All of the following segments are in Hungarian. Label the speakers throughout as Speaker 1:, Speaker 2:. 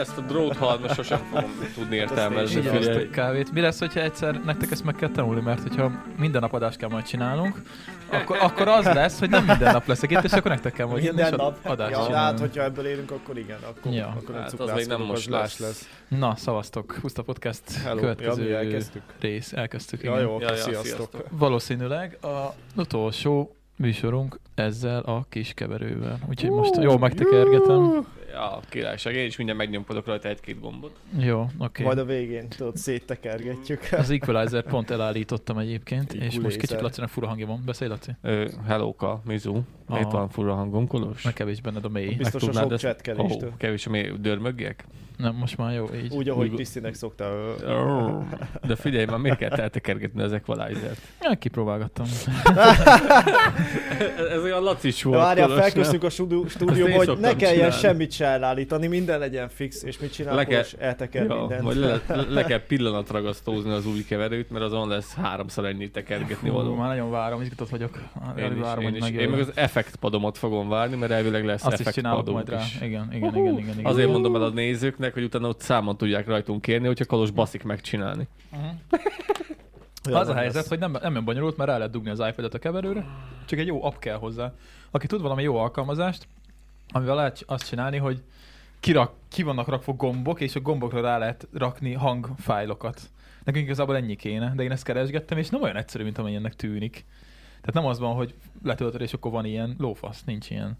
Speaker 1: Ezt a drót halmat sosem fogom tudni értelmezni.
Speaker 2: Így
Speaker 1: Figyelj.
Speaker 2: egy kávét. Mi lesz, hogyha egyszer nektek ezt meg kell tanulni, mert hogyha minden nap adást kell majd csinálnunk, akkor, akkor az lesz, hogy nem minden nap leszek itt, és akkor nektek kell majd jönni, és
Speaker 3: Minden
Speaker 2: ad-
Speaker 3: nap.
Speaker 2: adást
Speaker 3: Ja, de hát,
Speaker 2: csinálni.
Speaker 3: hogyha ebből élünk, akkor igen, akkor,
Speaker 2: Ja.
Speaker 3: akkor
Speaker 1: Hát, az
Speaker 3: cukrász
Speaker 1: még nem
Speaker 3: fogok,
Speaker 1: most
Speaker 3: az más
Speaker 1: lesz.
Speaker 2: Na, szavaztok. Huszta Podcast
Speaker 3: Hello.
Speaker 2: következő
Speaker 3: Ja, mi elkezdtük?
Speaker 2: rész. Elkezdtük,
Speaker 3: Ja,
Speaker 2: igen.
Speaker 3: jó,
Speaker 1: Ja,
Speaker 3: ja,
Speaker 1: ja,
Speaker 3: sziasztok.
Speaker 1: sziasztok.
Speaker 2: Valószínűleg a utolsó műsorunk ezzel a kis keverővel. Úgyhogy most jól megtekergetem.
Speaker 1: Ja, királyság, én is mindjárt megnyomkodok rajta egy-két gombot.
Speaker 2: Jó, oké.
Speaker 3: Majd a végén, tudod, széttekergetjük.
Speaker 2: Az equalizer pont elállítottam egyébként, és most
Speaker 3: Equalizer.
Speaker 2: kicsit Lacinak fura hangja van. Beszélj, Laci.
Speaker 1: Ö, Hellóka, Mizu.
Speaker 2: Aha.
Speaker 1: Itt van fura hangom, Kolos.
Speaker 2: Meg kevés benned a mély.
Speaker 3: Biztos a
Speaker 1: tudnád
Speaker 3: sok
Speaker 1: ezt-
Speaker 3: csetkeléstől.
Speaker 1: Ó, kevés, ami dörmögjek?
Speaker 2: Nem, most már jó, így.
Speaker 3: Úgy, ahogy
Speaker 1: úgy-
Speaker 3: Krisztinek szokta.
Speaker 1: Ó, De figyelj, már miért kell eltekergetni az equalizert?
Speaker 2: Ja, kipróbálgattam.
Speaker 1: Hát Ez olyan lacis volt.
Speaker 3: Várjál,
Speaker 1: Kolos, nem?
Speaker 3: felköztünk a stúdió,
Speaker 1: én
Speaker 3: stúdió hogy
Speaker 1: szoktam
Speaker 3: ne kelljen
Speaker 1: csinálni.
Speaker 3: semmit se elállítani, minden legyen fix, és mit csinál,
Speaker 1: Le
Speaker 3: Kolos?
Speaker 1: kell-
Speaker 3: elteker mindent.
Speaker 1: vagy le, le, le, kell pillanatragasztózni az új keverőt, mert azon lesz háromszor ennyit tekergetni
Speaker 2: Hú,
Speaker 1: való.
Speaker 2: már nagyon várom, izgatott vagyok.
Speaker 1: Én
Speaker 2: Alig
Speaker 1: is,
Speaker 2: várom,
Speaker 1: én,
Speaker 2: hogy
Speaker 1: is. én
Speaker 2: megjöjjön.
Speaker 1: meg az effektpadomat fogom várni, mert elvileg lesz
Speaker 2: Azt is csinálok
Speaker 1: effektpadom
Speaker 2: majd rá.
Speaker 1: is.
Speaker 2: Igen, igen, igen, igen, igen.
Speaker 1: Azért mondom el a nézőknek, hogy utána ott számon tudják rajtunk kérni, hogyha Kolos baszik megcsinálni.
Speaker 3: Olyan
Speaker 2: Az a
Speaker 3: nem
Speaker 2: helyzet,
Speaker 3: lesz.
Speaker 2: hogy nem, nem olyan bonyolult, mert rá lehet dugni az iPad-et a keverőre, csak egy jó app kell hozzá. Aki tud valami jó alkalmazást, amivel lehet azt csinálni, hogy kirak, ki vannak rakva gombok, és a gombokra rá lehet rakni hangfájlokat. Nekünk igazából ennyi kéne, de én ezt keresgettem, és nem olyan egyszerű, mint amilyennek tűnik. Tehát nem az van, hogy letöltöd, és akkor van ilyen lófasz, nincs ilyen.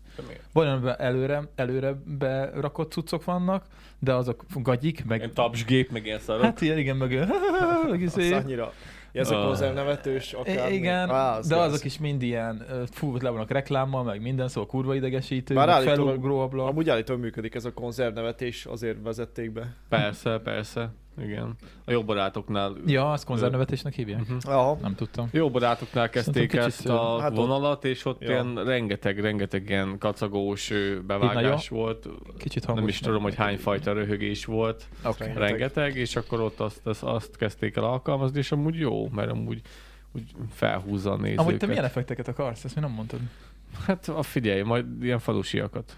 Speaker 2: Van olyan be- előre, előre berakott cuccok vannak, de azok gagyik, meg...
Speaker 1: Meg tapsgép, meg ilyen szarok.
Speaker 2: Hát ilyen, igen, meg... meg
Speaker 3: Az
Speaker 2: izé-
Speaker 3: annyira. Ezek
Speaker 1: Ah.
Speaker 3: az elnevetős, akár.
Speaker 2: I- Igen,
Speaker 3: Á,
Speaker 2: de
Speaker 3: gáz.
Speaker 2: azok is mind ilyen, ö, fú, le vannak reklámmal, meg minden, szóval kurva idegesítő,
Speaker 3: Bár
Speaker 2: meg
Speaker 3: állítólag-
Speaker 2: felugró ablak.
Speaker 3: Amúgy állítólag működik ez a konzervnevetés, azért vezették be.
Speaker 1: Persze, persze. Igen. A jó barátoknál
Speaker 2: Ja, azt konzervnevetésnek hívják?
Speaker 3: Aha.
Speaker 2: Nem tudtam.
Speaker 1: Jó barátoknál kezdték
Speaker 2: kicsit
Speaker 1: ezt a
Speaker 3: hát
Speaker 1: hát
Speaker 3: ott-
Speaker 1: vonalat, és ott
Speaker 3: Ja.
Speaker 1: ja. ilyen rengeteg, rengeteg ilyen kacagós ö, bevágás volt.
Speaker 2: Kicsit hangos.
Speaker 1: Nem is tudom, hogy hány fajta röhögés volt.
Speaker 2: Okay.
Speaker 3: Rengeteg.
Speaker 1: Rengeteg. rengeteg, és akkor ott azt, azt, azt kezdték el alkalmazni, és amúgy jó, mert amúgy úgy felhúzza a nézőket.
Speaker 2: Amúgy te milyen effekteket akarsz? Ezt mi nem mondtad.
Speaker 1: Hát a figyelj, majd ilyen falusiakat.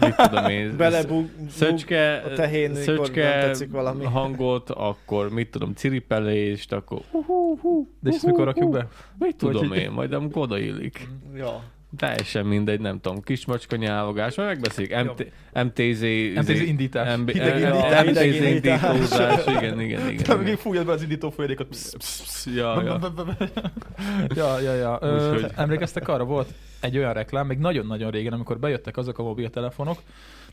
Speaker 1: Mit tudom én.
Speaker 3: Belebug...
Speaker 1: Szöcske,
Speaker 3: a tehén, mikor nem
Speaker 1: szöcske
Speaker 3: tetszik valami.
Speaker 1: hangot, akkor mit tudom, ciripelést, akkor uh,
Speaker 2: De és ezt mikor rakjuk be?
Speaker 1: mit
Speaker 2: Vagy
Speaker 1: tudom
Speaker 2: így-
Speaker 1: én, majd amikor odaillik.
Speaker 3: Ja.
Speaker 1: Teljesen mindegy, nem tudom, kismacska nyávogás, majd megbeszéljük. MT, MTZ,
Speaker 2: MTZ indítás.
Speaker 1: MB,
Speaker 2: Hideg
Speaker 3: indítás,
Speaker 1: MTZ
Speaker 3: hideg indítás.
Speaker 1: indítózás, igen, igen,
Speaker 2: Te
Speaker 1: igen.
Speaker 2: még
Speaker 1: igen.
Speaker 2: fújjad be az indító folyadékot. Psz, psz.
Speaker 1: Psz, Ja, ja.
Speaker 2: ja, ja, ja. Ö,
Speaker 1: Úgyhogy-
Speaker 2: Emlékeztek arra, volt egy olyan reklám, még nagyon-nagyon régen, amikor bejöttek azok a mobiltelefonok,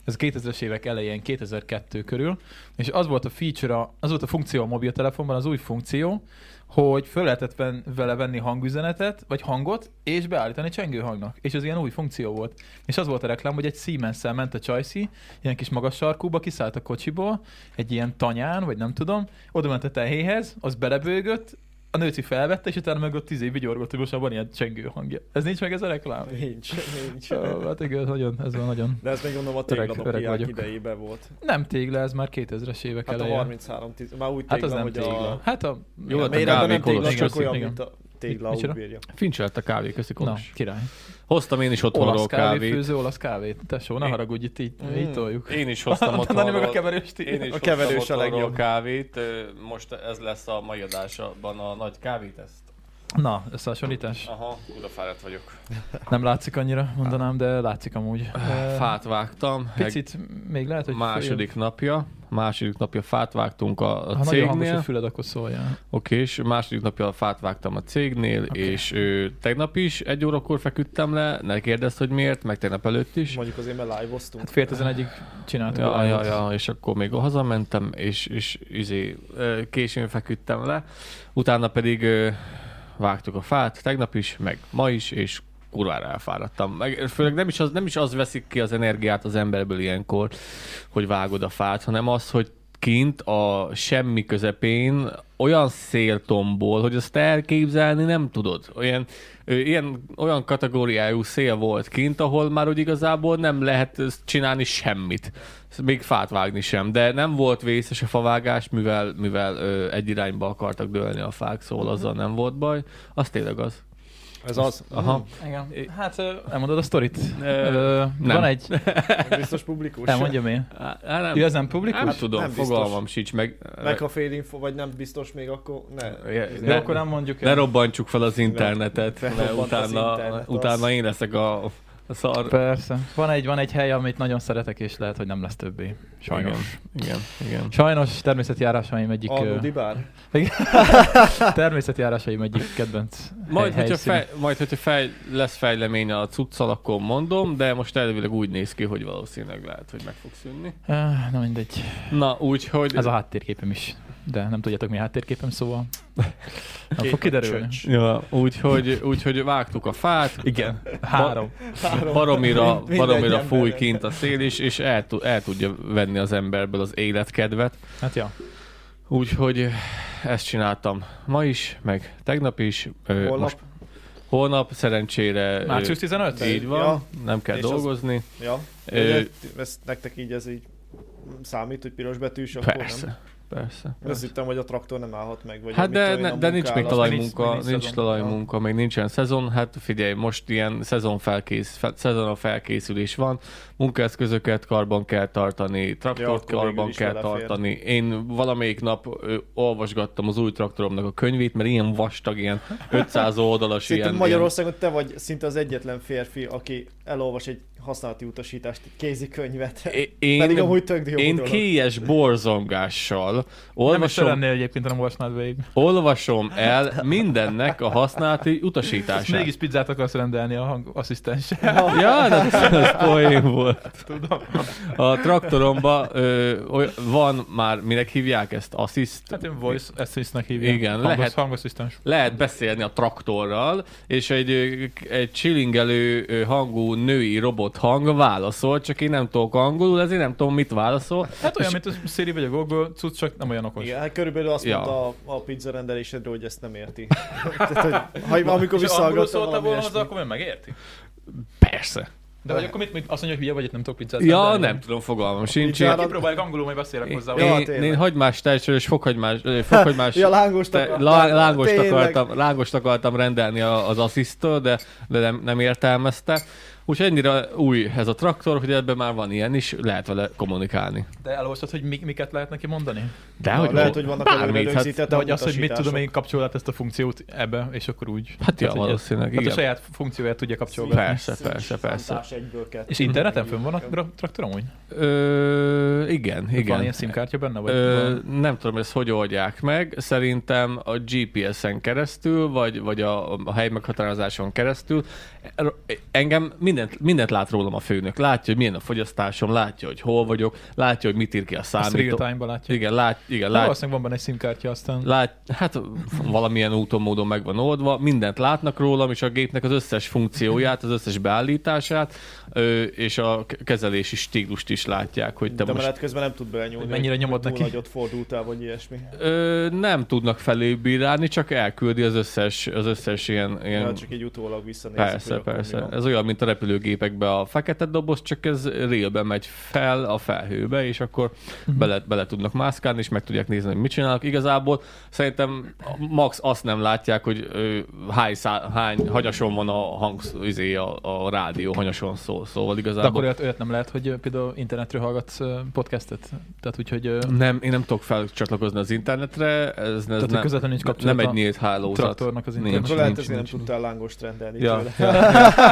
Speaker 2: ez 2000-es évek elején, 2002 körül, és az volt a feature, a- az volt a funkció a mobiltelefonban, az új funkció, hogy föl lehetett ven- vele venni hangüzenetet, vagy hangot, és beállítani csengőhangnak. És az ilyen új funkció volt. És az volt a reklám, hogy egy siemens ment a Csajci, ilyen kis magas sarkúba, kiszállt a kocsiból, egy ilyen tanyán, vagy nem tudom, oda ment a tehéhez, az belebőgött, a nőci felvette, és utána meg ott tíz évig gyorgott, hogy most már van ilyen csengő hangja. Ez nincs meg ez a reklám?
Speaker 3: Nincs, nincs.
Speaker 2: Ó, hát igen, nagyon, ez van nagyon.
Speaker 3: De ez még gondolom a
Speaker 2: Öreg- öreg
Speaker 3: téglanok
Speaker 2: vagyok.
Speaker 3: idejében volt.
Speaker 2: Nem tégla, ez már 2000-es évek
Speaker 3: Hát a
Speaker 2: eleje.
Speaker 3: 33, tíz- már úgy
Speaker 2: hát az
Speaker 3: tégla,
Speaker 2: nem
Speaker 3: hogy
Speaker 2: tégla.
Speaker 3: a...
Speaker 2: Hát a...
Speaker 1: Jó,
Speaker 3: A
Speaker 1: hát a
Speaker 3: méretben nem
Speaker 1: Gávé
Speaker 3: tégla,
Speaker 1: Kolos,
Speaker 3: csak
Speaker 2: köszi,
Speaker 3: olyan,
Speaker 2: igen.
Speaker 3: mint a tégla
Speaker 2: Micsoda?
Speaker 3: úgy bírja.
Speaker 1: Fincs lett a kávé, köszi
Speaker 2: Na,
Speaker 1: Kolos.
Speaker 2: király.
Speaker 1: Hoztam én is otthonról
Speaker 2: Olasz
Speaker 1: kávét.
Speaker 2: kávéfőző, olasz kávét. Tesó, ne
Speaker 1: Én- Hmm.
Speaker 2: haragudj, itt így,
Speaker 3: Mm.
Speaker 2: így toljuk.
Speaker 1: Én is hoztam
Speaker 2: Dani meg a
Speaker 1: otthonról.
Speaker 2: keverőst.
Speaker 1: Én is
Speaker 3: A keverős
Speaker 1: hoztam
Speaker 3: a
Speaker 1: otthonról
Speaker 3: legjobb.
Speaker 1: kávét. Ö, Most ez lesz a mai adásban a nagy kávéteszt.
Speaker 2: Na, összehasonlítás.
Speaker 1: Aha, odafáradt vagyok.
Speaker 2: Nem látszik annyira, mondanám, de látszik
Speaker 1: Ah,
Speaker 2: amúgy.
Speaker 1: Fát vágtam.
Speaker 2: Picit még lehet, hogy...
Speaker 1: Második napja. Második napja fát vágtunk a, a
Speaker 2: ha nagyon hangos a
Speaker 1: cégnél.
Speaker 2: füled, akkor szóljál.
Speaker 1: Oké, és második napja fát vágtam a cégnél, okay. és ő, tegnap is egy órakor feküdtem le, ne kérdezd, hogy miért, meg tegnap előtt is.
Speaker 3: Mondjuk azért, mert live-oztunk.
Speaker 2: Hát fél tizenegyig csináltuk.
Speaker 1: Ja,
Speaker 2: a
Speaker 1: ja,
Speaker 2: live-ot.
Speaker 1: ja, és akkor még hazamentem, és, és izé, ö, későn feküdtem le, utána pedig ö, vágtuk a fát, tegnap is, meg ma is, és kurvára elfáradtam. Meg, főleg nem is, az, nem is az veszik ki az energiát az emberből ilyenkor, hogy vágod a fát, hanem az, hogy kint a semmi közepén olyan széltombol, hogy azt elképzelni nem tudod. Olyan, ö, ilyen, olyan kategóriájú szél volt kint, ahol már úgy igazából nem lehet ö, csinálni semmit. Még fát vágni sem, de nem volt vészes a favágás, mivel, mivel ö, egy irányba akartak dőlni a fák,
Speaker 2: Mhm.
Speaker 1: szóval azzal nem volt baj. Az tényleg az.
Speaker 3: Ez az.
Speaker 2: Mhm.
Speaker 1: Aha.
Speaker 2: Igen. Hát ö, elmondod a sztorit?
Speaker 1: Ö,
Speaker 2: Ö,
Speaker 1: nem.
Speaker 2: Van egy...
Speaker 3: Meg Biztos publikus.
Speaker 2: Elmondjam én.
Speaker 1: Á, á, nem,
Speaker 2: Ja, ez nem
Speaker 1: nem
Speaker 2: publikus?
Speaker 1: Hát tudom,
Speaker 3: nem biztos.
Speaker 1: fogalmam sincs meg.
Speaker 3: Meg ha fél info, vagy nem biztos még, akkor ne.
Speaker 1: Ja,
Speaker 2: Jó,
Speaker 1: ne-
Speaker 2: akkor nem mondjuk
Speaker 1: Ne
Speaker 2: el.
Speaker 1: robbantsuk fel az internetet,
Speaker 3: Fel-
Speaker 1: mert
Speaker 3: felrobbant az
Speaker 1: utána,
Speaker 3: internet, az.
Speaker 1: utána én leszek a, a szar.
Speaker 2: Persze. Van egy, van egy hely, amit nagyon szeretek, és lehet, hogy nem lesz többé. Sajnos. Igen.
Speaker 1: Igen, igen.
Speaker 2: Sajnos természetjárásaim egyik... ö,
Speaker 3: Aludi bár.
Speaker 2: Természetjárásaim egyik kedvenc
Speaker 1: Majd,
Speaker 2: hely,
Speaker 1: hogyha,
Speaker 2: helyszín.
Speaker 1: fej, majd, hogyha fej, lesz fejlemény a cuccal, akkor mondom, de most elvileg úgy néz ki, hogy valószínűleg lehet, hogy meg fog szűnni.
Speaker 2: Ah, Na mindegy.
Speaker 1: Na, úgyhogy...
Speaker 2: Ez a háttérképem is. De nem tudjátok mi a háttérképem, szóval nem fog kiderülni.
Speaker 3: Csöcs.
Speaker 1: Ja, úgyhogy, úgyhogy vágtuk a fát,
Speaker 2: Igen, három.
Speaker 3: Három.
Speaker 1: baromira,
Speaker 3: Mind- mindegy
Speaker 1: baromira
Speaker 3: emberre.
Speaker 1: fúj kint a szél is, és el, tu- el tudja venni az emberből az életkedvet.
Speaker 2: Hát ja.
Speaker 1: Úgyhogy ezt csináltam ma is, meg tegnap is. Ö,
Speaker 3: Holnap.
Speaker 1: holnap szerencsére ö,
Speaker 2: Március 15?
Speaker 1: így van,
Speaker 3: Ja.
Speaker 1: nem kell
Speaker 3: És az-
Speaker 1: dolgozni.
Speaker 3: Ja.
Speaker 1: Ö,
Speaker 3: Ö... Ezt nektek így ez így számít, hogy piros betűs, akkor
Speaker 1: Persze,
Speaker 3: nem.
Speaker 1: persze.
Speaker 3: Én Azt hittem, hogy a traktor nem állhat meg. Vagy
Speaker 1: Hát
Speaker 3: mit tudom
Speaker 1: de,
Speaker 3: én, a
Speaker 1: ne, de nincs még
Speaker 3: munkálat.
Speaker 1: talajmunka,
Speaker 2: nincs
Speaker 1: nincs,
Speaker 2: szezon.
Speaker 1: nincs talajmunka, még nincsen szezon. Hát figyelj, most ilyen szezon felkész, fe, szezon a felkészülés van. Munkaeszközöket karban kell tartani,
Speaker 3: Ja,
Speaker 1: traktort
Speaker 3: akkor végül
Speaker 1: karban
Speaker 3: is
Speaker 1: kell
Speaker 3: belefér.
Speaker 1: tartani. Én valamelyik nap ö, olvasgattam az új traktoromnak a könyvét, mert ilyen vastag, ilyen 500 oldalas ilyen,
Speaker 3: Szerintem
Speaker 1: ilyen
Speaker 3: Magyarországon te vagy szinte az egyetlen férfi, aki elolvas egy használati utasítást, egy kézikönyvet.
Speaker 1: É- Én,
Speaker 3: Pedig amúgy tök jó
Speaker 1: én
Speaker 3: dolog.
Speaker 1: kélyes borzongással
Speaker 2: Nem is
Speaker 1: olvasom,
Speaker 2: lennél egyébként, hanem olvasnád végig.
Speaker 1: olvasom
Speaker 2: Hát-
Speaker 1: el mindennek a használati
Speaker 2: Ezt
Speaker 1: utasítását.
Speaker 2: mégis pizzát akarsz rendelni a hangasszisztens.
Speaker 1: Ja, de ez, ez poén volt. Tudom. A traktoromba ö, oly, van már, minek hívják ezt, assist?
Speaker 2: Hát én voice assistnek hívják.
Speaker 1: Igen,
Speaker 2: Hangos,
Speaker 1: lehet.
Speaker 2: Hangasszisztens.
Speaker 1: Lehet beszélni a traktorral, és egy, ö, egy csilingelő ö, hangú női robot hang válaszol, csak én nem tudok angolul, ezért nem tudom, mit válaszol.
Speaker 2: Hát olyan, mint a Siri vagy a Google, cucc, csak nem olyan okos.
Speaker 3: Igen, hát körülbelül azt
Speaker 1: Ja.
Speaker 3: mondta a, a pizza rendelésedről, hogy ezt nem érti. Tehát, hogy, ha, amikor
Speaker 2: És ha angolul
Speaker 3: visszahallgattam
Speaker 2: szóltál
Speaker 3: valami
Speaker 2: volna
Speaker 3: ilyesmi.
Speaker 2: hozzá, akkor meg megérti.
Speaker 1: Persze.
Speaker 2: De vagy akkor mit, mit azt mondja, hogy hülye vagy, itt nem tudok pizzát
Speaker 1: Ja,
Speaker 2: rendelni?
Speaker 1: nem tudom, fogalmam sincs.
Speaker 3: Pizzára-
Speaker 2: Kipróbáljuk angolul, majd beszélek hozzá.
Speaker 3: Ja,
Speaker 1: Én, én,
Speaker 3: tényleg.
Speaker 1: én hagymás tejcsről és fokhagymás, ö, fokhagymás
Speaker 3: Ja, lángost
Speaker 1: te,
Speaker 3: akartam.
Speaker 1: lá, lángost,
Speaker 3: Tényleg.
Speaker 1: akartam, lángost akartam rendelni a- az asszisztől, de, de nem, nem értelmezte. Úgyhogy ennyire új ez a traktor, hogy ebben már van ilyen is, lehet vele kommunikálni.
Speaker 2: De elolvastad, hogy mi, miket lehet neki mondani?
Speaker 1: De
Speaker 3: Ja,
Speaker 1: hogy
Speaker 3: lehet, hogy vannak előre
Speaker 1: bármit, hát,
Speaker 3: rögzített
Speaker 2: De hogy az, hogy mit tudom én, kapcsolod át ezt a funkciót ebbe, és akkor úgy.
Speaker 1: hát ja,
Speaker 2: Tehát, hogy ez-
Speaker 1: valószínűleg,
Speaker 2: Tehát a
Speaker 1: igen.
Speaker 2: saját funkcióját tudja
Speaker 3: Szóval
Speaker 2: kapcsolgatni.
Speaker 1: Persze, persze, persze.
Speaker 3: Szántás egyből kettő.
Speaker 2: És interneten fönn van a tra- traktor amúgy?
Speaker 1: Ö, igen,
Speaker 2: Igen. Van
Speaker 1: igen.
Speaker 2: ilyen szimkártya benne? Vagy
Speaker 1: Ö, nem tudom, ezt hogy oldják meg. Szerintem a GPS-en keresztül, vagy, vagy a, a hely meghatározáson keresztül. R- Engem mindent, mindent lát rólam a főnök. Látja, hogy milyen a fogyasztásom, látja, hogy hol vagyok, látja, hogy mit ír ki a
Speaker 2: Azt real
Speaker 1: számító.
Speaker 2: time-ban látja.
Speaker 1: Igen, lát, igen,
Speaker 2: Lát...
Speaker 1: lát,
Speaker 2: Valószínűleg van benne egy szimkártya, aztán
Speaker 1: lát, hát valamilyen úton, módon meg van oldva, mindent látnak rólam, és a gépnek az összes funkcióját, az összes beállítását, ö, és a ke- kezelési stílust is látják, hogy te
Speaker 3: De
Speaker 1: most
Speaker 3: menet közben nem tud belenyúlni.
Speaker 2: Mennyire
Speaker 3: hogy
Speaker 2: nyomod
Speaker 3: túl
Speaker 2: neki?
Speaker 3: nagyot fordultál, vagy ilyesmi.
Speaker 1: Ö, nem tudnak felé bírálni, csak elküldi az összes, az összes ilyen... ilyen...
Speaker 3: Ja, csak így utólag visszanézzük. hogy
Speaker 1: persze,
Speaker 3: akkor mi
Speaker 1: persze.
Speaker 3: van.
Speaker 1: Ez olyan, mint a repülőgépekbe a fekete doboz, csak ez rélbe megy fel a felhőbe, és akkor
Speaker 2: Mhm.
Speaker 1: bele, bele tudnak mászkálni, és meg tudják nézni, hogy mit csinálnak. Igazából szerintem max azt nem látják, hogy ö, hány, szá, hány hanyason van a hang, izé, a, a rádió hanyason szól. Szóval
Speaker 2: de akkor
Speaker 1: igazából...
Speaker 2: olyat, olyat nem lehet, hogy ö, például internetről hallgatsz ö, podcastet. Tehát úgyhogy ö,
Speaker 1: Nem, én nem tudok felcsatlakozni az internetre, ez, ez
Speaker 2: hogy
Speaker 1: nem,
Speaker 2: közvetlenül nincs
Speaker 1: nem
Speaker 2: kapcsolat
Speaker 1: egy
Speaker 2: a
Speaker 1: nyílt hálózat.
Speaker 2: traktornak az
Speaker 1: Nincs.
Speaker 2: internet.
Speaker 3: Akkor lehet,
Speaker 1: nincs,
Speaker 3: ezért nem
Speaker 1: nincs.
Speaker 3: tudtál lángost rendelni
Speaker 1: Ja,
Speaker 3: tőle.
Speaker 1: ja,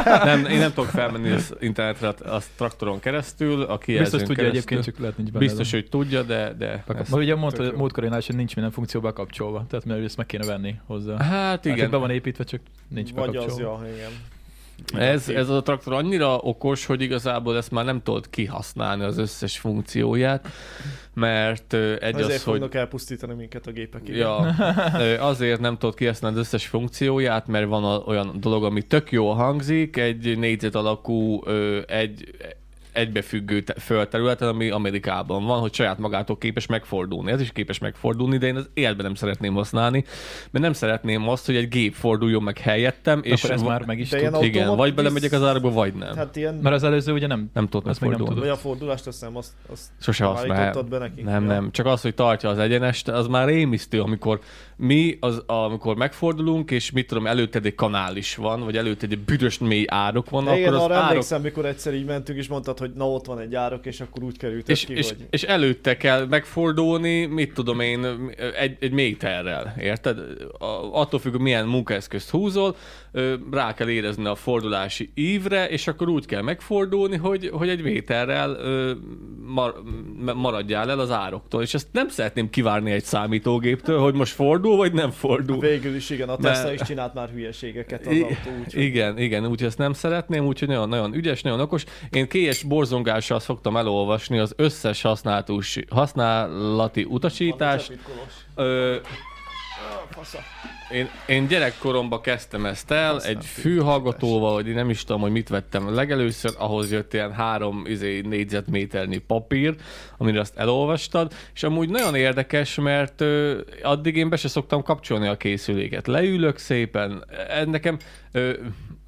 Speaker 1: ja. Nem, én nem tudok felmenni az internetre, hát az traktoron keresztül, a kijelzőn
Speaker 2: Biztos tudja
Speaker 1: keresztül.
Speaker 2: egyébként, csak lehet nincs benne.
Speaker 1: Biztos, hogy tudja, de... de
Speaker 2: ezt...
Speaker 1: ezt...
Speaker 2: Ma ugye mondta,
Speaker 3: Tök
Speaker 2: hogy
Speaker 3: jó.
Speaker 2: múltkor én is, hogy nincs minden funkció bekapcsolva, tehát mert ezt meg kéne venni hozzá.
Speaker 1: Hát
Speaker 2: Igen. Hát,
Speaker 1: igen,
Speaker 2: be van építve, csak nincs
Speaker 3: Vagy
Speaker 2: bekapcsolva.
Speaker 3: az, ja, igen.
Speaker 1: ez, ez a traktor annyira okos, hogy igazából ezt már nem tudod kihasználni az összes funkcióját, mert ö, egy
Speaker 3: Ezért
Speaker 1: az, hogy
Speaker 3: fognak elpusztítani minket a gépek. igen.
Speaker 1: Ja, ö, azért nem tudod kihasználni az összes funkcióját, mert van a- olyan dolog, ami tök jól hangzik, egy négyzet alakú, ö, egy egybefüggő te- földterületen, ami Amerikában van, hogy saját magától képes megfordulni. Ez is képes megfordulni, de én az életben nem szeretném használni, mert nem szeretném azt, hogy egy gép forduljon meg helyettem,
Speaker 2: És
Speaker 1: és
Speaker 2: akkor ez
Speaker 1: va-
Speaker 2: már meg is
Speaker 3: de
Speaker 2: tud.
Speaker 3: ilyen a-
Speaker 1: igen, vagy
Speaker 3: automat-
Speaker 1: belemegyek az árba, vagy nem. Hát,
Speaker 3: Hát ilyen,
Speaker 2: Mert az előző ugye nem.
Speaker 1: nem tudod
Speaker 2: azt még nem
Speaker 1: megfordulni.
Speaker 3: vagy a fordulást azt hiszem, azt, azt
Speaker 1: Sose
Speaker 3: nem
Speaker 1: használ.
Speaker 3: állítottad be nekik.
Speaker 1: Nem,
Speaker 3: Ja.
Speaker 1: nem. Csak az, hogy tartja az egyenest, az már rémisztő, amikor mi, az, amikor megfordulunk, és mit tudom, előtted egy kanál is van, vagy előtted egy büdös mély árok van,
Speaker 3: De igen,
Speaker 1: akkor
Speaker 3: arra
Speaker 1: az árok
Speaker 3: emlékszem, mikor egyszer így mentünk, és mondtad, hogy na ott van egy árok, és akkor úgy került
Speaker 1: és,
Speaker 3: ki,
Speaker 1: és,
Speaker 3: hogy...
Speaker 1: és előtte kell megfordulni, mit tudom én, egy, egy méterrel, érted? A, attól függ, hogy milyen munkaeszközt húzol, ö, rá kell érezni a fordulási ívre, és akkor úgy kell megfordulni, hogy, hogy egy méterrel ö, mar, m- maradjál el az ároktól. És ezt nem szeretném kivárni egy számítógéptől, hogy most fordul, vagy nem fordul.
Speaker 3: Végül is igen, a Tesla
Speaker 1: Mert-
Speaker 3: is csinált már hülyeségeket az
Speaker 1: I-
Speaker 3: autó, úgyhogy...
Speaker 1: Igen, igen, úgyhogy ezt nem szeretném, úgyhogy nagyon, nagyon ügyes, nagyon okos. Én kélyes borzongással szoktam elolvasni az összes használatus, használati utasítást.
Speaker 3: Van a csepitkolos.
Speaker 1: Ö,
Speaker 3: Ah, fasza.
Speaker 1: én, én gyerekkoromban kezdtem ezt el, egy
Speaker 3: Használati
Speaker 1: fülhallgatóval, vagy én nem is tudom, hogy mit vettem legelőször, ahhoz jött ilyen három izé, négyzetméternyi papír, amire azt elolvastad, és amúgy nagyon érdekes, mert ö, addig én be se szoktam kapcsolni a készüléket. Leülök szépen, ez nekem ö,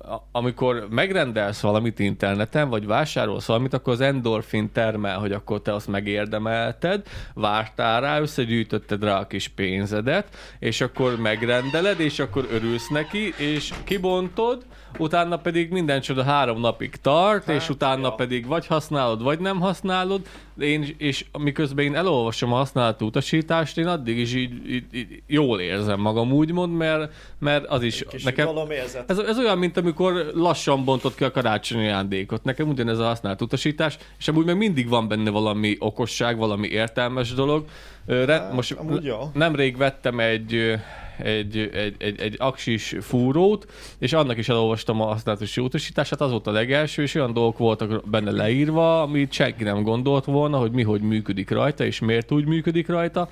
Speaker 1: a- amikor megrendelsz valamit interneten, vagy vásárolsz valamit, akkor az endorfin termel, hogy akkor te azt megérdemelted, vártál rá, összegyűjtötted rá a kis pénzedet, és akkor megrendeled, és akkor örülsz neki, és kibontod, utána pedig minden csoda három napig tart, hát, és utána
Speaker 3: ja.
Speaker 1: pedig vagy használod, vagy nem használod, én, és miközben én elolvasom a használatú utasítást, én addig is így, így, így jól érzem magam, úgymond, mert, mert az is
Speaker 3: Kis
Speaker 1: nekem...
Speaker 3: Nekem... érzet.
Speaker 1: Ez, ez olyan, mint amikor lassan bontott ki a karácsonyi ajándékot. Nekem ugyanez a használt utasítás, és amúgy meg mindig van benne valami okosság, valami értelmes dolog. Ö, Re,
Speaker 3: Hát,
Speaker 1: most
Speaker 3: amúgy ja.
Speaker 1: nemrég vettem egy, ö, egy, egy, egy, egy aksis fúrót, és annak is elolvastam a használatos utasítását, az volt a legelső, és olyan dolgok voltak benne leírva, amit senki nem gondolt volna, hogy mi hogy működik rajta, és miért úgy működik rajta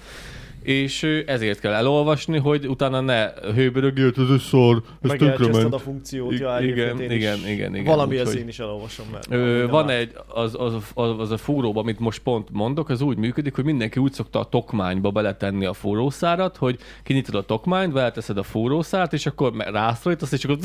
Speaker 1: és ö, ezért kell elolvasni, hogy utána ne hőbörögjél, ez egy szar, ez
Speaker 3: Meg
Speaker 1: tönkrement.
Speaker 3: elcseszted a funkciót,
Speaker 1: I-
Speaker 3: ja,
Speaker 1: igen,
Speaker 3: igen, én
Speaker 1: igen,
Speaker 3: is.
Speaker 1: igen, igen,
Speaker 3: Valami az
Speaker 1: úgyhogy-
Speaker 3: én is elolvasom, mert...
Speaker 1: Ö,
Speaker 3: de
Speaker 1: van
Speaker 3: már-
Speaker 1: egy, az, az, az, az a fúróba, amit most pont mondok, az úgy működik, hogy mindenki úgy szokta a tokmányba beletenni a fúrószárat, hogy kinyitod a tokmányt, beleteszed a fúrószárt, és akkor me- rászólítasz, és akkor...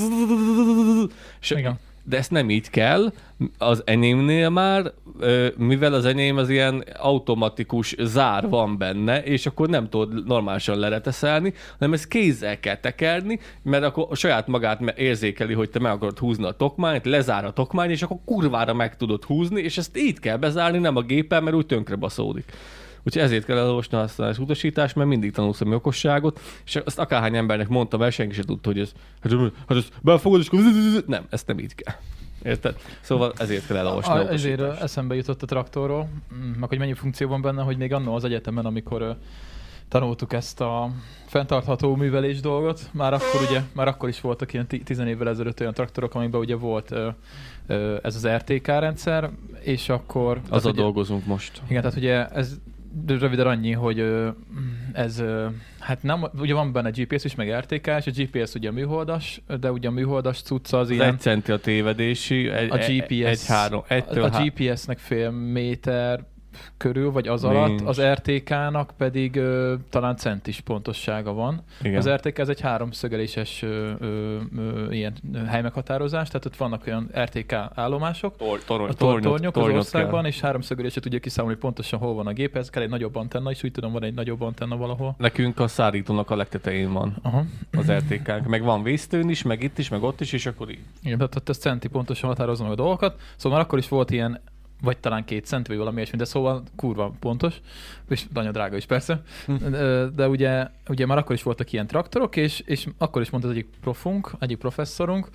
Speaker 1: És
Speaker 2: Igen.
Speaker 1: de ezt nem így kell, az enyémnél már, ö, mivel az enyém az ilyen automatikus zár van benne, és akkor nem tudod normálisan lereteszelni, hanem ezt kézzel kell tekerni, mert akkor a saját magát me- érzékeli, hogy te meg akarod húzni a tokmányt, lezár a tokmány, és akkor kurvára meg tudod húzni, és ezt így kell bezárni, nem a géppel, mert úgy tönkre baszódik. Úgyhogy ezért kell elolvasni a használás utasítást, mert mindig tanulsz valami okosságot, és azt akárhány embernek mondtam, mert senki sem tudta, hogy ez, hát, hát ezt belfogod, és akkor... Nem, ezt nem így kell. Érted? Szóval ezért kell elolvasni a,
Speaker 2: A, ezért ö, eszembe jutott a traktorról, mm, meg hogy mennyi funkció van benne, hogy még annó az egyetemen, amikor ö, tanultuk ezt a fenntartható művelés dolgot, már akkor ugye, már akkor is voltak ilyen ti- 10 évvel ezelőtt olyan traktorok, amikben ugye volt ö, ö, ez az RTK rendszer, és akkor... tehát
Speaker 1: Az a
Speaker 2: ugye-
Speaker 1: dolgozunk most.
Speaker 2: Igen, tehát ugye ez röviden annyi, hogy ö, ez, ö, hát nem, ugye van benne GPS is, meg RTK, és a GPS ugye műholdas, de ugye a műholdas cucca az,
Speaker 1: Az
Speaker 2: ilyen...
Speaker 1: egy centi a tévedési, egy, e-
Speaker 2: A GPS.
Speaker 1: egy három, egytől
Speaker 2: a
Speaker 1: há-
Speaker 2: GPS-nek fél méter körül, vagy az
Speaker 1: Nincs.
Speaker 2: alatt, az RTK-nak pedig ö, talán centis pontossága van.
Speaker 1: Igen.
Speaker 2: Az RTK ez egy háromszögeléses ö, ö, ö, ilyen ö, helymeghatározás, tehát ott vannak olyan RTK állomások,
Speaker 1: Tor- torony,
Speaker 2: a tor- tornyok az országban, és háromszögelése tudja kiszámolni hogy pontosan hol van a gép, ez kell egy nagyobb antenna, és úgy tudom, van egy nagyobb antenna valahol.
Speaker 1: Nekünk a szárítónak a legtetején van
Speaker 2: Aha.
Speaker 1: az rtk meg van vésztőn is, meg itt is, meg ott is, és akkor így.
Speaker 2: Igen, tehát ott ez centi pontosan határozza meg a dolgokat. Szóval már akkor is volt ilyen, vagy talán két cent, vagy valami ilyesmi, de szóval kurva pontos, és nagyon drága is persze. Ö, De ugye, ugye már akkor is voltak ilyen traktorok, és, és akkor is mondta az egyik profunk, egyik professzorunk,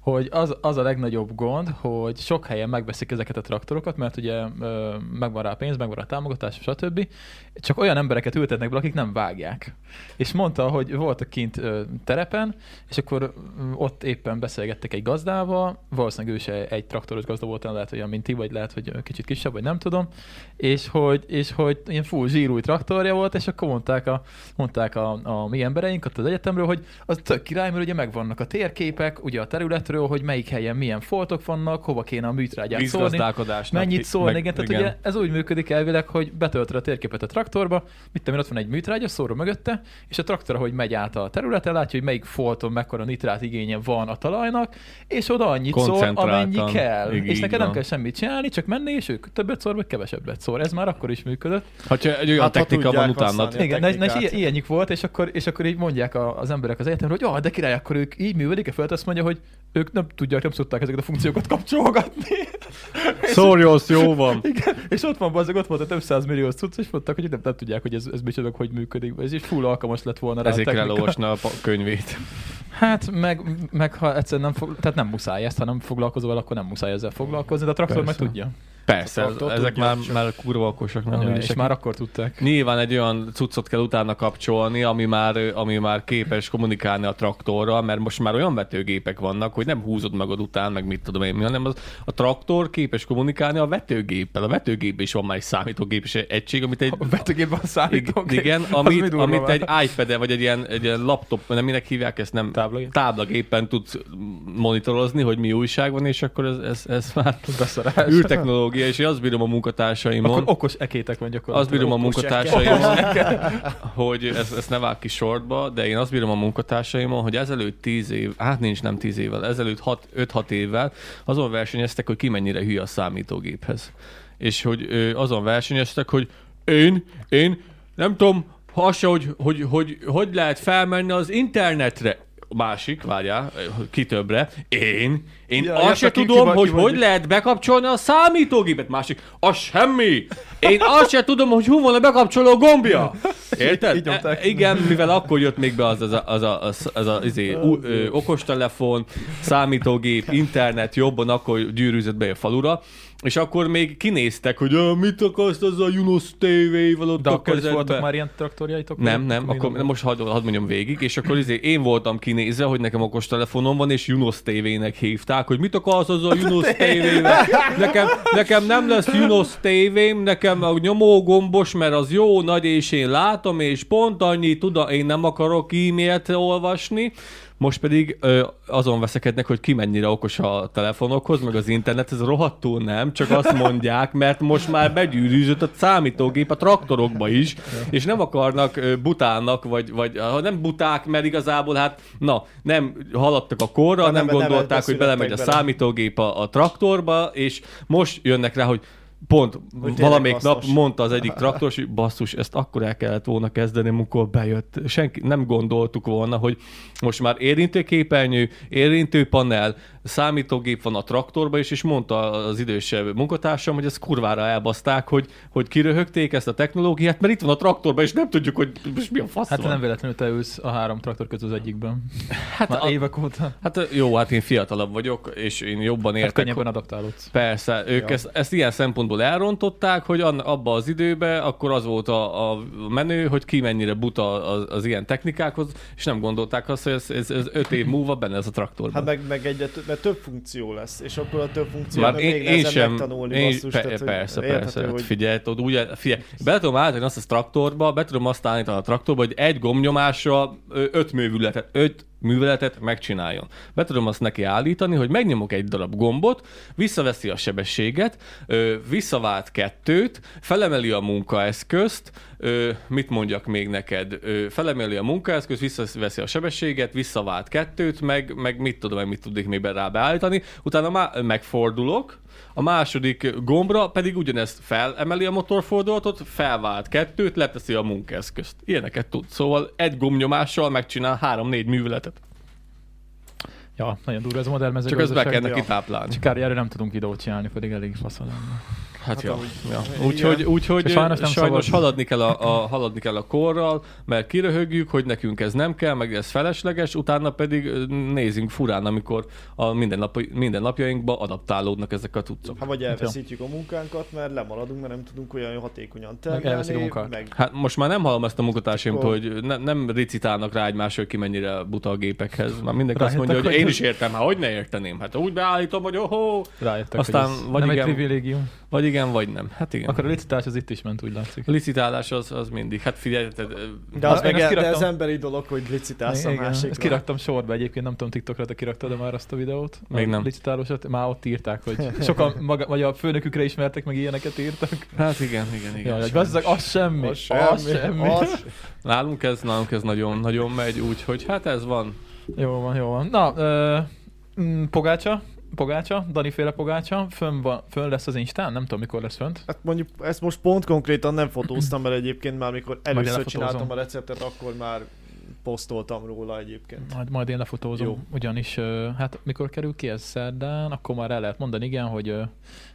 Speaker 2: hogy az, az a legnagyobb gond, hogy sok helyen megveszik ezeket a traktorokat, mert ugye ö, megvan rá a pénz, megvan rá a támogatás, stb. Csak olyan embereket ültetnek be, akik nem vágják. És mondta, hogy voltak kint ö, terepen, és akkor mm, ott éppen beszélgettek egy gazdával, valószínűleg ő se egy traktoros gazda volt, hanem lehet, hogy olyan, mint ti, vagy lehet, hogy kicsit kisebb, vagy nem tudom, és hogy, és hogy ilyen full zsírúj traktorja volt, és akkor mondták a, mondták a, a mi embereink ott az egyetemről, hogy az tök király, mert ugye megvannak a térképek, ugye a terület területről, hogy melyik helyen milyen foltok vannak, hova kéne a műtrágyát szórni.
Speaker 1: Vízgazdálkodásnak.
Speaker 2: Mennyit
Speaker 1: ki-
Speaker 2: szórni,
Speaker 1: meg-
Speaker 2: igen, tehát igen. ugye ez úgy működik elvileg, hogy betöltöd a térképet a traktorba, mit tudom én, ott van egy műtrágya, szóró mögötte, és a traktor, ahogy megy át a területen, látja, hogy melyik folton mekkora nitrát igénye van a talajnak, és oda annyit szór,
Speaker 1: Koncentráltan.
Speaker 2: amennyi kell.
Speaker 1: Így-
Speaker 2: és
Speaker 1: így
Speaker 2: neked nem
Speaker 1: van.
Speaker 2: kell semmit csinálni, csak menni, és ők többet szór, vagy kevesebbet szór. Ez már akkor is működött.
Speaker 1: Hogyha egy olyan
Speaker 3: Hát, ha
Speaker 1: technika
Speaker 3: tudják
Speaker 1: van utána.
Speaker 3: használni.
Speaker 2: Igen, na, na és
Speaker 3: technikát.
Speaker 2: ilyen, ilyenjük volt, és akkor, és akkor így mondják a, az emberek az egyetemről, hogy ah, de király, akkor ők így művelik, a föld azt mondja, hogy ők nem tudják, nem szokták ezeket a funkciókat kapcsolgatni.
Speaker 1: hát- Szórjolsz, jó van.
Speaker 2: Igen, és ott van bazdmeg, ott volt a több száz millió cucc, és mondták, hogy nem, nem tudják, hogy ez, ez micsoda, hogy működik. Ez is full alkalmas lett volna rá a
Speaker 1: Ezért kell
Speaker 2: technika.
Speaker 1: olvasni a pa- könyvét.
Speaker 2: Hát, meg, meg ha egyszerűen nem, fog, tehát nem muszáj ezt, ha nem foglalkozol, vele, akkor nem muszáj ezzel foglalkozni, de a traktor
Speaker 1: Persze.
Speaker 2: meg tudja.
Speaker 1: Persze,
Speaker 3: Attól tudja,
Speaker 1: ezek már,
Speaker 3: csak-
Speaker 1: már a kurva okosak. nem?
Speaker 2: Ja,
Speaker 1: Ugye
Speaker 2: és
Speaker 1: seki-
Speaker 2: már akkor tudták.
Speaker 1: Nyilván egy olyan cuccot kell utána kapcsolni, ami már, ami már képes kommunikálni a traktorral, mert most már olyan vetőgépek vannak, hogy nem húzod magad után, meg mit tudom én, mi, hanem az, a traktor képes kommunikálni a vetőgéppel. A vetőgépben is van már egy számítógép és egy egység, amit egy
Speaker 2: A betegében szállítok.
Speaker 1: igen,
Speaker 2: Az mi
Speaker 1: amit,
Speaker 2: durva
Speaker 1: amit
Speaker 2: már.
Speaker 1: egy ipad vagy egy ilyen, egy ilyen laptop, nem minek hívják ezt, nem
Speaker 2: Táblagép.
Speaker 1: táblagéppen tudsz monitorozni, hogy mi újság van, és akkor ez, ez, ez már
Speaker 2: Beszarás.
Speaker 1: űrtechnológia, és én azt bírom a munkatársaimon.
Speaker 2: Akkor okos ekétek van gyakorlatilag.
Speaker 1: Azt bírom a
Speaker 3: Okos
Speaker 1: munkatársaimon, hogy ezt, ezt ne vág ki sortba, de én azt bírom a munkatársaimon, hogy ezelőtt 10 év, hát nincs nem 10 évvel, ezelőtt 5-6 évvel azon versenyeztek, hogy ki mennyire hülye a számítógéphez. És hogy ö, azon versenyeztek, hogy én, én nem tudom, ha se, hogy hogy, hogy hogy lehet felmenni az internetre. Másik, várjál, ö, ki többre. Én, én
Speaker 2: Ja,
Speaker 1: ja, azt
Speaker 2: ja,
Speaker 1: se
Speaker 2: ki- ki
Speaker 1: tudom,
Speaker 2: van- ki
Speaker 1: hogy
Speaker 2: van-
Speaker 1: hogy lehet bekapcsolni a számítógépet. Másik, az semmi. Én azt se tudom, hogy hú van a bekapcsoló gombja. Érted?
Speaker 2: Így nyomták.
Speaker 1: E- igen, mivel akkor jött még be az, az, a, az, a, az, az, a, izé, ú, ö, okostelefon, számítógép, internet, jobban akkor gyűrűzött be a falura. És akkor még kinéztek, hogy "Ö, mit akarsz az a Yunus TV-vel ott
Speaker 2: De
Speaker 1: a
Speaker 2: akkor is
Speaker 1: kezedbe?"
Speaker 2: voltak már ilyen traktorjaitok?
Speaker 1: Nem, nem,
Speaker 2: Még
Speaker 1: akkor most hadd, hadd mondjam végig, és akkor izé, én voltam kinézve, hogy nekem okostelefonom van, és Junos TV-nek hívták, hogy mit akarsz az a Junos TV-vel? Nekem, nekem nem lesz Junos tv nekem a nyomógombos, mert az jó nagy, és én látom, és pont annyi, tudom, én nem akarok e-mailt olvasni, most pedig ö, azon veszekednek, hogy ki mennyire okos a telefonokhoz, meg az internet, ez rohadtul nem, csak azt mondják, mert most már begyűrűzött a számítógép a traktorokba is, és nem akarnak ö, butának, vagy, vagy ha nem buták, mert igazából hát, na, nem haladtak a korra,
Speaker 3: Nem,
Speaker 1: nem,
Speaker 3: nem
Speaker 1: gondolták, hogy
Speaker 3: születtek
Speaker 1: belemegy a
Speaker 3: bele.
Speaker 1: számítógép a, a traktorba, és most jönnek rá, hogy pont
Speaker 3: Hogy tényleg
Speaker 1: valamelyik nap
Speaker 3: hasznos.
Speaker 1: mondta az egyik traktoros, hogy basszus, ezt akkor el kellett volna kezdeni, amikor bejött. Senki, nem gondoltuk volna, hogy most már érintőképernyő, érintőpanel, számítógép van a traktorba is, és mondta az idősebb munkatársam, hogy ezt kurvára elbaszták, hogy, hogy kiröhögték ezt a technológiát, mert itt van a traktorba, és nem tudjuk, hogy most mi a fasz
Speaker 2: Hát
Speaker 1: van.
Speaker 2: nem véletlenül te ülsz a három traktor között az egyikben.
Speaker 1: hát,
Speaker 2: Már
Speaker 1: a,
Speaker 2: évek óta.
Speaker 1: hát jó, hát én fiatalabb vagyok, és én jobban
Speaker 2: Hát
Speaker 1: értek
Speaker 2: könnyebben adaptálódsz.
Speaker 1: Persze, ők ja. ezt, ezt ilyen szempontból elrontották, hogy an, abba az időbe akkor az volt a, a menő, hogy ki mennyire buta az, az ilyen technikákhoz, és nem gondolták azt, hogy ez, ez, ez öt év múlva benne ez a traktorban.
Speaker 3: Hát meg, meg egyre több, mert több funkció lesz, és akkor a több funkció
Speaker 1: Már
Speaker 3: meg
Speaker 1: Szóval én,
Speaker 3: még
Speaker 1: én
Speaker 3: nehezebb
Speaker 1: sem,
Speaker 3: megtanulni,
Speaker 1: én,
Speaker 3: basszus,
Speaker 1: pe,
Speaker 3: tehát, hogy
Speaker 1: persze,
Speaker 3: érthető,
Speaker 1: persze, hát. hogy...
Speaker 3: hogy
Speaker 1: figyelj, tudod, úgy, figyelj, be tudom állítani azt a traktorba, be tudom azt állítani a traktorba, hogy egy gomnyomással ö, öt művületet, öt műveletet megcsináljon. Be tudom azt neki állítani, hogy megnyomok egy darab gombot, visszaveszi a sebességet, ö, visszavált kettőt, felemeli a munkaeszközt, ö, mit mondjak még neked, ö, felemeli a munkaeszközt, visszaveszi a sebességet, visszavált kettőt, meg, meg mit tudom, meg mit tudnék még be- rá beállítani, utána má- megfordulok, a második gombra pedig ugyanezt felemeli a motorfordulatot, felvált kettőt, leteszi a munkaeszközt. Ilyeneket tud. Szóval egy gombnyomással megcsinál három-négy műveletet.
Speaker 2: Ja, nagyon durva ez a modern
Speaker 1: Csak ezt be
Speaker 2: mezőgazdaság.
Speaker 1: kellene
Speaker 3: ja.
Speaker 1: kitáplálni.
Speaker 2: Csak kár, erre nem tudunk videót csinálni, pedig elég faszol. lenne.
Speaker 1: Hát, ja.
Speaker 3: amúgy-
Speaker 1: ja.
Speaker 3: igen.
Speaker 1: Úgyhogy, úgyhogy
Speaker 2: És
Speaker 1: sajnos,
Speaker 2: sajnos
Speaker 1: nem
Speaker 2: nem
Speaker 1: sajnos
Speaker 2: szabad.
Speaker 1: haladni, kell a, a, haladni kell a korral, mert kiröhögjük, hogy nekünk ez nem kell, meg ez felesleges, utána pedig ö, nézünk furán, amikor a mindennapi, mindennapjainkba adaptálódnak ezek a cuccok.
Speaker 3: Ha hát vagy elveszítjük a munkánkat, mert lemaradunk, mert nem tudunk olyan hatékonyan termelni.
Speaker 2: elveszik a munkánkat.
Speaker 3: Meg...
Speaker 1: Hát most már nem hallom ezt a munkatársaimtól,
Speaker 3: Akkor-
Speaker 1: hogy ne, nem ricitálnak rá egymásra, hogy ki mennyire buta a gépekhez. Már mindenki azt
Speaker 2: Rájöttek,
Speaker 1: mondja, hogy,
Speaker 2: hogy
Speaker 1: én
Speaker 2: ez-
Speaker 1: is értem, hát hogy ne érteném. Hát úgy beállítom, hogy ohó.
Speaker 2: Rájöttek,
Speaker 1: Aztán
Speaker 2: hogy ez
Speaker 1: vagy
Speaker 2: nem
Speaker 1: igen-
Speaker 2: egy privilégium.
Speaker 1: Vagy igen, vagy nem. Hát igen.
Speaker 2: Akkor a licitás az itt is ment, úgy látszik.
Speaker 1: A licitálás az, az mindig. Hát figyelj, tehát, ö,
Speaker 3: De az
Speaker 2: Én
Speaker 3: meg de
Speaker 2: ezt kiraktam.
Speaker 3: az emberi dolog, hogy licitálsz a másikra.
Speaker 2: Ezt kiraktam sorba egyébként, nem tudom TikTokra, te kiraktad már azt a videót?
Speaker 1: Még
Speaker 2: A
Speaker 1: nem.
Speaker 2: Licitálósat, már ott írták, hogy sokan maga, vagy a főnökükre ismertek, meg ilyeneket írtak.
Speaker 1: hát igen, igen, igen.
Speaker 2: Jaj,
Speaker 1: sajnos.
Speaker 2: gazdag, az semmi.
Speaker 3: Az semmi.
Speaker 2: Az semmi.
Speaker 3: Az...
Speaker 1: Nálunk ez, nálunk ez nagyon-nagyon megy, úgyhogy hát ez van.
Speaker 2: Jó van, jó van. Na, ö, mm, pogácsa, pogácsa, Dani féle pogácsa, fönn, van, fönn lesz az Instán, nem tudom mikor lesz fönt.
Speaker 3: Hát mondjuk ezt most pont konkrétan nem fotóztam, mert egyébként már mikor először
Speaker 2: lefotózom.
Speaker 3: csináltam a receptet, akkor már posztoltam róla egyébként.
Speaker 2: Majd, majd én lefotózom,
Speaker 3: Jó.
Speaker 2: Jó. ugyanis ö, hát mikor kerül ki ez szerdán, akkor már el lehet mondani, igen, hogy ö,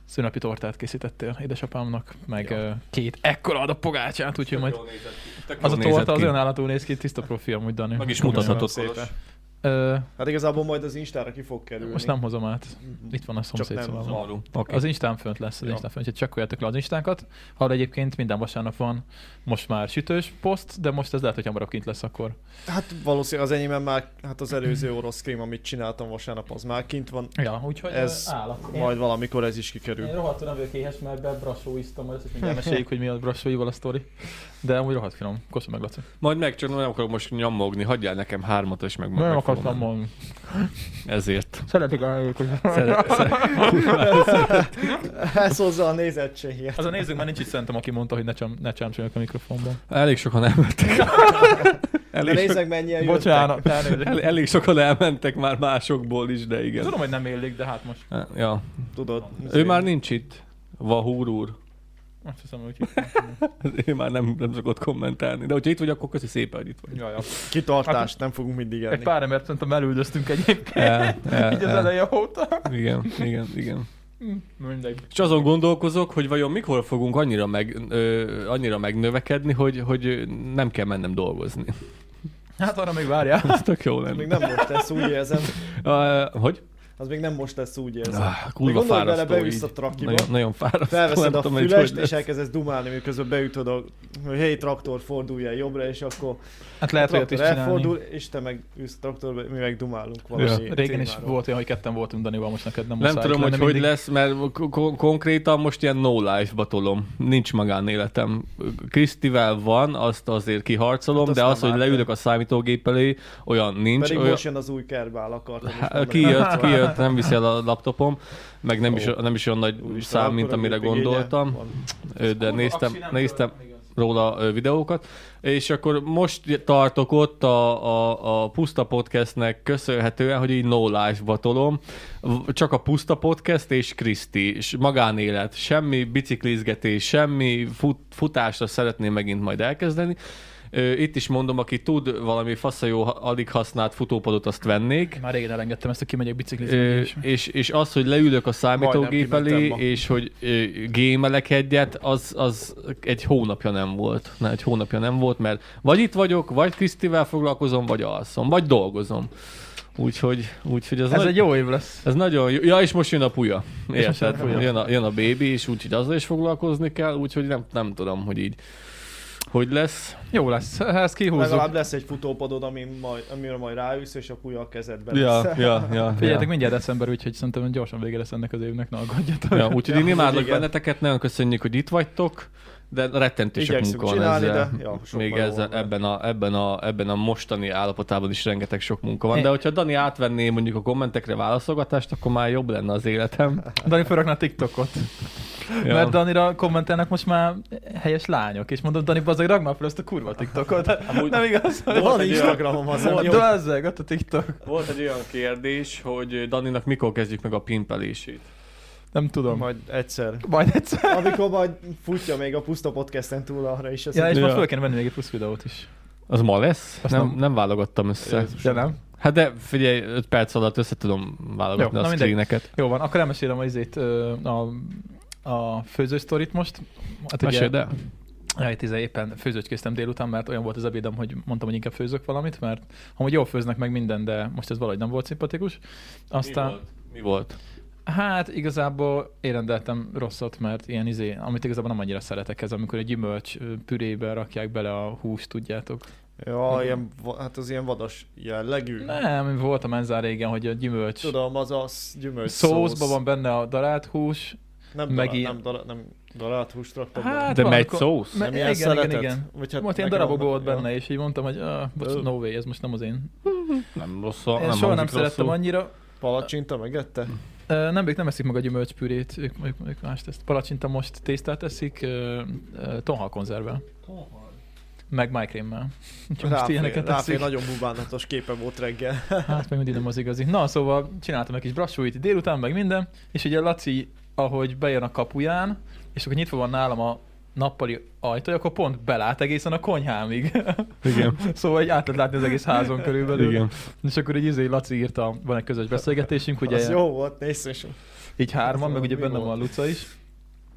Speaker 2: szünapi tortát készítettél édesapámnak, meg
Speaker 1: Ja.
Speaker 2: ö, két ekkora ad a pogácsát, úgyhogy majd
Speaker 1: Az
Speaker 2: az a torta az olyan állatú néz ki, tiszta profi amúgy, Dani.
Speaker 1: Meg is
Speaker 2: Komolyan.
Speaker 1: mutathatod
Speaker 3: Köszönöm
Speaker 1: szépen.
Speaker 2: Ö,
Speaker 3: Hát igazából majd az Instára ki fog kerülni. Mhm.
Speaker 2: most nem hozom át, itt van a szomszéd
Speaker 3: nem
Speaker 2: szobában.
Speaker 1: Szóval
Speaker 3: hozom.
Speaker 1: Okay.
Speaker 2: Az Instán fönt lesz, az
Speaker 3: Jó.
Speaker 2: Instán fönt, úgyhogy csekkoljátok le az Instánkat. Arra egyébként minden vasárnap van most már sütős poszt, de most ez lehet, hogy hamarabb kint lesz akkor.
Speaker 3: Hát valószínűleg az enyémem már, hát az előző orosz krém, amit csináltam vasárnap, az már kint van.
Speaker 2: Ja, úgyhogy
Speaker 3: Ez
Speaker 2: ez állat.
Speaker 3: Majd valamikor ez is kikerül.
Speaker 2: Én rohadtul nem vagyok éhes, mert bebrassóiztam, majd ezt is mindjárt meséljük, hogy mi a brassóival a sztori. De amúgy rohadt finom. Köszönöm meg, Laci.
Speaker 1: Majd megcsinálom, nem akarok most nyomogni, hagyjál nekem hármat, és meg
Speaker 2: Nem
Speaker 1: meg
Speaker 2: akartam
Speaker 1: fogom
Speaker 2: mondani.
Speaker 1: enni. Ezért.
Speaker 2: Szeretik a helyüket.
Speaker 1: Szeret, szeret.
Speaker 3: Ez hozzá a nézettségért.
Speaker 2: Az a nézők már nincs itt szerintem, aki mondta, hogy ne, csám, ne csámcsoljak a mikrofonban.
Speaker 1: Elég sokan elmentek.
Speaker 3: De
Speaker 1: Elég, sok,
Speaker 3: nézzek mennyien jöttek.
Speaker 2: Bocsánat.
Speaker 1: el, elég sokan elmentek már másokból is, de igen.
Speaker 2: Tudom, hogy nem élik, de hát most
Speaker 1: Ja.
Speaker 3: Tudod.
Speaker 1: Ő már nincs itt. Vahúr úr.
Speaker 2: azt hiszem, hogy...
Speaker 1: Ő már nem, nem szokott kommentálni. De hogyha itt vagy, akkor köszi szépen, hogy itt vagy.
Speaker 2: Jaj,
Speaker 1: Hát-
Speaker 3: Kitartást nem fogunk mindig
Speaker 2: Egy
Speaker 3: enni.
Speaker 2: pár embert szerintem elüldöztünk egyébként.
Speaker 1: El, el,
Speaker 2: Így az
Speaker 1: el.
Speaker 2: eleje óta.
Speaker 1: E, Igen, igen, igen.
Speaker 2: Mindegy.
Speaker 1: És azon gondolkozok, hogy vajon mikor fogunk annyira, meg, ö, annyira megnövekedni, hogy, hogy nem kell mennem dolgozni.
Speaker 2: Hát arra még várjál.
Speaker 1: Ez tök jó
Speaker 3: Még
Speaker 1: lenne.
Speaker 3: nem most lesz, úgy érzem.
Speaker 1: Uh, hogy?
Speaker 3: Az még nem most lesz, úgy érzem.
Speaker 1: Ah,
Speaker 3: Még
Speaker 1: kurva
Speaker 3: gondolj bele,
Speaker 1: fárasztó
Speaker 3: beülsz a
Speaker 1: így.
Speaker 3: trakiba.
Speaker 1: Nagyon, nagyon fárasztó.
Speaker 3: Felveszed
Speaker 1: nem
Speaker 3: a
Speaker 1: tudom, hogy
Speaker 3: fülest,
Speaker 1: hogy
Speaker 3: és
Speaker 1: lesz.
Speaker 3: elkezdesz dumálni, miközben beütöd a hogy hey, traktor, fordulj el jobbra, és akkor
Speaker 2: Hát lehet,
Speaker 3: a
Speaker 2: hogy ott is
Speaker 3: traktor
Speaker 2: csinálni.
Speaker 3: elfordul, és te meg ülsz a traktorba, mi meg dumálunk valami
Speaker 2: Ja. Régen is
Speaker 3: témáról.
Speaker 2: volt olyan, hogy ketten voltunk Danival, most neked nem
Speaker 1: Nem
Speaker 2: muszáj
Speaker 1: tudom, hogy
Speaker 2: lenne
Speaker 1: hogy
Speaker 2: mindig.
Speaker 1: lesz, mert kon- konkrétan most ilyen no life-ba tolom. Nincs magánéletem. Krisztivel van, azt azért kiharcolom,
Speaker 3: Hát azt
Speaker 1: de
Speaker 3: nem
Speaker 1: az, hogy
Speaker 3: várt el.
Speaker 1: leülök a számítógép elé, olyan nincs.
Speaker 3: Pedig
Speaker 1: olyan... Hát,
Speaker 3: most jön az új kerbál, akartam is
Speaker 1: Há,
Speaker 3: mondani.
Speaker 1: kijött, kijött, nem viszi el a laptopom, meg nem, is, nem is olyan nagy
Speaker 3: Úristen,
Speaker 1: szám, mint
Speaker 3: akkor a
Speaker 1: amire
Speaker 3: gépigénye
Speaker 1: gondoltam,
Speaker 3: van.
Speaker 1: ö, de
Speaker 2: Kurva,
Speaker 1: néztem,
Speaker 2: aksi nem
Speaker 1: néztem
Speaker 2: tudom, igaz.
Speaker 1: róla ö, videókat, és akkor most tartok ott a, a, a Puszta Podcastnek köszönhetően, hogy így no life-ba tolom, V- csak a Puszta Podcast és Kriszti, és magánélet, semmi biciklizgetés, semmi fut, futásra szeretném megint majd elkezdeni, Ö, itt is mondom, aki tud valami faszajó, ha- alig használt futópadot, azt vennék.
Speaker 2: Már régen elengedtem ezt, hogy kimegyek biciklizni.
Speaker 1: Ö,
Speaker 2: És...
Speaker 1: és, és az, hogy leülök a számítógép
Speaker 3: Majdnem kimentem
Speaker 1: elé,
Speaker 3: ma.
Speaker 1: és hogy ö, gémelek egyet, az, az egy hónapja nem volt. Na, egy hónapja nem volt, mert vagy itt vagyok, vagy Krisztivel foglalkozom, vagy alszom, vagy dolgozom. Úgyhogy, úgyhogy az
Speaker 2: Ez
Speaker 1: nagy-
Speaker 2: egy jó év lesz.
Speaker 1: ez nagyon jó. Ja, és most jön a puja.
Speaker 2: most
Speaker 1: Érted?
Speaker 2: jön a puja.
Speaker 1: Jön a, jön a bébi is, úgyhogy azzal is foglalkozni kell, úgyhogy nem, nem tudom, hogy így hogy lesz.
Speaker 2: Jó lesz. Ha ezt kihúzzuk.
Speaker 3: Legalább lesz egy futópadod, amin majd, amire majd ráülsz, és a puja a kezedbe
Speaker 1: Ja,
Speaker 3: lesz.
Speaker 1: ja, ja.
Speaker 2: Figyeljetek, mindjárt december, úgyhogy szerintem gyorsan vége lesz ennek az évnek, ne aggódjatok.
Speaker 1: Ja, úgyhogy én
Speaker 3: Ja,
Speaker 1: imádlak
Speaker 3: igen.
Speaker 1: benneteket, nagyon köszönjük, hogy itt vagytok, de rettentő sok
Speaker 3: Igyekszünk
Speaker 1: munka van
Speaker 3: csinálni,
Speaker 1: ezzel.
Speaker 3: de ja, sok
Speaker 1: Még
Speaker 3: meló
Speaker 1: ezzel,
Speaker 3: van.
Speaker 1: ebben, a, ebben, a, ebben a mostani állapotában is rengeteg sok munka van.
Speaker 2: É.
Speaker 1: De hogyha Dani átvenné mondjuk a kommentekre válaszolgatást, akkor már jobb lenne az életem.
Speaker 2: Dani felrakná a TikTokot.
Speaker 1: Ja.
Speaker 2: Ja. Mert Danira kommentelnek most már helyes lányok, és mondom, Dani, bazeg, ragd már fel ezt a kurva TikTokot. Amúgy... Nem igaz?
Speaker 3: De
Speaker 1: egy
Speaker 3: van
Speaker 1: olyan-
Speaker 3: Instagramom, az nem
Speaker 2: Volt,
Speaker 3: jó.
Speaker 2: de ezzel, ott a TikTok.
Speaker 1: Volt egy olyan kérdés, hogy Daninak mikor kezdjük meg a pimpelését.
Speaker 2: Nem tudom. Majd,
Speaker 3: Majd egyszer.
Speaker 2: Majd egyszer.
Speaker 3: Amikor majd futja még a puszta podcasten túl, arra is.
Speaker 2: Ja, és
Speaker 1: Ja.
Speaker 2: most föl kéne venni még egy plusz videót is.
Speaker 1: Az ma lesz?
Speaker 2: Azt
Speaker 1: Nem,
Speaker 2: nem-
Speaker 1: nem válogattam össze.
Speaker 2: Ja, nem?
Speaker 1: Hát de figyelj, 5 perc alatt össze tudom válogatni
Speaker 2: Jó,
Speaker 1: Jó,
Speaker 2: na
Speaker 1: a
Speaker 2: mindegy.
Speaker 1: screeneket.
Speaker 2: Jó van, akkor elmesélem az izét, ö, a, a főző sztorit most. Hát
Speaker 1: Mesélj, de?
Speaker 2: Ja, itt izé éppen főzőcskéztem délután, mert olyan volt az ebédem, hogy mondtam, hogy inkább főzök valamit, mert amúgy jól főznek meg minden, de most ez valahogy nem volt szimpatikus. Aztán,
Speaker 1: Mi volt? Mi volt?
Speaker 2: hát igazából én rendeltem rosszat, mert ilyen izé, amit igazából nem annyira szeretek ez, amikor egy gyümölcs ö, pürébe rakják bele a húst, tudjátok.
Speaker 3: Ja, ilyen, va- hát az ilyen vadas jellegű.
Speaker 2: Nem, volt a menzár régen, hogy a gyümölcs
Speaker 3: Tudom, az az gyümölcs
Speaker 2: szószba van benne a darált hús,
Speaker 3: Nem
Speaker 2: Meg
Speaker 3: darált,
Speaker 2: ilyen-
Speaker 3: nem, darált, nem darált húst raktak
Speaker 2: Hát,
Speaker 1: De
Speaker 2: van,
Speaker 1: megy
Speaker 2: akkor-
Speaker 1: szósz?
Speaker 2: me-
Speaker 3: nem ilyen
Speaker 2: igen, igen,
Speaker 3: szeletet?
Speaker 2: igen.
Speaker 3: Vagy hát
Speaker 2: Volt ilyen
Speaker 3: nekem
Speaker 2: darabok volt
Speaker 3: ja.
Speaker 2: benne, és így mondtam, hogy ah, bocs, no way, ez most nem az én.
Speaker 1: Nem rosszul,
Speaker 2: Én
Speaker 1: nem
Speaker 2: soha nem
Speaker 1: hangzik
Speaker 2: szerettem
Speaker 1: rosszul.
Speaker 2: annyira.
Speaker 3: Palacsinta megette?
Speaker 2: Ö, Nem, ők nem eszik meg a gyümölcspürét, ők, ők, ők mást ezt. Palacsinta most tésztát eszik, ö, ö, tonhal konzervvel, meg májkrémmel. Úgyhogy most
Speaker 3: Ráfér,
Speaker 2: ilyeneket
Speaker 3: Ráfér
Speaker 2: eszik.
Speaker 3: nagyon bubánatos képe volt reggel.
Speaker 2: Hát meg mindig nem az igazi. Na, szóval csináltam egy kis brassúit délután, meg minden, és ugye Laci, ahogy bejön a kapuján, és akkor nyitva van nálam a nappali ajtó, akkor pont belát egészen a konyhámig.
Speaker 1: Igen.
Speaker 2: szóval így át lehet látni az egész házon körülbelül.
Speaker 1: Igen.
Speaker 2: És akkor egy izé Laci írta, van egy közös beszélgetésünk,
Speaker 3: Ugye, az
Speaker 2: ugye
Speaker 3: jó volt, nézd és
Speaker 2: így hárman,
Speaker 3: Az
Speaker 2: meg ugye
Speaker 3: mi
Speaker 2: benne
Speaker 3: volt?
Speaker 2: van a Luca is.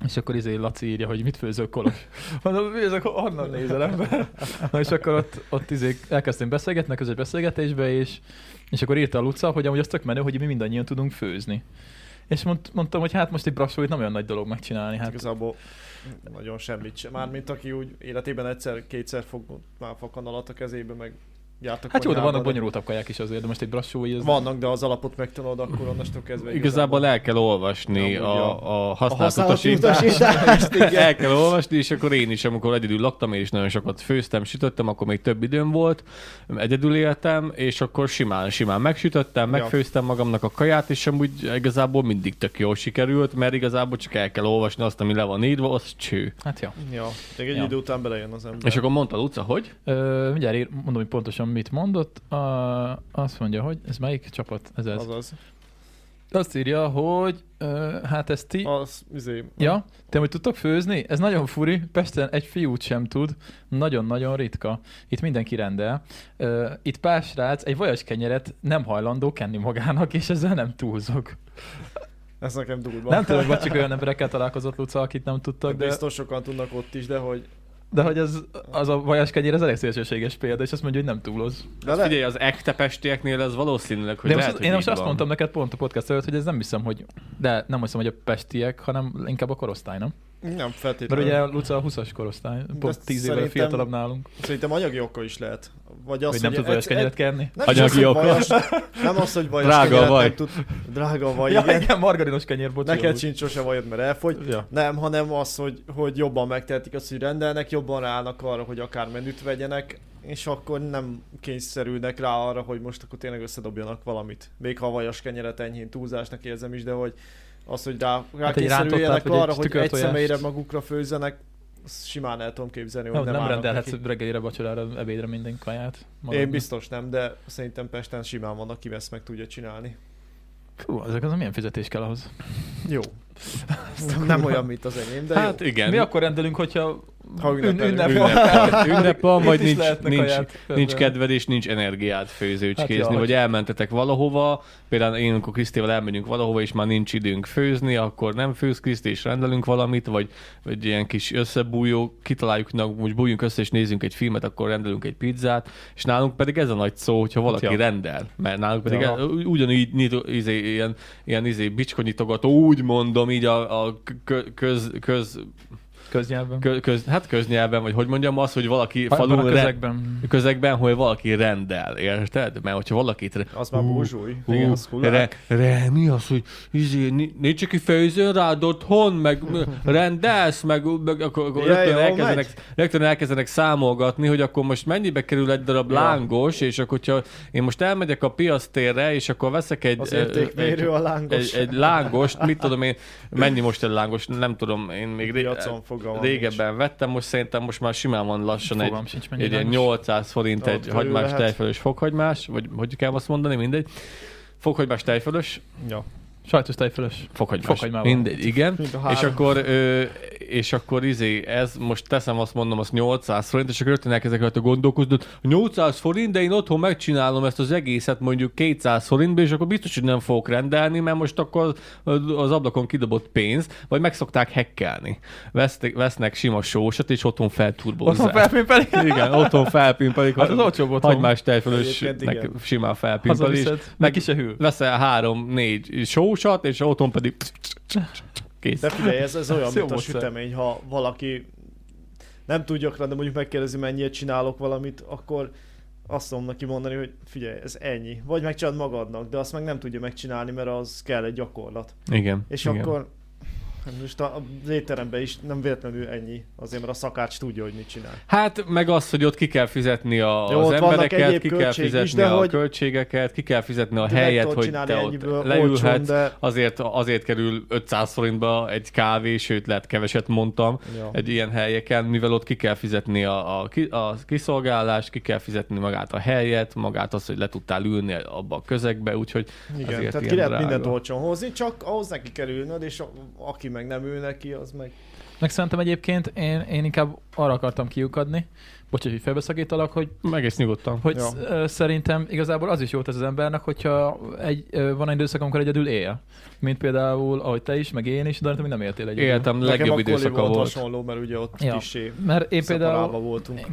Speaker 2: És akkor izé Laci írja, hogy mit főzöl Kolos. Mondom, mi ez, akkor onnan nézel ember. Na és akkor ott, ott izé elkezdtünk beszélgetni, a közös beszélgetésbe, és, és akkor írta a Luca, hogy amúgy az tök menő, hogy mi mindannyian tudunk főzni. És mond, mondtam, hogy hát most egy brassóit nem olyan nagy dolog megcsinálni.
Speaker 3: hát
Speaker 2: Hát
Speaker 3: igazából nagyon semmit sem. Mármint aki úgy életében egyszer-kétszer fog, már fakan alatt a kezébe, meg járt a
Speaker 2: Hát jó, de
Speaker 3: konyhába,
Speaker 2: vannak bonyolultabb kaják is azért, de most egy brassói az...
Speaker 3: Vannak, de az alapot megtanulod, akkor onnastól kezdve
Speaker 1: Igazából el kell olvasni
Speaker 3: Amúgy
Speaker 1: a, a használt,
Speaker 3: használati
Speaker 1: utasítást.
Speaker 3: utasítást, igen.
Speaker 1: El kell olvasni, és akkor én is, amikor egyedül laktam, én is nagyon sokat főztem, sütöttem, akkor még több időm volt, egyedül éltem, és akkor simán, simán megsütöttem,
Speaker 3: Ja.
Speaker 1: megfőztem magamnak a kaját, és amúgy igazából mindig tök jól sikerült, mert igazából csak el kell olvasni azt, ami le van írva, az cső.
Speaker 2: Hát jó.
Speaker 3: Ja, tényleg egy
Speaker 2: Ja.
Speaker 3: idő után belejön az ember.
Speaker 1: És akkor mondta Luca, hogy?
Speaker 2: Ö, mindjárt ír, mondom, hogy pontosan mit mondott. A, azt mondja, hogy ez melyik csapat? Ez ez.
Speaker 3: Azaz.
Speaker 2: Azt írja, hogy ö, hát ezt ti...
Speaker 3: Az, izé,
Speaker 2: Ja, te hogy tudtok főzni? Ez nagyon furi, Pesten egy fiút sem tud, nagyon-nagyon ritka. Itt mindenki rendel. Ö, Itt pár srác egy vajas kenyeret nem hajlandó kenni magának, és ezzel nem túlzok.
Speaker 3: ez nekem durva.
Speaker 2: Nem tudom, vagy csak olyan emberekkel találkozott Luca, akit nem tudtak, de,
Speaker 3: Biztos sokan tudnak ott is, de hogy...
Speaker 2: de hogy ez, az a vajas kenyér, ez elég szélsőséges példa, és azt mondja, hogy nem túloz.
Speaker 3: De
Speaker 1: Le...
Speaker 3: le...
Speaker 1: Figyelj, az ektepestieknél ez valószínűleg, hogy
Speaker 2: De
Speaker 1: lehet,
Speaker 2: most,
Speaker 1: hogy
Speaker 2: én
Speaker 1: így
Speaker 2: most azt
Speaker 1: van.
Speaker 2: mondtam neked pont a podcast előtt, hogy ez nem hiszem, hogy... De nem hiszem, hogy a pestiek, hanem inkább a korosztály, nem?
Speaker 3: Nem
Speaker 2: Mert
Speaker 3: feltétlenül.
Speaker 2: ugye Luca a 20-as korosztály, pont
Speaker 3: ezt
Speaker 2: 10 évvel
Speaker 3: szerintem-
Speaker 2: fiatalabb nálunk.
Speaker 3: Szerintem anyagi okkal is lehet. Vagy az,
Speaker 2: Hogy nem
Speaker 3: hogy
Speaker 2: tud vajas
Speaker 3: egy-
Speaker 2: kenyeret kenni.
Speaker 3: Nem is az,
Speaker 1: Anyagi
Speaker 3: hogy
Speaker 1: oka.
Speaker 3: vajas, nem az, hogy vajas
Speaker 1: Drága
Speaker 3: kenyeret
Speaker 1: a vaj.
Speaker 3: nem tud. Drága a vaj,
Speaker 2: Ja,
Speaker 3: igen.
Speaker 2: igen, margarinos kenyér, bocs.
Speaker 3: Neked
Speaker 2: javult.
Speaker 3: sincs sose vajod, mert elfogy.
Speaker 2: Ja.
Speaker 3: Nem, hanem az, hogy, hogy jobban megtehetik azt, hogy rendelnek, jobban ráállnak arra, hogy akár menüt vegyenek, és akkor nem kényszerülnek rá arra, hogy most akkor tényleg összedobjanak valamit. Még ha vajas kenyeret enyhén túlzásnak érzem is, de hogy az, hogy rá, rá
Speaker 2: Hát
Speaker 3: hát
Speaker 2: egy rántottát,
Speaker 3: kényszerüljenek
Speaker 2: vagy egy
Speaker 3: arra, hogy egy
Speaker 2: tükörtojást.
Speaker 3: személyre magukra főzzenek, azt simán el tudom képzelni, hogy
Speaker 2: Nem,
Speaker 3: nem,
Speaker 2: nem
Speaker 3: állnak
Speaker 2: rendelhetsz
Speaker 3: neki.
Speaker 2: reggelire, vacsorára, ebédre minden kaját.
Speaker 3: Én
Speaker 2: magadnak.
Speaker 3: biztos nem, de szerintem Pesten simán van, aki ezt meg tudja csinálni.
Speaker 2: Fú, ezek az milyen fizetés kell ahhoz?
Speaker 3: Jó. Aztán nem olyan, mint az enyém, de
Speaker 1: Hát
Speaker 3: jó.
Speaker 1: igen.
Speaker 2: Mi akkor rendelünk, hogyha
Speaker 3: Ha
Speaker 2: ün-
Speaker 3: ünnepelünk.
Speaker 2: ünnep
Speaker 1: Ünnep- ünnep van,
Speaker 2: Itt
Speaker 1: vagy
Speaker 2: is
Speaker 1: nincs-
Speaker 2: lehetne
Speaker 1: nincs-
Speaker 2: kaját.
Speaker 1: Nincs kedved és nincs energiát főzőcskézni,
Speaker 2: Hát
Speaker 1: hát,
Speaker 2: ja,
Speaker 1: vagy
Speaker 2: hogy-
Speaker 1: elmentetek valahova, például én, amikor Krisztével elmegyünk valahova, és már nincs időnk főzni, akkor nem főz Kriszti, és rendelünk valamit, vagy, vagy ilyen kis összebújó, kitaláljuk, na, most bújjunk össze, és nézzünk egy filmet, akkor rendelünk egy pizzát, és nálunk pedig ez a nagy szó, hogyha valaki
Speaker 2: ja.
Speaker 1: hát, rendel, mert nálunk pedig e-
Speaker 2: Ja.
Speaker 1: ja. ugyanúgy nyitó, izé, ilyen, ilyen izé, bicskonyitogató, úgy mondom, így a, a kö- köz, köz,
Speaker 2: Köznyelven.
Speaker 1: köz, köz, hát köznyelven, vagy hogy mondjam, az, hogy valaki
Speaker 2: Falun
Speaker 1: falul re-
Speaker 2: közegben.
Speaker 1: közegben, hogy valaki rendel, érted? Mert hogyha valakit... Re-
Speaker 3: Az már
Speaker 1: Hú,
Speaker 3: búzsúj.
Speaker 1: hú,
Speaker 3: Igen, az hullák.
Speaker 1: re, re, mi az, hogy izé, ni- nincs aki főző rád otthon, meg rendelsz, meg, meg akkor, akkor
Speaker 3: Ja,
Speaker 1: rögtön,
Speaker 3: jó,
Speaker 1: elkezdenek, rögtön elkezdenek számolgatni, hogy akkor most mennyibe kerül egy darab
Speaker 3: Ja.
Speaker 1: lángos, és akkor hogyha én most elmegyek a piasztérre, és akkor veszek egy...
Speaker 3: Az
Speaker 1: ö, ö, egy-
Speaker 3: értékmérő a lángos.
Speaker 1: egy, egy lángost, mit tudom én, mennyi most egy lángos, nem tudom, én még ré-
Speaker 3: Piacon fogalmam
Speaker 1: régebben vettem, most szerintem most már simán van lassan egy,
Speaker 2: Fogalmam sincs mennyi
Speaker 1: egy ilyen
Speaker 2: lángos.
Speaker 1: 800 forint
Speaker 3: Ott
Speaker 1: egy
Speaker 3: körül
Speaker 1: hagymás
Speaker 3: lehet.
Speaker 1: tejfölös fokhagymás, vagy hogy kell azt mondani, mindegy. Fokhagymás tejfölös,
Speaker 3: nincs. Ja.
Speaker 2: Sajtos tejfölös.
Speaker 1: fokhagymás,
Speaker 2: Fokhagymával.
Speaker 1: mindegy, igen.
Speaker 3: Mind a
Speaker 1: És
Speaker 3: három.
Speaker 1: akkor, ö, és akkor izé, ez most teszem azt mondom, az 800 forint, és akkor rögtön elkezdek rajta gondolkozni, hogy 800 forint, de én otthon megcsinálom ezt az egészet mondjuk 200 forintba, és akkor biztos, hogy nem fogok rendelni, mert most akkor az- az ablakon kidobott pénz, vagy meg szokták hekkelni. Vesznek, vesznek sima sósat, és otthon felturbozzák.
Speaker 2: Otthon felfény pedig.
Speaker 1: Igen, otthon felpimpelik.
Speaker 2: Hát az olcsóbb otthon.
Speaker 1: Hagymás tejfölös
Speaker 3: Egyébként
Speaker 1: nek-
Speaker 3: igen.
Speaker 1: simán felpimpelés.
Speaker 2: Hazaviszed. Neki se hűl.
Speaker 1: Veszel három-négy sósat, és otthon pedig kész.
Speaker 3: De figyelj, ez, ez olyan,
Speaker 2: Ez jó
Speaker 3: mint a
Speaker 2: módszer.
Speaker 3: sütemény, ha valaki nem tud gyakran, de mondjuk megkérdezi, mennyit csinálok valamit, akkor azt tudom neki mondani, hogy figyelj, ez ennyi. Vagy megcsinálod magadnak, de azt meg nem tudja megcsinálni, mert az kell egy gyakorlat.
Speaker 1: Igen.
Speaker 3: És
Speaker 1: igen.
Speaker 3: akkor hát Most a az étteremben is nem véletlenül ennyi, azért mert a szakács tudja, hogy mit csinál.
Speaker 1: Hát meg az, hogy ott ki kell fizetni a,
Speaker 3: Jó,
Speaker 1: Jó, az
Speaker 3: ott vannak
Speaker 1: embereket,
Speaker 3: egyéb
Speaker 1: ki kell
Speaker 3: költség is,
Speaker 1: fizetni
Speaker 3: de
Speaker 1: a
Speaker 3: hogy-
Speaker 1: költségeket, ki kell fizetni a
Speaker 3: Meg
Speaker 1: helyet,
Speaker 3: tudod
Speaker 1: hogy
Speaker 3: csinálni
Speaker 1: te ott
Speaker 3: ennyiből
Speaker 1: leülhetsz.
Speaker 3: olcsón, de...
Speaker 1: Azért, azért kerül 500 forintba egy kávé, sőt lehet keveset mondtam
Speaker 3: Ja.
Speaker 1: egy ilyen helyeken, mivel ott ki kell fizetni a, a, ki- a kiszolgálást, ki kell fizetni magát a helyet, magát azt, hogy le tudtál ülni abba a közegbe, úgyhogy
Speaker 3: Igen,
Speaker 1: azért
Speaker 3: tehát
Speaker 1: ilyen
Speaker 3: ki lehet
Speaker 1: drága.
Speaker 3: mindent olcsón hozni, csak ahhoz neki kell ülnöd, és a, aki meg nem ül neki, az meg...
Speaker 2: Meg szerintem egyébként én, én inkább arra akartam kiukadni, bocsánat, hogy felbeszakítalak, hogy
Speaker 1: meg is nyugodtan.
Speaker 2: Hogy
Speaker 3: Ja.
Speaker 2: ja. szerintem igazából az is jót ez az embernek, hogyha egy, ö, van egy időszak, amikor egyedül él. Mint például, ahogy te is, meg én is, de nem éltél egyedül.
Speaker 1: Életem
Speaker 3: Nekem
Speaker 1: legjobb
Speaker 3: a Colli
Speaker 1: időszaka
Speaker 3: volt.
Speaker 1: volt.
Speaker 3: hasonló, mert ugye ott
Speaker 2: Ja.
Speaker 3: ja. kisé
Speaker 2: Mert én
Speaker 3: szaporában
Speaker 2: például
Speaker 3: voltunk.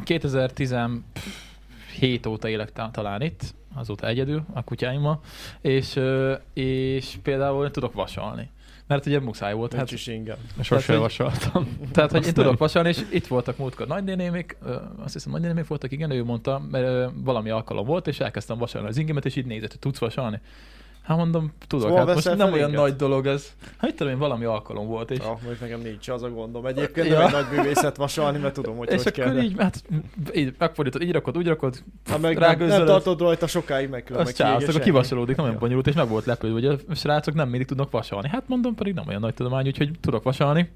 Speaker 2: 2017 óta élek tá- talán itt, azóta egyedül a kutyáimmal, és, ö, és például én tudok vasalni. Mert ugye muszáj volt.
Speaker 3: Nincs
Speaker 2: Hát,
Speaker 3: is ingem.
Speaker 1: Sose
Speaker 2: hogy-
Speaker 1: javasoltam.
Speaker 2: Tehát, hogy én tudok vasalni, és itt voltak múltkor nagynénémik, ö, azt hiszem nagynénémik voltak, igen, ő mondta, mert ö, valami alkalom volt, és elkezdtem vasalni az ingemet, és így nézett, hogy tudsz vasalni. Hát mondom, tudok,
Speaker 3: Szóval
Speaker 2: hát most
Speaker 3: veszel
Speaker 2: nem
Speaker 3: felénket?
Speaker 2: olyan nagy dolog ez. Hát mit tudom én, valami alkalom volt, és,
Speaker 3: Ja, most nekem nincs az a gondom. Egyébként
Speaker 2: Ja.
Speaker 3: nem egy nagy művészet vasalni, mert tudom, hogy
Speaker 2: és
Speaker 3: hogy kell.
Speaker 2: akkor
Speaker 3: de-
Speaker 2: így, hát így megfordítod, így rakod, úgy rakod,
Speaker 3: Ha meg nem, nem
Speaker 2: rágőzölöd.
Speaker 3: tartod rajta sokáig, meg
Speaker 2: azt
Speaker 3: különben
Speaker 2: csinálsz,
Speaker 3: kiégés
Speaker 2: akkor
Speaker 3: ennyi.
Speaker 2: kivasalódik, nagyon bonyolult, és meg volt lepődve, hogy a srácok nem mindig tudnak vasalni. Hát mondom, pedig nem olyan nagy tudomány, úgyhogy tudok vasalni,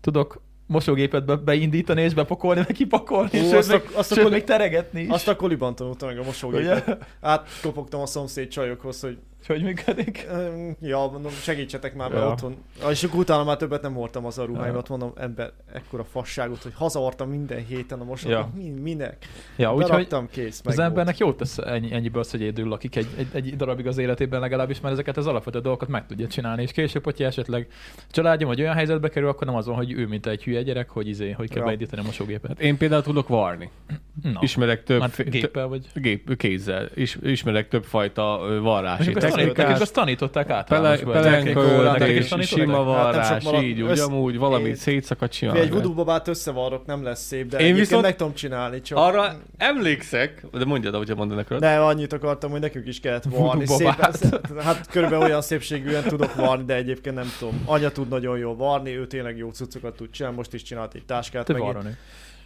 Speaker 2: tudok mosógépet be, beindítani és bepakolni, meg kipakolni,
Speaker 3: Ú,
Speaker 2: Ú, sőt,
Speaker 3: azt a-
Speaker 2: meg,
Speaker 3: azt a
Speaker 2: sőt,
Speaker 3: kol-
Speaker 2: még teregetni is.
Speaker 3: Azt a koliban tanultam meg a mosógépet. Átkopogtam a szomszéd csajokhoz, hogy
Speaker 2: És hogy működik.
Speaker 3: "Öm, ja, mondom, segítsetek már, mert
Speaker 2: Ja.
Speaker 3: otthon. Ah, És akkor utána már többet nem hordtam az a ruháimat,
Speaker 2: Ja.
Speaker 3: mondom, ember, ekkora fasságot, hogy hazavartam minden héten a mosógépet.
Speaker 2: Ja.
Speaker 3: Mi, minek?
Speaker 2: Ja, úgyhogy
Speaker 3: Beraktam, kész, meg
Speaker 2: az embernek jót tesz ennyi, ennyiből az, hogy egyedül lakik egy, egy, egy, darabig az életében legalábbis, mert ezeket az alapvető dolgokat meg tudja csinálni, és később, hogyha esetleg a családja vagy olyan helyzetbe kerül, akkor nem az van, hogy ő mint egy hülye gyerek, hogy izé, hogy kell
Speaker 3: Ja.
Speaker 2: ja. beindítani a mosógépet.
Speaker 1: Hát Én például tudok varni.
Speaker 2: Na, Hát
Speaker 1: Ismerek több,
Speaker 2: már
Speaker 1: fé-
Speaker 2: géppel vagy.
Speaker 1: gép, kézzel. Is, ismerek többfajta ö,
Speaker 2: És
Speaker 1: varrási
Speaker 2: akkor ezt tanít- nekik
Speaker 1: technikát.
Speaker 2: azt tanították
Speaker 1: Pele,
Speaker 2: általánosban.
Speaker 3: technikó,
Speaker 1: pelenka,
Speaker 3: nekik
Speaker 1: és
Speaker 3: is
Speaker 2: tanították?
Speaker 1: sima
Speaker 3: Hát nem
Speaker 1: varrás,
Speaker 3: sok marad-
Speaker 1: így,
Speaker 3: össz-
Speaker 1: ugyanúgy, valamit
Speaker 3: Én-
Speaker 1: szétszakadt
Speaker 3: Mi egy
Speaker 1: csinálni.
Speaker 3: vudubabát összevarrok, nem lesz szép, de
Speaker 1: Én
Speaker 3: Én egyébként
Speaker 1: viszont-
Speaker 3: viszont... meg tudom csinálni, csak...
Speaker 1: Arra emlékszek, de mondjad, ahogy mondanak rá.
Speaker 3: Nem, annyit akartam, hogy nekünk is kellett
Speaker 2: Voodoo
Speaker 3: varni. Szépen,
Speaker 2: babát.
Speaker 3: szépen, hát körülbelül olyan szépségűen tudok varni, de egyébként nem tudom. Anya tud nagyon jól varni, ő tényleg jó cuccokat tud csinálni, most is csinált egy táskát.
Speaker 2: Hát Te
Speaker 3: meg
Speaker 2: varrani.
Speaker 3: így-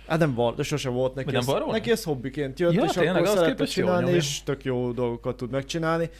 Speaker 3: Hát nem var, de sose volt neki.
Speaker 2: Vagy nem
Speaker 3: ez,
Speaker 2: varró?
Speaker 3: neki ez hobbiként jött,
Speaker 2: Ja,
Speaker 3: és
Speaker 2: tényleg,
Speaker 3: akkor
Speaker 2: ahhoz
Speaker 3: szerette
Speaker 2: képest jól
Speaker 3: csinálni,
Speaker 2: nyomja.
Speaker 3: és tök jó dolgokat tud megcsinálni.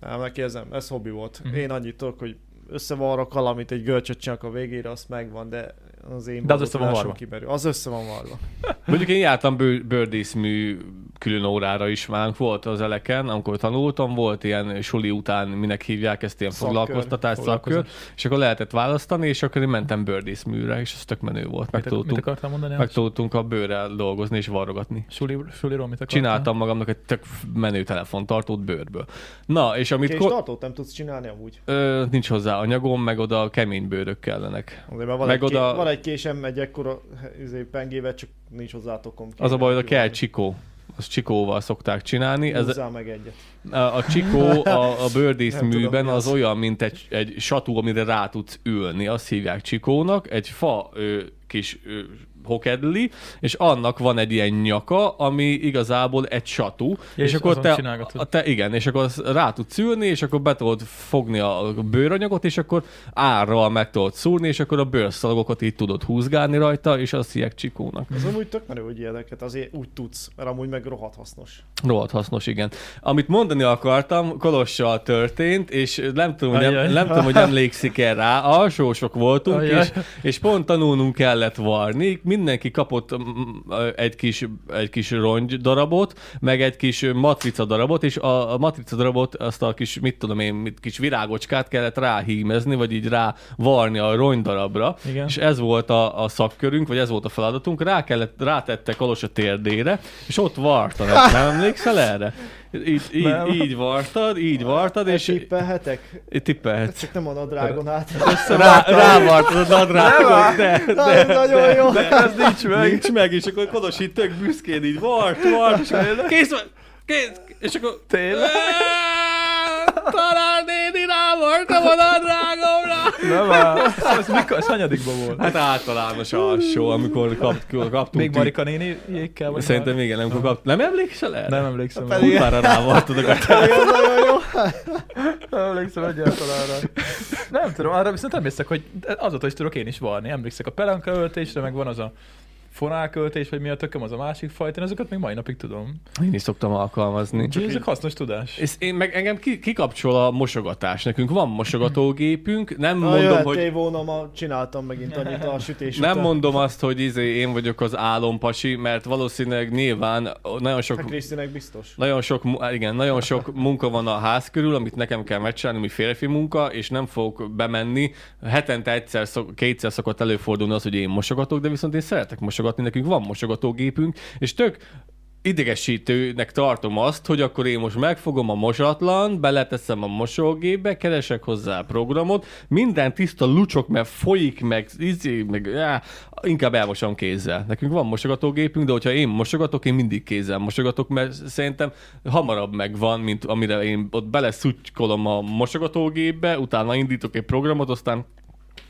Speaker 3: Nem, neki ez, nem, ez hobbi volt.
Speaker 2: Mhm.
Speaker 3: Én annyit tudok, hogy összevarrok valamit, egy görcsöt csinálok a végére, azt megvan, de az én
Speaker 2: De az össze van
Speaker 3: boldogtalásom
Speaker 2: varva.
Speaker 3: kimerül. Az össze van varva.
Speaker 1: Mondjuk én jártam bő- bőrdészmű külön órára is már, volt az eleken, amikor tanultam, volt ilyen suli után, minek hívják ezt, ilyen
Speaker 3: Szakkör.
Speaker 1: foglalkoztatás, szakkör, és akkor lehetett választani, és akkor én mentem bőrdészműre, és ez tök menő volt. Meg
Speaker 2: Mit, mit
Speaker 1: tudtunk,
Speaker 2: akartál mondani?
Speaker 1: meg tudtunk a bőrrel dolgozni és varrogatni.
Speaker 2: Suli, suliról mit akartál?
Speaker 1: Csináltam magamnak egy tök menő telefontartót bőrből. Na, és amit...
Speaker 3: Mit és
Speaker 1: ko-
Speaker 3: tartót nem tudsz csinálni amúgy.
Speaker 1: Ö, nincs hozzá anyagom, meg oda kemény bőrök kellenek.
Speaker 3: Azért, mert van,
Speaker 1: Meg
Speaker 3: egy ké-
Speaker 1: oda-
Speaker 3: van egy késem, egy ekkora izé, pengével, csak nincs hozzá tokom.
Speaker 1: Az a baj, hogy a kell csikó. Azt csikóval szokták csinálni. Ez,
Speaker 3: Húzzál meg egyet.
Speaker 1: a, a csikó a, a
Speaker 3: Nem
Speaker 1: bőrdészműben
Speaker 3: tudom, mi
Speaker 1: az
Speaker 3: az.
Speaker 1: olyan, mint egy, egy satú, amire rá tudsz ülni. Azt hívják csikónak. Egy fa ö, kis ö, hokedli, és annak van egy ilyen nyaka, ami igazából egy satú.
Speaker 2: Ja, és azon
Speaker 1: te,
Speaker 2: csinálgatod.
Speaker 1: a, te, igen, és akkor azt rá tudsz ülni, és akkor be tudod fogni a bőranyagot, és akkor árral meg tudod szúrni, és akkor a bőrszalagokat így tudod húzgálni rajta, és azt hívják csikónak.
Speaker 3: Ez amúgy tök menő, hogy ilyeneket azért úgy tudsz, mert amúgy meg rohadt hasznos.
Speaker 1: Rohadt hasznos, igen. Amit mondani akartam, Kolossal történt, és nem tudom, hogy,
Speaker 2: Ajaj.
Speaker 1: nem, nem tudom, hogy emlékszik-e rá, alsósok voltunk,
Speaker 2: Ajaj.
Speaker 1: és, és pont tanulnunk kellett varni, mindenki kapott mm, egy kis, egy kis rongy darabot, meg egy kis matrica darabot, és a, a matrica darabot, azt a kis, mit tudom én, mit, kis virágocskát kellett ráhímezni, vagy így rá varni a rongy darabra,
Speaker 2: Igen.
Speaker 1: és ez volt a, a szakkörünk, vagy ez volt a feladatunk, rá kellett, rátette Kolos a térdére, és ott vartanak, nem emlékszel erre? Így, így,
Speaker 2: Nem.
Speaker 1: így vartad, így vartad,
Speaker 3: És
Speaker 1: és
Speaker 3: tippelhetek?
Speaker 1: tippelhetsz.
Speaker 3: Csak nem a nadrágon át.
Speaker 1: Rá, rávartad a nadrágot, de,
Speaker 3: Nem, nagyon jó.
Speaker 1: ez nincs meg. Nincs meg, és akkor Kodos így tök büszkén így vart, vart, és akkor kész van, kész, és akkor... Tényleg? Talán néni rávartam a nadrágomra!
Speaker 2: Nem, ez, ez, mikor, ez hanyadikban volt?
Speaker 1: Hát általános alsó, amikor kap, kaptunk.
Speaker 2: Még
Speaker 1: ti-
Speaker 2: Marika néni jékkel? vagy
Speaker 1: Szerintem igen, amikor kap... Nem emlékszel erre?
Speaker 2: már? Nem emlékszem.
Speaker 3: Pedig-
Speaker 2: rá.
Speaker 1: Kurvára rávartodok a
Speaker 3: Nagyon jó.
Speaker 2: Nem emlékszem egyáltalán rá. Nem tudom, arra viszont emlékszek, hogy azóta is tudok én is varni. Emlékszek a pelenka öltésre, meg van az a fonálköltés, vagy mi a tököm az a másik fajta, én azokat még mai napig tudom.
Speaker 1: Én is szoktam alkalmazni.
Speaker 2: Úgyhogy ezek hasznos tudás.
Speaker 1: És én meg engem ki, kikapcsol a mosogatás. Nekünk van mosogatógépünk, nem
Speaker 3: Na,
Speaker 1: mondom,
Speaker 3: jöhet
Speaker 1: hogy...
Speaker 3: évóna, ma csináltam megint annyit a sütés
Speaker 1: Nem
Speaker 3: után.
Speaker 1: mondom azt, hogy izé én vagyok az álompasi, mert valószínűleg nyilván nagyon sok
Speaker 3: Hát Krisztinek biztos.
Speaker 1: nagyon sok, mu- á, igen, nagyon sok munka van a ház körül, amit nekem kell megcsinálni, mi férfi munka, és nem fogok bemenni. Hetente egyszer, szok, kétszer szokott előfordulni az, hogy én mosogatok, de viszont én szeretek mosogatni, nekünk van mosogatógépünk, és tök idegesítőnek tartom azt, hogy akkor én most megfogom a mosatlan, beleteszem a mosógépbe, keresek hozzá programot, minden tiszta lucsok, mert folyik, meg izé, meg á, inkább elmosom kézzel. Nekünk van mosogatógépünk, de hogyha én mosogatok, én mindig kézzel mosogatok, mert szerintem hamarabb megvan, mint amire én ott beleszutykolom a mosogatógépbe, utána indítok egy programot, aztán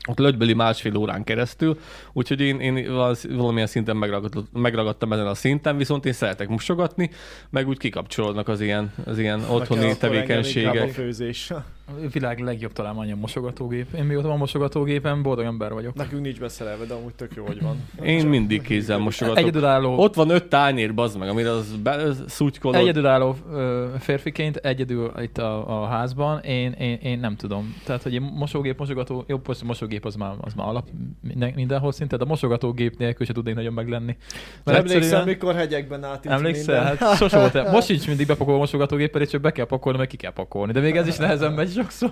Speaker 1: ott lögybeli másfél órán keresztül, úgyhogy én, én valsz- valamilyen szinten megragadott, megragadtam ezen a szinten, viszont én szeretek mosogatni, meg úgy kikapcsolódnak az ilyen, az ilyen otthoni
Speaker 3: Akkor engem inkább a
Speaker 1: tevékenységek.
Speaker 3: főzés.
Speaker 2: A világ legjobb találmánya a mosogatógép. Én mióta van mosogatógépen, boldog ember vagyok.
Speaker 3: Nekünk nincs beszerelve, de amúgy tök jó, hogy van.
Speaker 1: Én mindig kézzel mosogatok.
Speaker 2: Egyedülálló,
Speaker 1: Ott van öt tányér, bazd meg, amire az be, szutykolod.
Speaker 2: egyedülálló ö, férfiként, egyedül itt a, a házban, én, én, én, nem tudom. Tehát, hogy én mosógép, mosogató, jó, persze mosogató az már, az már alap minden, mindenhol szinte, de a mosogatógép nélkül se tudnék nagyon meglenni.
Speaker 3: Mert emlékszem,
Speaker 2: egyszerűen-
Speaker 3: mikor hegyekben átint
Speaker 2: Emlékszel?
Speaker 3: minden.
Speaker 2: Hát sose volt. el- Most sincs mindig bepakolva a mosogatógép, pedig csak be kell pakolni, meg ki kell pakolni. De még ez is nehezen megy sokszor.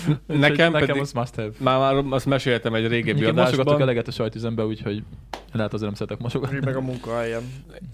Speaker 2: Úgyhogy
Speaker 1: Nekem
Speaker 2: nekem
Speaker 1: pedig-
Speaker 2: az must have.
Speaker 1: Már, már azt meséltem egy régebbi
Speaker 2: Egyébként mosogatok
Speaker 1: adásban.
Speaker 2: eleget a sajtüzembe, úgyhogy lehet azért nem szeretek mosogatni.
Speaker 3: Meg a munkahelyem.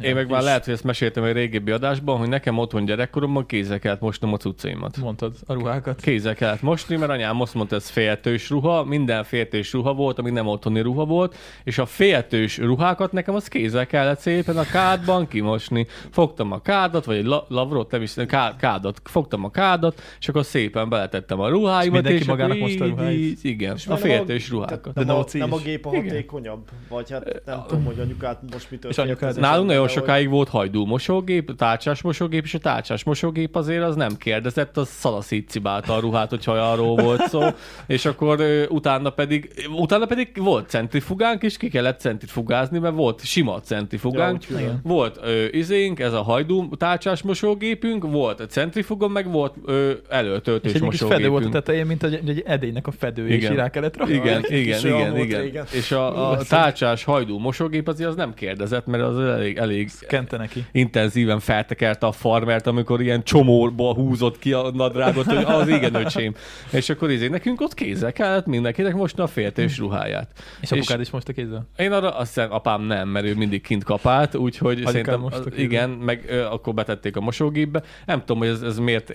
Speaker 1: Én meg már lehet, hogy ezt meséltem egy régebbi adásban, hogy nekem otthon gyerekkoromban kézzel kellett mosnom a cuccaimat.
Speaker 2: Mondtad a ruhákat.
Speaker 1: Kézzel kellett mosni, mert anyám azt mondta, ez féltős ruha, minden féltős ruha volt, ami nem otthoni ruha volt, és a féltős ruhákat nekem az kézzel kellett szépen a kádban kimosni. Fogtam a kádat, vagy egy la- lavrot, nem is, ká- kádat, fogtam a kádat, és akkor szépen beletettem a ruháimat,
Speaker 2: mindenki
Speaker 1: akkor
Speaker 2: magának mosta a
Speaker 1: így,
Speaker 2: ruháit?
Speaker 1: így, igen, a
Speaker 3: nem
Speaker 1: féltős
Speaker 3: tehát
Speaker 1: ruhákat.
Speaker 3: Nem,
Speaker 2: De
Speaker 3: a,
Speaker 2: noci
Speaker 3: nem a
Speaker 2: is.
Speaker 3: gép a
Speaker 1: Igen.
Speaker 3: hatékonyabb, vagy hát nem tudom, hogy anyukát most mit
Speaker 2: És anyukád-
Speaker 1: Nálunk nagyon sokáig volt hajdú mosógép, tárcsás mosógép, és a tárcsás mosógép azért az nem kérdezett, az szanaszét cibálta a ruhát, hogyha arról volt szó, és akkor ö, utána pedig, utána pedig volt centrifugánk, és ki kellett centrifugázni, mert volt sima centrifugánk,
Speaker 3: Ja, úgy
Speaker 2: Igen.
Speaker 1: volt ö, izénk, ez a hajdú tárcsás mosógépünk, volt a centrifuga, meg volt ö,
Speaker 2: És
Speaker 1: előtöltős
Speaker 2: egy kis fedő volt a
Speaker 1: mosógépünk.
Speaker 2: tetején, mint egy, egy edénynek a fedője, és
Speaker 1: Igen.
Speaker 2: így rá kellett rakni.
Speaker 1: Igen,
Speaker 3: egy kis
Speaker 1: igen,
Speaker 3: olyan
Speaker 1: igen,
Speaker 3: volt
Speaker 1: igen,
Speaker 3: régen.
Speaker 1: És a, a tárcsás hajdú mosógép azért az nem kérdezett, mert az elég, elég
Speaker 2: Kente neki.
Speaker 1: intenzíven feltekerte a farmert, amikor ilyen csomórból húzott ki a nadrágot, hogy az igen, öcsém. És akkor izé, nekünk ott kézzel kellett mindenkinek most a féltős ruháját.
Speaker 2: És apukád is most a kézzel.
Speaker 1: Én arra azt hiszem, apám nem, mert ő mindig kint kapált, úgyhogy
Speaker 2: Anyukám
Speaker 1: szerintem
Speaker 2: most a kézzel.
Speaker 1: igen, meg ö, akkor betették a mosógépbe. Nem tudom, hogy ez, ez miért ö,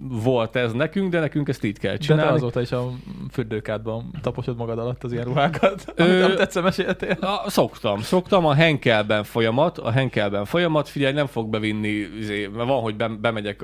Speaker 1: volt ez nekünk, de nekünk ezt így kell
Speaker 2: De te
Speaker 1: csinálni.
Speaker 2: azóta is a fürdőkádban taposod magad alatt az ilyen ruhákat, amit nem tetszem meséltél.
Speaker 1: A, szoktam, szoktam a Henkelben folyamat, a Henkelben folyamat, figyelj, nem fog bevinni, izé, mert van, hogy bem- bemegyek,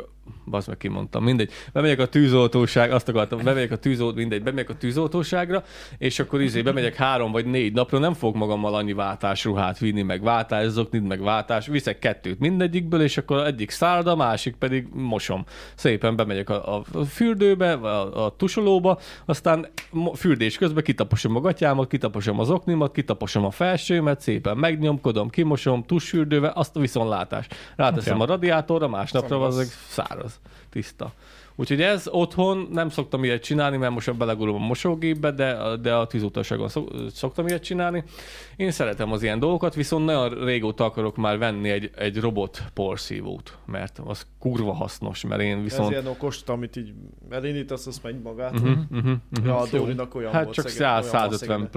Speaker 1: bazd meg kimondtam, mindegy, bemegyek a tűzoltóság, azt akartam, bemegyek a tűzolt, mindegy, bemegyek a tűzoltóságra, és akkor izé, bemegyek három vagy négy napra, nem fog magammal annyi váltásruhát vinni, meg váltászokni, meg váltás, viszek kettőt mindegyikből, és akkor egyik szárad, a másik pedig mosom. Szépen bemegyek a, a fürdőbe, a, a tusolóba, aztán mo- fürdés közben kitaposom a gatyámat, kitaposom az oknimat, kitaposom a felsőmet, szépen megnyomkodom, kimosom, tusfürdővel, azt a viszontlátás. Ráteszem
Speaker 2: Ja.
Speaker 1: a radiátorra, másnapra
Speaker 3: Szamasz.
Speaker 1: az száraz, tiszta. Úgyhogy ez otthon nem szoktam ilyet csinálni, mert most belegulom a mosógépbe, de, de a tűzutaságon szok, szoktam ilyet csinálni. Én szeretem az ilyen dolgokat, viszont nagyon régóta akarok már venni egy, egy robot porszívót, mert az kurva hasznos, mert én
Speaker 3: Viszont... Ez
Speaker 1: viszont...
Speaker 3: ilyen okos, amit így elindítasz, azt megy magát.
Speaker 1: Uh-huh, uh-huh, uh-huh.
Speaker 3: Ja, a Dórinak olyan
Speaker 1: Hát
Speaker 3: volt
Speaker 1: csak
Speaker 3: Szeged- olyan
Speaker 1: 100,
Speaker 3: van
Speaker 1: 150
Speaker 3: Szegeden.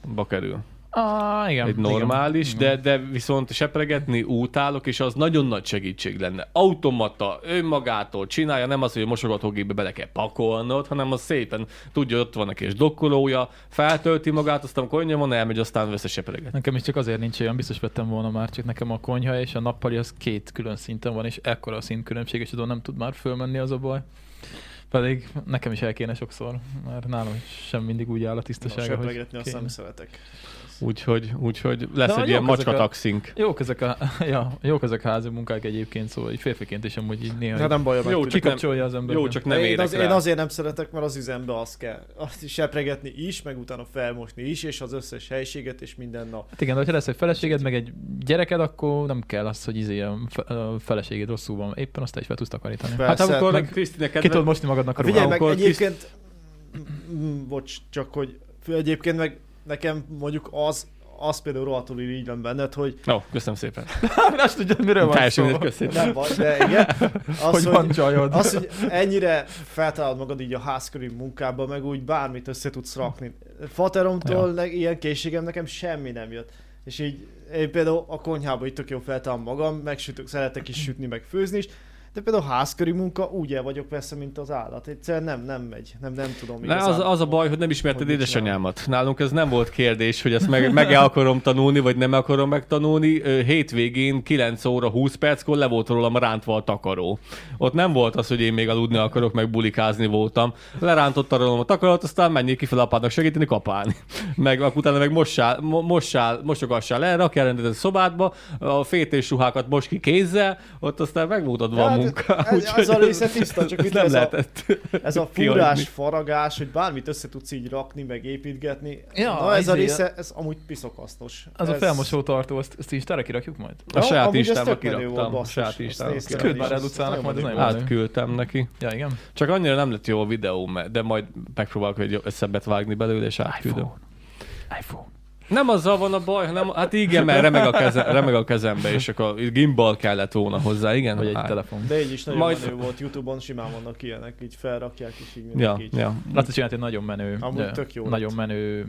Speaker 1: pluszba kerül.
Speaker 2: Ah, igen.
Speaker 1: Egy normális, de, de viszont sepregetni útálok, és az nagyon nagy segítség lenne. Automata, önmagától csinálja, nem az, hogy a mosogatógépbe bele kell pakolnod, hanem az szépen tudja, ott van neki és dokkolója, feltölti magát, aztán akkor van, elmegy, aztán vesz a sepreget.
Speaker 2: Nekem is csak azért nincs olyan, biztos vettem volna már, csak nekem a konyha és a nappali az két külön szinten van, és ekkora a szintkülönbség, és oda nem tud már fölmenni az a baj. Pedig nekem is el kéne sokszor, mert nálam sem mindig úgy áll a tisztasága, hogy
Speaker 3: Söplegetni azt
Speaker 2: kéne.
Speaker 3: nem szeretek.
Speaker 1: Úgyhogy, úgyhogy lesz
Speaker 2: Na,
Speaker 1: egy ilyen
Speaker 2: jók ezek a-
Speaker 1: macskataxink.
Speaker 2: Jók ezek a, ja, jók ezek a házi munkák egyébként, szóval így férfiként is amúgy így néha
Speaker 3: Na Hát nem baj,
Speaker 1: Jó,
Speaker 3: meg
Speaker 1: csak nem,
Speaker 2: kikapcsolja az ember.
Speaker 1: jó, csak nem
Speaker 3: én,
Speaker 1: érek
Speaker 3: az,
Speaker 1: rá.
Speaker 3: én azért nem szeretek, mert az üzembe azt kell. Azt is sepregetni is, meg utána felmosni is, és az összes helységet, és minden nap.
Speaker 2: Hát igen, de ha lesz egy feleséged, meg egy gyereked, akkor nem kell az, hogy izé a fe- a feleséged rosszul van. Éppen azt te is fel tudsz takarítani.
Speaker 3: Persze,
Speaker 2: hát amikor
Speaker 1: Meg
Speaker 2: meg
Speaker 1: Krisztinek
Speaker 2: ki
Speaker 1: kedve...
Speaker 2: tudod mosni magadnak a
Speaker 3: Hát figyelj
Speaker 2: ruhát.
Speaker 3: meg,
Speaker 1: akkor tiszt-
Speaker 3: egyébként, Mm, bocs, csak hogy fő- egyébként meg nekem mondjuk az, az például rohadtul irigylem benned, hogy
Speaker 1: Ó, köszönöm szépen.
Speaker 2: Azt tudod, miről van
Speaker 1: Teljesen
Speaker 2: szó.
Speaker 1: mindegy, köszönöm.
Speaker 3: nem baj, de igen, az,
Speaker 2: Hogy
Speaker 3: hogy,
Speaker 2: van csajod.
Speaker 3: az, hogy ennyire feltalálod magad így a házkörű munkában, meg úgy bármit össze tudsz rakni. Fateromtól ne, ilyen készségem nekem semmi nem jött. És így én például a konyhában itt tök jó feltalálom magam, meg sütök, szeretek is sütni, meg főzni is, de például házköri munka úgy el vagyok persze, mint az állat. Egyszerűen nem, nem megy, nem, nem tudom.
Speaker 1: Ne, az, az a baj, hogy nem ismerted
Speaker 3: hogy mit csinál.
Speaker 1: édesanyámat. Nálunk ez nem volt kérdés, hogy ezt meg, meg el akarom tanulni, vagy nem akarom megtanulni. Ö, Hétvégén 9 óra 20 perckor le volt rólam rántva a takaró. Ott nem volt az, hogy én még aludni akarok, meg bulikázni voltam. Lerántotta rólam a takarót, aztán menjék ki fel apádnak segíteni kapálni. Meg ak- utána meg mossál, mo- mossál mosogassál el, rakjál rendet a szobádba, a fétés ruhákat mos ki kézzel, ott aztán megmutatva a
Speaker 3: Hát,
Speaker 1: munka.
Speaker 3: ez- ez
Speaker 1: Úgyhogy
Speaker 3: a része tiszta, csak
Speaker 1: ez
Speaker 3: itt
Speaker 1: nem
Speaker 3: ez a-
Speaker 1: lehetett.
Speaker 3: Ez a
Speaker 1: kihagyni.
Speaker 3: fúrás, faragás, hogy bármit össze tudsz így rakni, meg építgetni.
Speaker 2: Ja,
Speaker 3: Ja, Na ez a
Speaker 2: izé-
Speaker 3: része, ez amúgy piszokasztos.
Speaker 2: Az
Speaker 3: ez...
Speaker 2: a felmosó tartó, azt, azt is tele kirakjuk majd.
Speaker 1: A saját
Speaker 3: amúgy ez
Speaker 1: Instába
Speaker 3: tök menő volt,
Speaker 1: kiraktam. A
Speaker 3: basszus.
Speaker 1: saját
Speaker 3: Azt
Speaker 1: Instába
Speaker 3: néztem
Speaker 1: kiraktam.
Speaker 2: Küld már
Speaker 3: is,
Speaker 2: el Lucának,
Speaker 3: azt
Speaker 2: majd az
Speaker 3: nagyon
Speaker 2: nagyon
Speaker 3: jó.
Speaker 1: Átküldtem neki.
Speaker 2: Ja, igen.
Speaker 1: Csak annyira nem lett jó a videó, mert- de majd megpróbálok egy összebbet vágni belőle, és átküldöm.
Speaker 2: iPhone. iPhone.
Speaker 1: Nem azzal van a baj, hanem hát igen, mert remeg a, keze, remeg a kezembe, és akkor itt gimbal kellett volna hozzá, igen?
Speaker 2: Vagy egy
Speaker 1: Hát.
Speaker 2: telefon.
Speaker 3: De így is nagyon
Speaker 1: Majd-
Speaker 3: Majd... menő volt, Youtube-on simán vannak ilyenek, így felrakják és így
Speaker 1: Ja,
Speaker 3: mindenki így.
Speaker 1: ja.
Speaker 2: Laci csinált egy nagyon menő,
Speaker 3: Amúgy
Speaker 2: de,
Speaker 3: tök jó lett.
Speaker 2: nagyon menő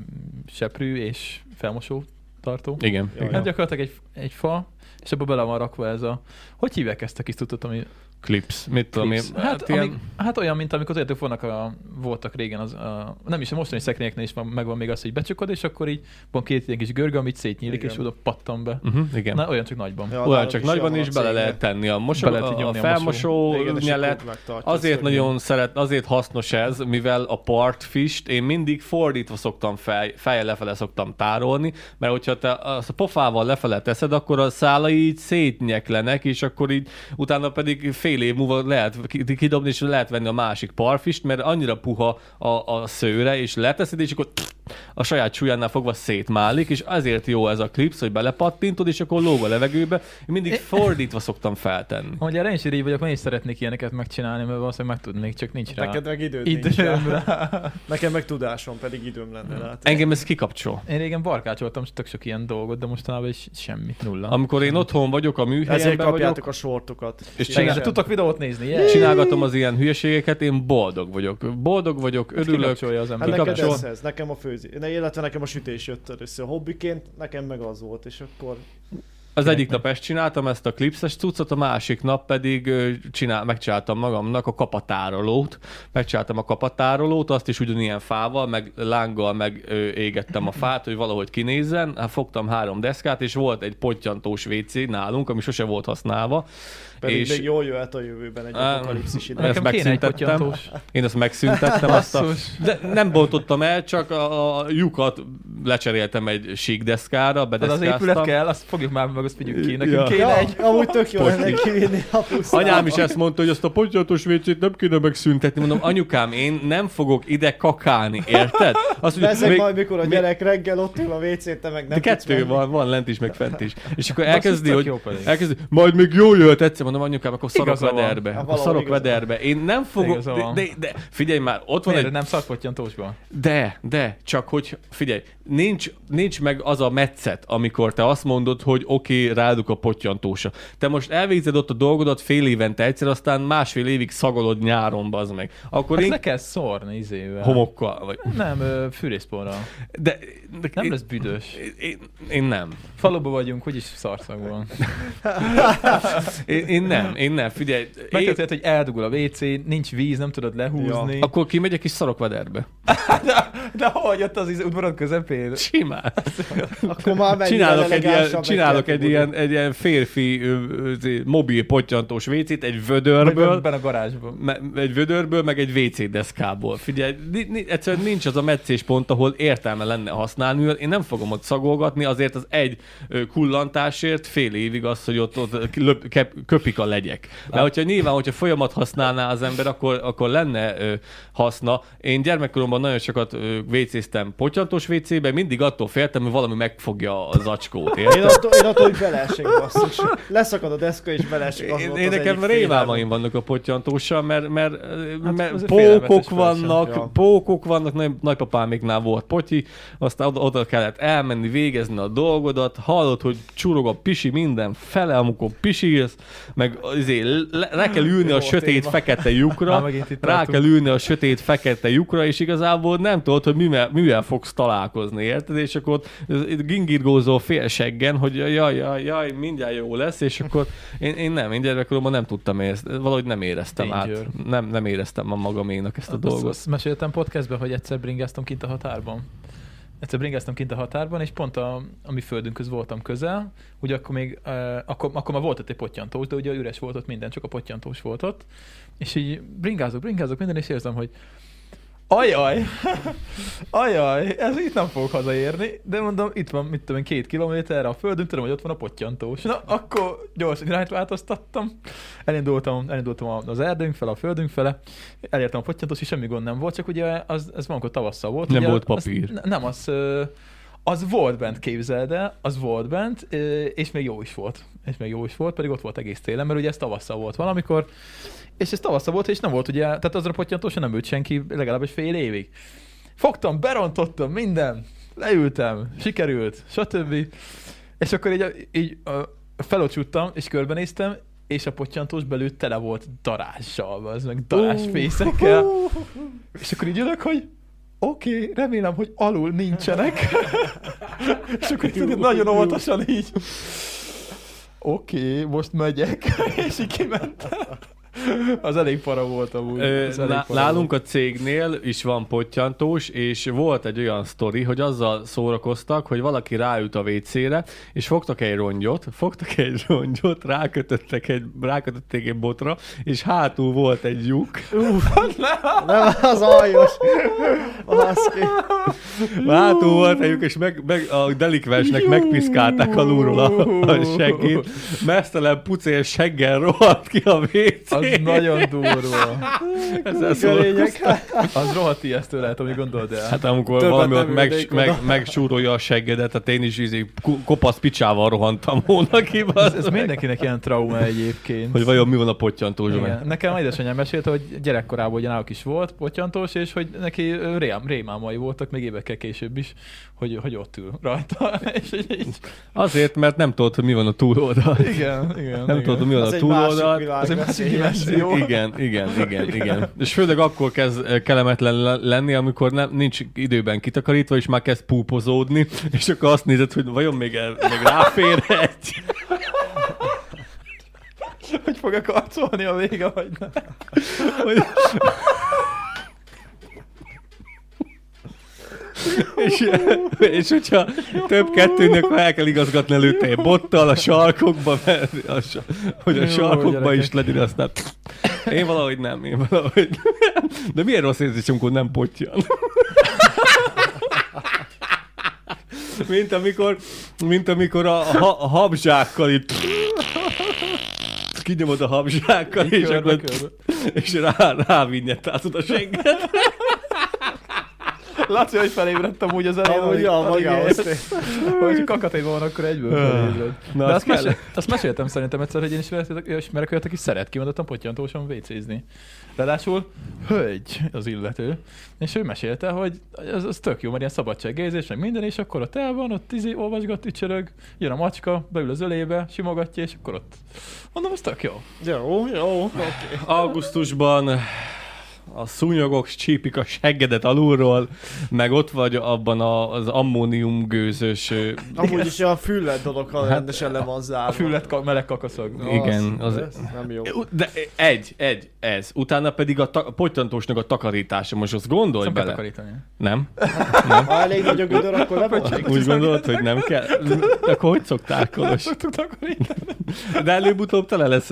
Speaker 2: seprű és felmosó tartó.
Speaker 1: Igen.
Speaker 3: Jaj,
Speaker 2: Hát
Speaker 1: igen.
Speaker 2: gyakorlatilag egy, egy fa, és abba bele van rakva ez a... Hogy hívják ezt a kis tutot, ami...
Speaker 1: Clips. Mit tudom én.
Speaker 2: Clips? Hát, ilyen... ami, hát olyan, mint amikor tudjátok, vannak a, voltak régen, az, a, nem is a mostani szekrényeknél is van- megvan még az, hogy becsukod, és akkor így van két ilyen kis görgő, amit szétnyílik,
Speaker 3: Igen.
Speaker 2: és oda pattan be.
Speaker 1: Uh-huh, igen.
Speaker 2: Na, olyan csak nagyban.
Speaker 3: Ja,
Speaker 1: Olyan
Speaker 3: nálunk
Speaker 1: hát csak nagyban
Speaker 3: ilyen
Speaker 1: is
Speaker 3: van a
Speaker 1: bele
Speaker 3: cégnél.
Speaker 1: lehet tenni a, mosó,
Speaker 2: Bele lehet
Speaker 1: a, a
Speaker 2: nyomni a mosó.
Speaker 1: felmosó
Speaker 3: Igen, és a
Speaker 1: nyelet,
Speaker 3: kút megtartja,
Speaker 1: Azért
Speaker 3: ez
Speaker 1: nagyon szeret, azért hasznos ez, mivel a partfist én mindig fordítva szoktam fej, fejjel lefele szoktam tárolni, mert hogyha te azt a pofával lefele teszed, akkor a szálai így szétnyeklenek, és akkor így utána pedig fél év múlva lehet ki- kidobni, és lehet venni a másik parfist, mert annyira puha a, a szőre, és leteszed, és akkor a saját súlyánál fogva szétmálik, és azért jó ez a klipsz, hogy belepattintod, és akkor lóg a levegőbe. Én mindig fordítva szoktam feltenni.
Speaker 2: Amúgy erre én is így vagyok, én is szeretnék ilyeneket megcsinálni, mert valószínűleg meg tudnék, csak nincs rá.
Speaker 3: Neked meg időd nincs rá.
Speaker 2: Időm rá.
Speaker 3: Nekem meg tudásom, pedig időm lenne rá.
Speaker 1: Engem ez kikapcsol.
Speaker 2: Én régen barkácsoltam tök sok ilyen dolgot, de mostanában is semmi, nulla.
Speaker 1: Amikor én otthon vagyok, a
Speaker 3: Ezért
Speaker 1: műhelyemben vagyok,
Speaker 3: kapjátok a sortokat.
Speaker 1: És
Speaker 2: Igen,
Speaker 1: csinál-
Speaker 2: de tudtak videót nézni, yeah.
Speaker 1: csinálgatom az ilyen hülyeségeket, én boldog vagyok. Boldog vagyok, örülök.
Speaker 2: Kikapcsolja az
Speaker 3: Hát
Speaker 2: ember.
Speaker 3: neked
Speaker 1: Kikapcsol.
Speaker 3: ez, ez, nekem a főzés, illetve nekem a sütés jött először hobbiként, nekem meg az volt, és akkor
Speaker 1: Az egyik nap ezt csináltam, ezt a klipszes cuccot, a másik nap pedig ö, csinál, megcsináltam magamnak a kapatárolót. Megcsináltam a kapatárolót, azt is ugyanilyen fával, meg lánggal meg ö, égettem a fát, hogy valahogy kinézzen. Hát fogtam három deszkát, és volt egy pottyantós WC nálunk, ami sose volt használva.
Speaker 3: pedig
Speaker 1: és
Speaker 3: még jól jöhet a jövőben egy
Speaker 1: Á,
Speaker 3: apokalipszis ide.
Speaker 1: ezt
Speaker 2: Nekem kéne egy
Speaker 1: megszüntettem.
Speaker 2: potyantós.
Speaker 1: Én ezt megszüntettem, azt a,
Speaker 2: Basszus.
Speaker 1: De nem bontottam el, csak a, a lyukat lecseréltem egy sík deszkára,
Speaker 2: Hát Az az
Speaker 1: bedeszkáztam.
Speaker 2: épület kell, azt fogjuk már meg, azt vigyük ki. Nekünk
Speaker 1: Ja.
Speaker 2: kéne egy.
Speaker 3: amúgy tök jó
Speaker 1: Potyni.
Speaker 3: lenne kivinni a pusztába.
Speaker 1: Anyám is ezt mondta, hogy azt a pontyatos vécét nem kéne megszüntetni. Mondom, anyukám, én nem fogok ide kakálni, érted? Azt
Speaker 3: Ezek
Speaker 1: még-
Speaker 3: még, majd, mikor a gyerek reggel ott ül a WC-t, te meg
Speaker 1: de
Speaker 3: nem tudsz
Speaker 1: kettő
Speaker 3: menni.
Speaker 1: van, van lent is, meg fent is. És akkor
Speaker 2: De az
Speaker 1: elkezdi,
Speaker 2: tök
Speaker 1: hogy
Speaker 2: jó pedig.
Speaker 1: elkezdi, majd még jól jöhet egyszer, mondom anyukám, akkor szarok
Speaker 2: Igaza van.
Speaker 1: vederbe.
Speaker 3: Ha
Speaker 1: A
Speaker 3: valahol
Speaker 1: szarok
Speaker 3: igaza van.
Speaker 1: vederbe. Én nem fogok,
Speaker 2: Igaza
Speaker 1: de,
Speaker 2: van.
Speaker 1: de, de, figyelj már, ott van
Speaker 2: Miért
Speaker 1: egy
Speaker 2: nem Hát szakpottyantósban?
Speaker 1: De, de, csak hogy figyelj, nincs, nincs meg az a metszet, amikor te azt mondod, hogy oké, okay, ráduk a pottyantósa. Te most elvégzed ott a dolgodat fél évente egyszer, aztán másfél évig szagolod nyáron, bazd meg. Akkor
Speaker 2: Azt
Speaker 1: én
Speaker 2: le kell szórni izével.
Speaker 1: homokkal vagy.
Speaker 2: Nem, ö, fűrészporral.
Speaker 1: De, de
Speaker 2: Nem
Speaker 1: én,
Speaker 2: lesz büdös.
Speaker 1: én, én, nem.
Speaker 2: Faluba vagyunk, úgyis szarszagban.
Speaker 1: Én, én nem, én nem, figyelj. Én,
Speaker 2: Megtörtént, hogy eldugul a WC, nincs víz, nem tudod lehúzni. Ja.
Speaker 1: akkor kimegyek is szarokvederbe.
Speaker 2: De hogy ott az izé, udvarod közepén?
Speaker 1: Simán.
Speaker 3: Akkor már mennyivel
Speaker 1: Csinálok egy, ilyen,
Speaker 3: elegánsabb
Speaker 1: csinálok
Speaker 3: kell
Speaker 1: egy ilyen, egy ilyen férfi ö, ö, izé, mobil pottyantós vécét egy vödörből,
Speaker 2: Ebben a garázsban.
Speaker 1: me, egy vödörből, meg egy WC deszkából. Figyelj, ni, ni, egyszerűen nincs az a meccéspont, ahol értelme lenne használni, mivel én nem fogom ott szagolgatni, azért az egy ö, kullantásért fél évig az, hogy ott, ott löp, kep, köpik a legyek. Mert hogyha nyilván, hogyha folyamat használná az ember, akkor, akkor lenne ö, haszna. Én gyermekkoromban nagyon sokat ö, vécéztem potyantós WC-be, mindig attól féltem, hogy valami megfogja a zacskót. érted?
Speaker 3: Én attól, én attól, hogy beleesek, basszus. Leszakad a deszka, és beleesek. az
Speaker 1: Én,
Speaker 3: volt
Speaker 1: én
Speaker 3: az
Speaker 1: nekem
Speaker 3: egyik
Speaker 1: rémálmaim vannak a pottyantóssal, mert, mert, mert
Speaker 2: azért
Speaker 1: pókok
Speaker 2: Hát félelmetes
Speaker 1: vannak,
Speaker 3: verseny, ja.
Speaker 1: pókok vannak, nagy- nagypapáméknál volt potyi, aztán oda, oda kellett elmenni, végezni a dolgodat, hallod, hogy csurog a pisi minden fele, amikor pisilsz, meg izé, le, le kell ülni
Speaker 2: Jó
Speaker 1: a sötét
Speaker 2: téma.
Speaker 1: fekete lyukra,
Speaker 2: Már megint itt
Speaker 1: rá
Speaker 2: tartunk.
Speaker 1: kell ülni a sötét fekete lyukra, és igazából nem tudod, hogy mivel, mivel fogsz találkozni, érted? És akkor ott gingirgózó félseggen, hogy jaj, jaj, jaj, mindjárt jó lesz, és akkor én, én nem, én gyerekkoromban nem tudtam érezni, valahogy nem éreztem
Speaker 2: Danger. Hát
Speaker 1: át, nem, nem éreztem a magaménak ezt a
Speaker 2: Azt-
Speaker 1: dolgot.
Speaker 2: Azt meséltem podcastben, hogy egyszer bringáztam kint a határban. Egyszer bringáztam kint a határban, és pont a, a mi földünkhöz voltam közel, ugye akkor még, uh, akkor, akkor már volt ott egy pottyantós, de ugye üres volt ott minden, csak a pottyantós volt ott, és így bringázok, bringázok minden, és érzem, hogy Ajaj, ajaj, ez itt nem fogok hazaérni, de mondom, itt van, mit tudom én, két kilométerre a földünk, tudom, hogy ott van a pottyantós. Na, akkor gyorsan irányt változtattam, elindultam, elindultam a- az erdőnk fele, a földünk fele, elértem a pottyantós, és semmi gond nem volt, csak ugye az, ez valamikor tavasszal volt.
Speaker 1: Nem
Speaker 2: ugye,
Speaker 1: volt
Speaker 2: az-
Speaker 1: papír.
Speaker 2: ne- nem, az, ö, az volt bent, képzeld el, az volt bent, ö, és még jó is volt. És még jó is volt, pedig ott volt egész télen, mert ugye ez tavasszal volt valamikor, és ez tavasszal volt, és nem volt ugye, tehát azra pottyantó sem nem ült senki legalábbis fél évig. Fogtam, berontottam, minden, leültem, sikerült, stb. És akkor így, így ö, felocsúttam, és körbenéztem, és a pottyantós belül tele volt darázsal, az meg darázsfészekkel. És akkor így ülök, hogy oké, okay, remélem, hogy alul nincsenek. és akkor így tudod, nagyon óvatosan így. Oké, okay, most megyek. és így kimentem. Az elég para volt amúgy.
Speaker 1: Ö,
Speaker 2: Az elég
Speaker 1: lá-
Speaker 2: para
Speaker 1: Nálunk
Speaker 2: volt.
Speaker 1: a cégnél is van pottyantós, és volt egy olyan sztori, hogy azzal szórakoztak, hogy valaki ráült a WC-re, és fogtak egy rongyot, fogtak egy rongyot, rákötöttek egy, rákötötték egy botra, és hátul volt egy lyuk.
Speaker 3: fél. Nem, az aljas. Baszki.
Speaker 1: Hátul volt egy lyuk, és meg, meg a delikvensnek
Speaker 2: Jú.
Speaker 1: megpiszkálták alulról a, a seggét. Mesztelen pucél seggel rohadt ki a WC.
Speaker 2: Az nagyon durva.
Speaker 1: Ezzel szórakoztak.
Speaker 3: Görények.
Speaker 2: Az rohadt ijesztő lehet, ami gondold el.
Speaker 1: Hát amikor
Speaker 3: Többet
Speaker 1: valami
Speaker 3: nem
Speaker 1: ott meg,
Speaker 3: ülnék
Speaker 1: meg,
Speaker 3: oda.
Speaker 1: megsúrolja a seggedet, tehát én is izé, ku- kopasz picsával rohantam volna ki,
Speaker 2: ez,
Speaker 1: bazd
Speaker 2: ez
Speaker 1: meg.
Speaker 2: mindenkinek ilyen trauma egyébként.
Speaker 1: Hogy vajon mi van a pottyantózsa meg.
Speaker 2: Igen. Nekem édesanyám mesélte, hogy gyerekkorában ugye náluk is volt potyantós, és hogy neki ö, rém, rémámai voltak még évekkel később is, hogy, hogy ott ül rajta. És így, így.
Speaker 1: Azért, mert nem tudod, hogy mi van a túloldal.
Speaker 2: Igen, igen.
Speaker 1: Nem
Speaker 2: igen.
Speaker 1: tudod, hogy mi van
Speaker 3: Az
Speaker 1: a
Speaker 3: egy másik
Speaker 1: túloldal.
Speaker 3: világ.
Speaker 2: Az egy másik dimenzió.
Speaker 1: Igen, igen, igen, igen. És főleg akkor kezd eh, kellemetlen le- lenni, amikor nem, nincs időben kitakarítva, és már kezd púpozódni, és akkor azt nézed, hogy vajon még, el, még ráfér egy.
Speaker 2: Hogy fog karcolni a vége, vagy nem.
Speaker 1: És, és hogyha több kettőnél, akkor el kell igazgatni előtte egy bottal a sarkokba, mert a, sa- hogy a
Speaker 2: Jó,
Speaker 1: sarkokba is
Speaker 2: gyerekek.
Speaker 1: legyen aztán. Én valahogy nem, én valahogy nem. De milyen rossz érzés, amikor nem potyan. Mint amikor, mint amikor a, a, ha- a habzsákkal itt kinyomod a habzsákkal, és,
Speaker 2: Körbe,
Speaker 1: akkor,
Speaker 2: körbe.
Speaker 1: és rá, rávinyettázod a segget.
Speaker 2: Laci, hogy felébredtem úgy az elején,
Speaker 3: Amúgy, ja, magához.
Speaker 2: hogy kakataiban van, akkor egyből felébred.
Speaker 1: Ah. Na,
Speaker 2: De
Speaker 1: az
Speaker 2: azt,
Speaker 1: kell.
Speaker 2: mesél, azt meséltem szerintem egyszer, hogy én is ismerek olyat, aki szeret kimondottan pottyantósan vécézni. Ráadásul hölgy az illető, és ő mesélte, hogy az, az tök jó, mert ilyen szabadságérzés, meg minden, és akkor ott el van, ott izé, olvasgat, ücsörög, jön a macska, beül az ölébe, simogatja, és akkor ott. Mondom, az tök jó.
Speaker 3: Jó, jó, oké.
Speaker 1: Augusztusban a szúnyogok csípik a seggedet alulról, meg ott vagy abban a, az ammóniumgőzös... ö,
Speaker 3: Amúgy is a füllet dolog, ha rendesen le van zárva.
Speaker 2: A füllet ka- meleg kakaszag.
Speaker 3: Az-
Speaker 1: Hát- Igen, az-
Speaker 3: ez nem jó.
Speaker 1: De egy, egy, ez. Utána pedig a, ta- a pottyantósnak a takarítása. Most azt gondolj
Speaker 2: Nem kell
Speaker 1: bele.
Speaker 2: takarítani.
Speaker 1: Nem?
Speaker 3: Ha elég nagy a gödör, akkor nem bocsánat.
Speaker 1: Úgy gondolod, hogy nem kell? Akkor hogy szoktál, Kolos?
Speaker 2: Szoktuk takarítani.
Speaker 1: De előbb-utóbb tele lesz.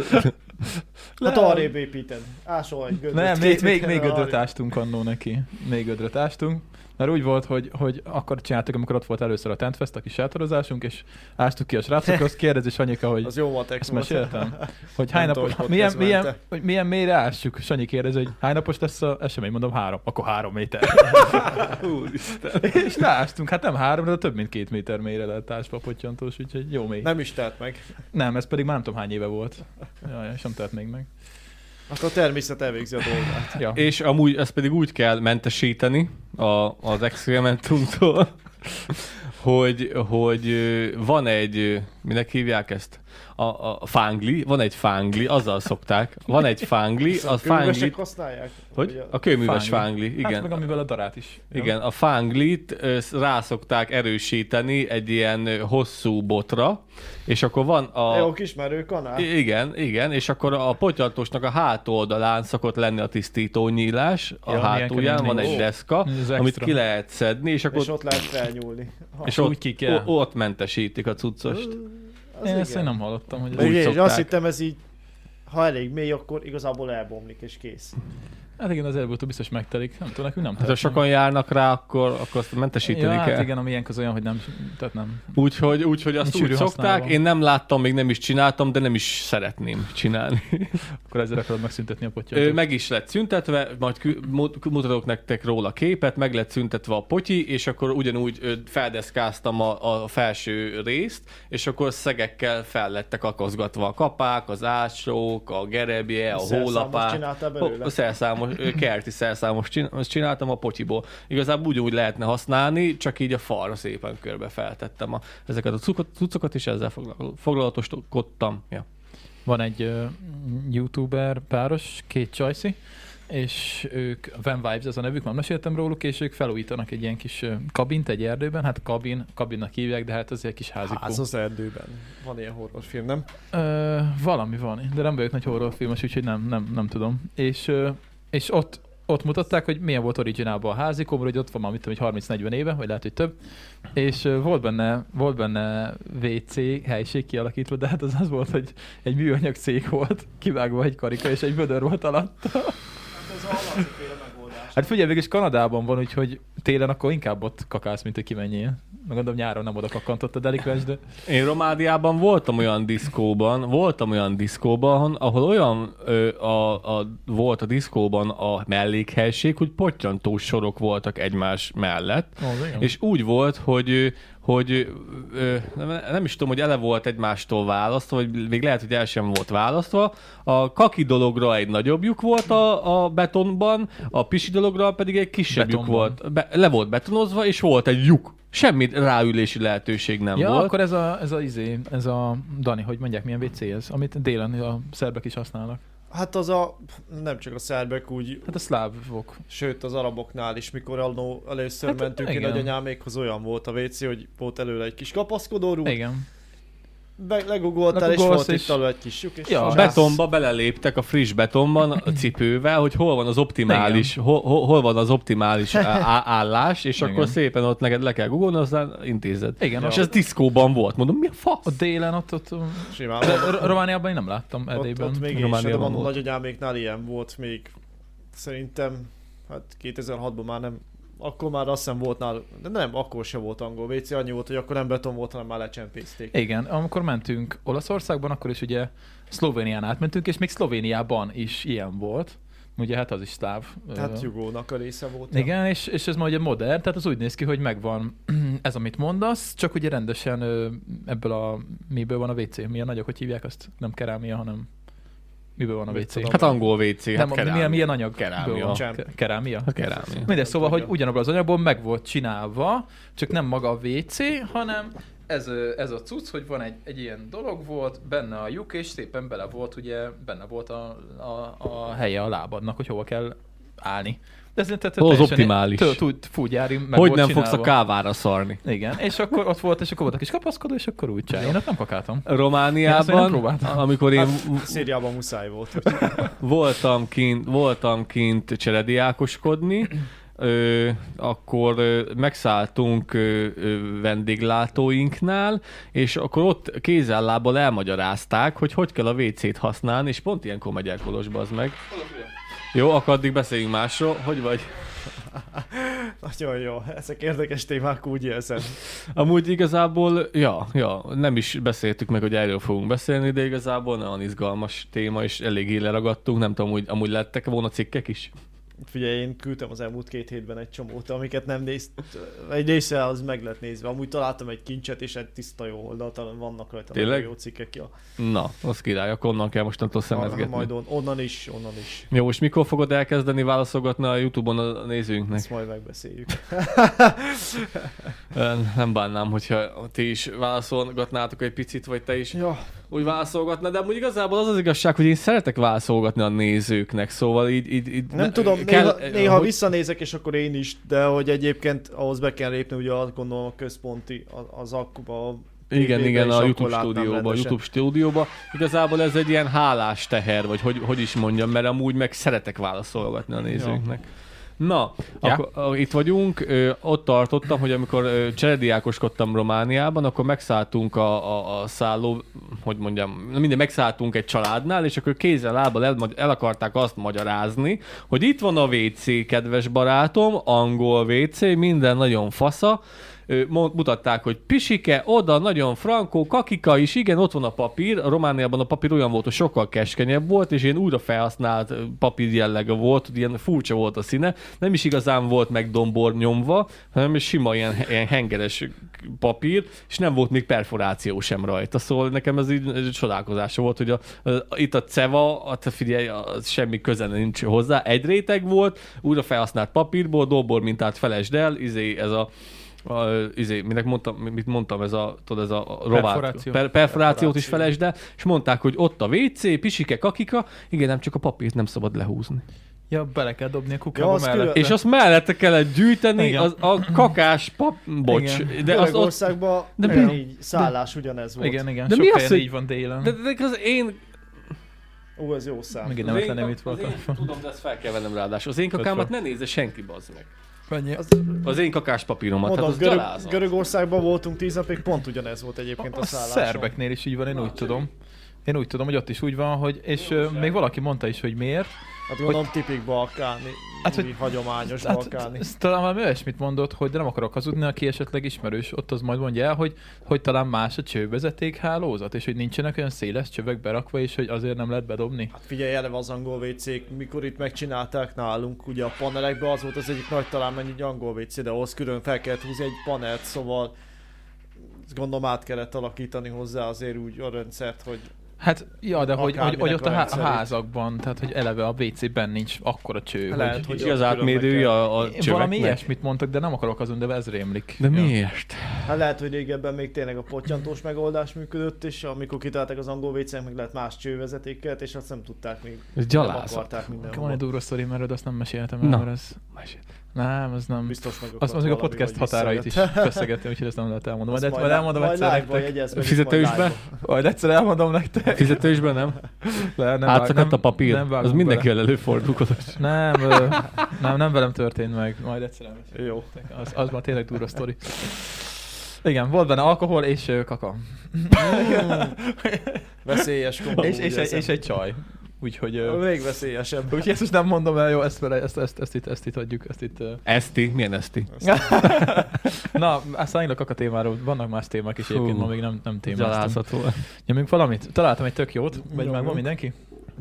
Speaker 3: Hát arrébb építed. Ásolj, gödröt.
Speaker 2: Nem,
Speaker 3: két
Speaker 2: még, még,
Speaker 3: héttel
Speaker 2: még
Speaker 3: arrébb.
Speaker 2: ödröt ástunk annó neki. Még ödröt ástunk. Mert úgy volt, hogy, hogy akkor csináltuk, amikor ott volt először a Tentfest, a kis sátorozásunk, és ástuk ki a srácokat, azt kérdezi Sanyika, hogy
Speaker 3: Az jó matek
Speaker 2: Ezt
Speaker 3: volt.
Speaker 2: meséltem? Hogy
Speaker 3: Nem
Speaker 2: hány
Speaker 3: tudom,
Speaker 2: napos,
Speaker 3: hogy
Speaker 2: milyen,
Speaker 3: podcast
Speaker 2: milyen,
Speaker 3: mente.
Speaker 2: hogy milyen mélyre ássuk? Sanyi kérdezi, hogy hány napos lesz a esemény? Mondom, három. Akkor három méter.
Speaker 1: Úristen.
Speaker 2: és leástunk, hát nem három, de több mint két méter mélyre lett ásva a pottyantós, úgyhogy jó mély. Nem.
Speaker 3: Nem is telt meg.
Speaker 2: nem, ez pedig már nem tudom hány éve volt. Jaj, sem tett még meg.
Speaker 3: Hát a természet elvégzi a dolgát.
Speaker 2: Ja.
Speaker 1: És amúgy ezt pedig úgy kell mentesíteni a, az experimentumtól, hogy, hogy ö, van egy, ö, minek hívják ezt? A, a fángli, van egy fángli, azzal szokták. Van egy fángli, a fángli,
Speaker 3: Különösek használják.
Speaker 1: hogy?
Speaker 3: Ugye-
Speaker 1: A kőműves
Speaker 2: Fángli.
Speaker 1: fángli,
Speaker 2: Hát meg
Speaker 1: igen.
Speaker 2: amivel a darát is.
Speaker 1: Igen, a fánglit ö, sz- rászokták erősíteni egy ilyen ö, hosszú botra, és akkor van a...
Speaker 3: Jó kismerő kanál.
Speaker 1: I- Igen, igen, és akkor a potyartósnak a hátoldalán szokott lenni a tisztító nyílás, a
Speaker 2: Ja, milyen
Speaker 1: hátulján
Speaker 2: kemény
Speaker 1: van
Speaker 2: nincs.
Speaker 1: egy
Speaker 3: Ó,
Speaker 1: deszka,
Speaker 2: ez extra.
Speaker 1: amit ki lehet szedni, és akkor
Speaker 3: És ott lehet felnyúlni. Ha,
Speaker 1: és
Speaker 2: Úgy
Speaker 1: ott,
Speaker 2: ki kell.
Speaker 1: o- ott mentesítik a cuccost.
Speaker 3: az
Speaker 2: Én
Speaker 3: igen.
Speaker 2: ezt én nem hallottam, hogy
Speaker 3: Meg
Speaker 1: Úgy
Speaker 2: ez...
Speaker 3: én is
Speaker 1: szokták.
Speaker 3: azt hittem ez így, ha elég mély, akkor igazából elbomlik és kész.
Speaker 2: Hát igen, az előbb biztos megtelik. Nem tudom, nekünk nem
Speaker 1: Hát, ha sokan járnak rá, akkor, akkor azt mentesíteni
Speaker 2: ja,
Speaker 1: kell.
Speaker 2: hát igen, ami ilyenkor az olyan, hogy nem, tehát nem.
Speaker 1: Úgyhogy, úgyhogy azt
Speaker 2: Sűrű
Speaker 1: úgy szokták,
Speaker 2: használva.
Speaker 1: én nem láttam, még nem is csináltam, de nem is szeretném csinálni.
Speaker 2: Akkor ezzel akarod megszüntetni a pottyant.
Speaker 1: Ö, meg is lett szüntetve, majd kü- mut- mutatok nektek róla képet, meg lett szüntetve a potyi, és akkor ugyanúgy ö, feldeszkáztam a, a felső részt, és akkor szegekkel fel lettek akaszgatva a kapák, az ásók, a gerebje, a
Speaker 3: Szerszámos
Speaker 1: hólapák.
Speaker 3: csináltál
Speaker 1: Ho-
Speaker 3: belőle?
Speaker 1: A szerszámos, ö, kerti szerszámos csin- azt csináltam a potyiból. Igazából úgy, úgy lehetne használni, csak így a falra szépen körbe feltettem a, ezeket a cuko- cuccokat, és ezzel foglal- foglalatoskodtam. Ja.
Speaker 2: Van egy uh, youtuber páros, két csajszi, és ők, Van Vibes az a nevük, már meséltem róluk, és ők felújítanak egy ilyen kis ö, kabint egy erdőben, hát kabin, kabinnak hívják, de hát az egy kis házikó.
Speaker 3: Ház az erdőben. Van ilyen horrorfilm, nem?
Speaker 2: Ö, valami van, de nem vagyok nagy horrorfilmes, úgyhogy nem, nem, nem tudom. És, ö, és ott, ott mutatták, hogy milyen volt originálban a házikomra, hogy ott van már, mit tudom, hogy 30-40 éve, vagy lehet, hogy több. És ö, volt benne, volt benne WC helység kialakítva, de hát az az volt, hogy egy műanyag cég volt, kivágva egy karika, és egy vödör volt alatt.
Speaker 3: Hát ez a halaciféle megoldás.
Speaker 2: Hát figyelj, mégis Kanadában van, úgyhogy télen akkor inkább ott kakálsz, mint hogy kimenjél. Meg gondolom nyáron nem oda kakkantott a delikvens, de
Speaker 1: Én Romádiában voltam olyan diszkóban, voltam olyan diszkóban, ahol olyan ö, a, a, volt a diszkóban a mellékhelység, hogy pottyantó sorok voltak egymás mellett.
Speaker 2: Az igen.
Speaker 1: és úgy volt, hogy ö, hogy ö, ö, nem, nem is tudom, hogy ele volt egymástól választva, vagy még lehet, hogy el sem volt választva. A kaki dologra egy nagyobb lyuk volt a, a betonban, a pisi dologra pedig egy kisebb lyuk
Speaker 2: Betonban.
Speaker 1: volt. Be, le volt betonozva, és volt egy lyuk. Semmi ráülési lehetőség nem
Speaker 2: ja,
Speaker 1: volt.
Speaker 2: akkor ez a, ez a izé, ez a Dani, hogy mondják, milyen WC ez, amit délen a szerbek is használnak.
Speaker 3: Hát az a, nem csak a szerbek úgy,
Speaker 2: Hát a szlávok.
Speaker 3: Sőt, az araboknál is, mikor annó először
Speaker 2: Hát,
Speaker 3: hát, mentünk igen.
Speaker 2: igen.
Speaker 3: én nagyanyámékhoz, olyan volt a WC, hogy volt előle egy kis kapaszkodó rúd,
Speaker 2: Igen.
Speaker 3: be- legugoltál, és
Speaker 2: Legugolsz,
Speaker 3: volt
Speaker 2: és-
Speaker 3: itt alul egy kis lyuk, és
Speaker 2: Ja,
Speaker 1: A
Speaker 3: srász.
Speaker 1: betonba beleléptek, a friss betonban, a cipővel, hogy hol van az optimális, hol, hol hol van az optimális á- á- állás, és
Speaker 2: Igen.
Speaker 1: akkor szépen ott neked le kell googolni, aztán intézed.
Speaker 2: Igen,
Speaker 1: és
Speaker 2: az-
Speaker 1: ez diszkóban volt. Mondom, mi a
Speaker 2: A
Speaker 1: fasz?
Speaker 2: délen ott, ott, ott
Speaker 3: Simán.
Speaker 2: de Ro- Romániában én nem láttam,
Speaker 3: Ott,
Speaker 2: Erdélyben.
Speaker 3: ott még én is, de
Speaker 1: Romániában
Speaker 3: van
Speaker 1: volt.
Speaker 3: nagyanyáméknál ilyen volt még, szerintem, hát 2006-ban már nem, akkor már azt hiszem volt nál, de nem, akkor se volt angol WC, annyi volt, hogy akkor nem beton volt, hanem már lecsempészték.
Speaker 2: Igen, amikor mentünk Olaszországban, akkor is ugye Szlovénián átmentünk, és még Szlovéniában is ilyen volt. Ugye hát az is szláv.
Speaker 3: Tehát
Speaker 2: ö,
Speaker 3: jugónak a része volt.
Speaker 2: Igen, és, és ez ma ugye modern, tehát az úgy néz ki, hogy megvan ez, amit mondasz, csak ugye rendesen ö, ebből a, miből van a WC, milyen nagyok, hogy hívják azt, nem kerámia, hanem miből van a
Speaker 3: Mit
Speaker 2: WC.
Speaker 3: tudom.
Speaker 1: Hát angol WC, hát
Speaker 2: nem,
Speaker 1: kerámia.
Speaker 2: milyen, milyen anyag?
Speaker 1: Kerámia.
Speaker 2: Van?
Speaker 3: Csemp.
Speaker 2: Ke- Kerámia?
Speaker 1: A kerámia.
Speaker 2: Mindegy,
Speaker 3: Nem
Speaker 2: szóval, hogy
Speaker 3: tudja.
Speaker 2: ugyanabban az anyagból meg volt csinálva, csak nem maga a WC, hanem ez, ö, ez a cucc, hogy van egy, egy ilyen dolog volt, benne a lyuk, és szépen bele volt, ugye, benne volt a, a, a helye a lábadnak, hogy hova kell állni. De ez tehát
Speaker 1: Az
Speaker 2: teljesen
Speaker 1: optimális.
Speaker 2: Tő, tud, fú, gyári, meg
Speaker 1: Hogy
Speaker 2: volt
Speaker 1: nem
Speaker 2: csinálva.
Speaker 1: fogsz a kávára szarni?
Speaker 2: Igen, és akkor ott volt, és akkor volt a kis kapaszkodó, és akkor úgy csinál. Én ott nem kakáltam. Én azt még nem
Speaker 1: Romániában,
Speaker 2: próbáltam. Hát-
Speaker 1: amikor én
Speaker 3: Szíriában muszáj volt. úgyhogy
Speaker 1: voltam kint, voltam kint cserediákoskodni, Ö, akkor ö, megszálltunk ö, ö, vendéglátóinknál, és akkor ott kézzel-lábbal elmagyarázták, hogy hogy kell a WC-t használni, és pont ilyenkor megy el Kolosba, az meg. Jó, akkor addig beszéljünk másról. Hogy vagy?
Speaker 3: Nagyon jó, ezek érdekes témák úgy érzem.
Speaker 1: Amúgy igazából, ja, ja, nem is beszéltük meg, hogy erről fogunk beszélni, de igazából nagyon izgalmas téma, és eléggé leragadtunk, nem tudom, amúgy, amúgy lettek volna cikkek is.
Speaker 3: Figyelj, én küldtem az elmúlt két hétben egy csomót, amiket nem nézt, egy része az meg lett nézve. Amúgy találtam egy kincset, és egy tiszta jó oldalt, vannak rajta nagyon
Speaker 1: Tényleg?
Speaker 3: jó cikkek. Ja.
Speaker 1: Na, az király, akkor onnan kell mostantól
Speaker 3: Ha-
Speaker 1: szemezgetni.
Speaker 3: Majd on, onnan is, onnan is.
Speaker 1: Jó, és mikor fogod elkezdeni válaszolgatni a Youtube-on a nézőinknek?
Speaker 3: Ezt majd megbeszéljük.
Speaker 1: Ö, Nem bánnám, hogyha ti is válaszolgatnátok egy picit, vagy te is
Speaker 3: ja,
Speaker 1: úgy válaszolgatna, de amúgy igazából az az igazság, hogy én szeretek válaszolgatni a nézőknek, szóval így... így, így
Speaker 3: nem tudom,
Speaker 1: kell- eh,
Speaker 3: néha, néha
Speaker 1: hogy-
Speaker 3: visszanézek, és akkor én is, de hogy egyébként ahhoz be kell lépni, ugye azt gondolom a központi, a- az akkuba, a
Speaker 1: Igen,
Speaker 3: tévébe,
Speaker 1: igen,
Speaker 3: és
Speaker 1: a
Speaker 3: akkor
Speaker 1: YouTube
Speaker 3: látnám
Speaker 1: stúdióba, a
Speaker 3: rendesen.
Speaker 1: YouTube stúdióba. Igazából ez egy ilyen hálás teher, vagy hogy, hogy is mondjam, mert amúgy meg szeretek válaszolgatni a nézőknek. Na,
Speaker 2: Ja.
Speaker 1: ja. akkor, ah, itt vagyunk, ö, ott tartottam, hogy amikor ö, cserediákoskodtam Romániában, akkor megszálltunk a, a, a szálló, hogy mondjam, na mindegy, megszálltunk egy családnál, és akkor kézzel lábbal el, el akarták azt magyarázni, hogy itt van a WC, kedves barátom, angol WC, minden nagyon fasza, Ö, mond- mutatták, hogy pisike, oda, nagyon frankó, kakika is, igen, ott van a papír. A Romániában a papír olyan volt, hogy sokkal keskenyebb volt, és ilyen újra felhasznált ö, papír jellege volt, hogy ilyen furcsa volt a színe. Nem is igazán volt meg dombor nyomva, hanem sima ilyen, ilyen hengeres papír, és nem volt még perforáció sem rajta. Szóval nekem ez így ez egy csodálkozás volt, hogy a, a, itt a ceva, a, te figyelj, az semmi köze nincs hozzá. Egy réteg volt, újra felhasznált papírból, dombor mintát felesd el, izé, ez a a, ö, izé, minek mondtam, mi- mit mondtam, ez a, tudod, ez a rovát,
Speaker 2: Perforáció.
Speaker 1: per, perforációt is felejtsd el, és mondták, hogy ott a WC, pisike, kakika, igen, nem csak a papírt nem szabad lehúzni.
Speaker 2: Ja, bele kell dobni a
Speaker 3: Ja,
Speaker 2: kukába
Speaker 3: az
Speaker 2: ja,
Speaker 3: külön.
Speaker 2: mellette.
Speaker 1: És azt mellette kellett gyűjteni,
Speaker 2: Igen.
Speaker 1: az, a kakás pap, bocs,
Speaker 2: Igen.
Speaker 1: de az ott,
Speaker 3: Görögországban
Speaker 1: de
Speaker 3: de
Speaker 1: mi-
Speaker 3: így szállás ugyanez volt.
Speaker 2: Igen, igen,
Speaker 1: De
Speaker 2: de
Speaker 1: mi
Speaker 2: sok
Speaker 1: az,
Speaker 2: helyen
Speaker 1: hogy-
Speaker 2: így van délen.
Speaker 1: de, de, de az én
Speaker 3: Ó, ez jó szám.
Speaker 2: Megint nem
Speaker 1: az
Speaker 2: ötlenem
Speaker 1: én-
Speaker 2: itt volt
Speaker 1: az
Speaker 2: a
Speaker 1: én-
Speaker 2: telefon.
Speaker 1: Tudom, de ezt fel kell vennem ráadásul. Az én kakámat ne nézze senki, bazd meg.
Speaker 2: Mennyi?
Speaker 3: Az,
Speaker 1: Az én kakás papíromat, hát
Speaker 3: mondom,
Speaker 1: az
Speaker 3: görög,
Speaker 1: gyalázat.
Speaker 3: Görögországban voltunk tíz napig, pont ugyanez volt egyébként a,
Speaker 2: A
Speaker 3: szálláson.
Speaker 2: szerbeknél is így van, én úgy tudom. Én úgy tudom, hogy ott is úgy van, hogy, és ö, még valaki mondta is, hogy miért.
Speaker 3: Hát gondolom tipik balkáni,
Speaker 2: Hát,
Speaker 3: hát,
Speaker 2: hogy-
Speaker 3: hogy... hagyományos hát,
Speaker 2: Hát,
Speaker 3: balkáni.
Speaker 2: ez talán valami olyasmit mondott, hogy de nem akarok hazudni, aki esetleg ismerős, ott az majd mondja el, hogy, hogy talán más a csővezeték hálózat, és hogy nincsenek olyan széles csövek berakva, és hogy azért nem lehet bedobni.
Speaker 3: Hát figyelj, eleve az angol wc mikor itt megcsinálták nálunk, ugye a panelekben az volt az egyik nagy találmány, egy angol WC, de ahhoz külön fel kellett húzni egy panelt, szóval ezt gondolom át kellett alakítani hozzá azért úgy a rendszert, hogy
Speaker 2: Hát, ja, de hogy, hogy,
Speaker 3: Akárminek
Speaker 2: hogy ott
Speaker 3: a
Speaker 2: a, há- a
Speaker 3: rendszerét.
Speaker 2: házakban, tehát hogy eleve a WC-ben nincs akkora cső.
Speaker 3: Lehet,
Speaker 2: hogy...
Speaker 3: hogy
Speaker 1: Ki az
Speaker 3: ott külön meg
Speaker 1: átmérője
Speaker 3: kell-
Speaker 1: a, a
Speaker 2: Valami
Speaker 1: csöveknek?
Speaker 2: ilyesmit mondtak, de nem akarok azon, de ez rémlik.
Speaker 1: De
Speaker 2: Ja.
Speaker 1: miért?
Speaker 3: hát lehet, hogy régebben még tényleg a potyantós megoldás működött, és amikor kitalálták az angol wc meg lehet más csővezetéket, és azt nem tudták még.
Speaker 1: Ez
Speaker 3: Nem
Speaker 1: gyalázat.
Speaker 3: akarták
Speaker 2: Van
Speaker 3: mindenhol.
Speaker 2: egy durva sztori, mert azt nem meséltem el,
Speaker 1: Na.
Speaker 2: mert az... Nem, az nem.
Speaker 3: Biztos meg
Speaker 2: Azt az még a podcast határait is feszegettem, úgyhogy ezt nem lehet elmondom. Majd, majd elmondom
Speaker 3: majd
Speaker 2: egyszer
Speaker 3: live-ban
Speaker 2: nektek.
Speaker 3: jegyez meg.
Speaker 1: Fizetősbe?
Speaker 2: Majd egyszer elmondom nektek.
Speaker 1: Fizetősben nem?
Speaker 2: Le, nem vág-
Speaker 1: Átszakadt Hát a
Speaker 2: nem-
Speaker 1: papír.
Speaker 2: nem vágunk
Speaker 1: Az mindenki
Speaker 2: bele.
Speaker 1: előfordul.
Speaker 2: Nem, ö, nem, nem velem történt meg. Majd egyszer elmesélem.
Speaker 3: Jó.
Speaker 2: Az, az már tényleg durva sztori. Igen, volt benne alkohol és ö, kaka.
Speaker 3: Veszélyes kombó.
Speaker 2: és, és,
Speaker 3: ugye
Speaker 2: egy,
Speaker 3: ezen.
Speaker 2: és egy csaj. Úgyhogy... ö,
Speaker 3: Még veszélyesebb.
Speaker 2: Úgyhogy ezt most nem mondom el, jó, ezt, vele, ezt, ezt, ezt, itt, ezt itt adjuk, ezt itt... ö.
Speaker 1: Eszti? Milyen eszti?
Speaker 2: Na, aztán a kaka témáról, vannak más témák is
Speaker 1: Fú.
Speaker 2: egyébként, ma még nem, nem témáztam.
Speaker 1: Gyalázható.
Speaker 2: Nyomjunk valamit? Találtam egy tök jót, vagy már van
Speaker 3: Nyomjunk.
Speaker 2: mindenki?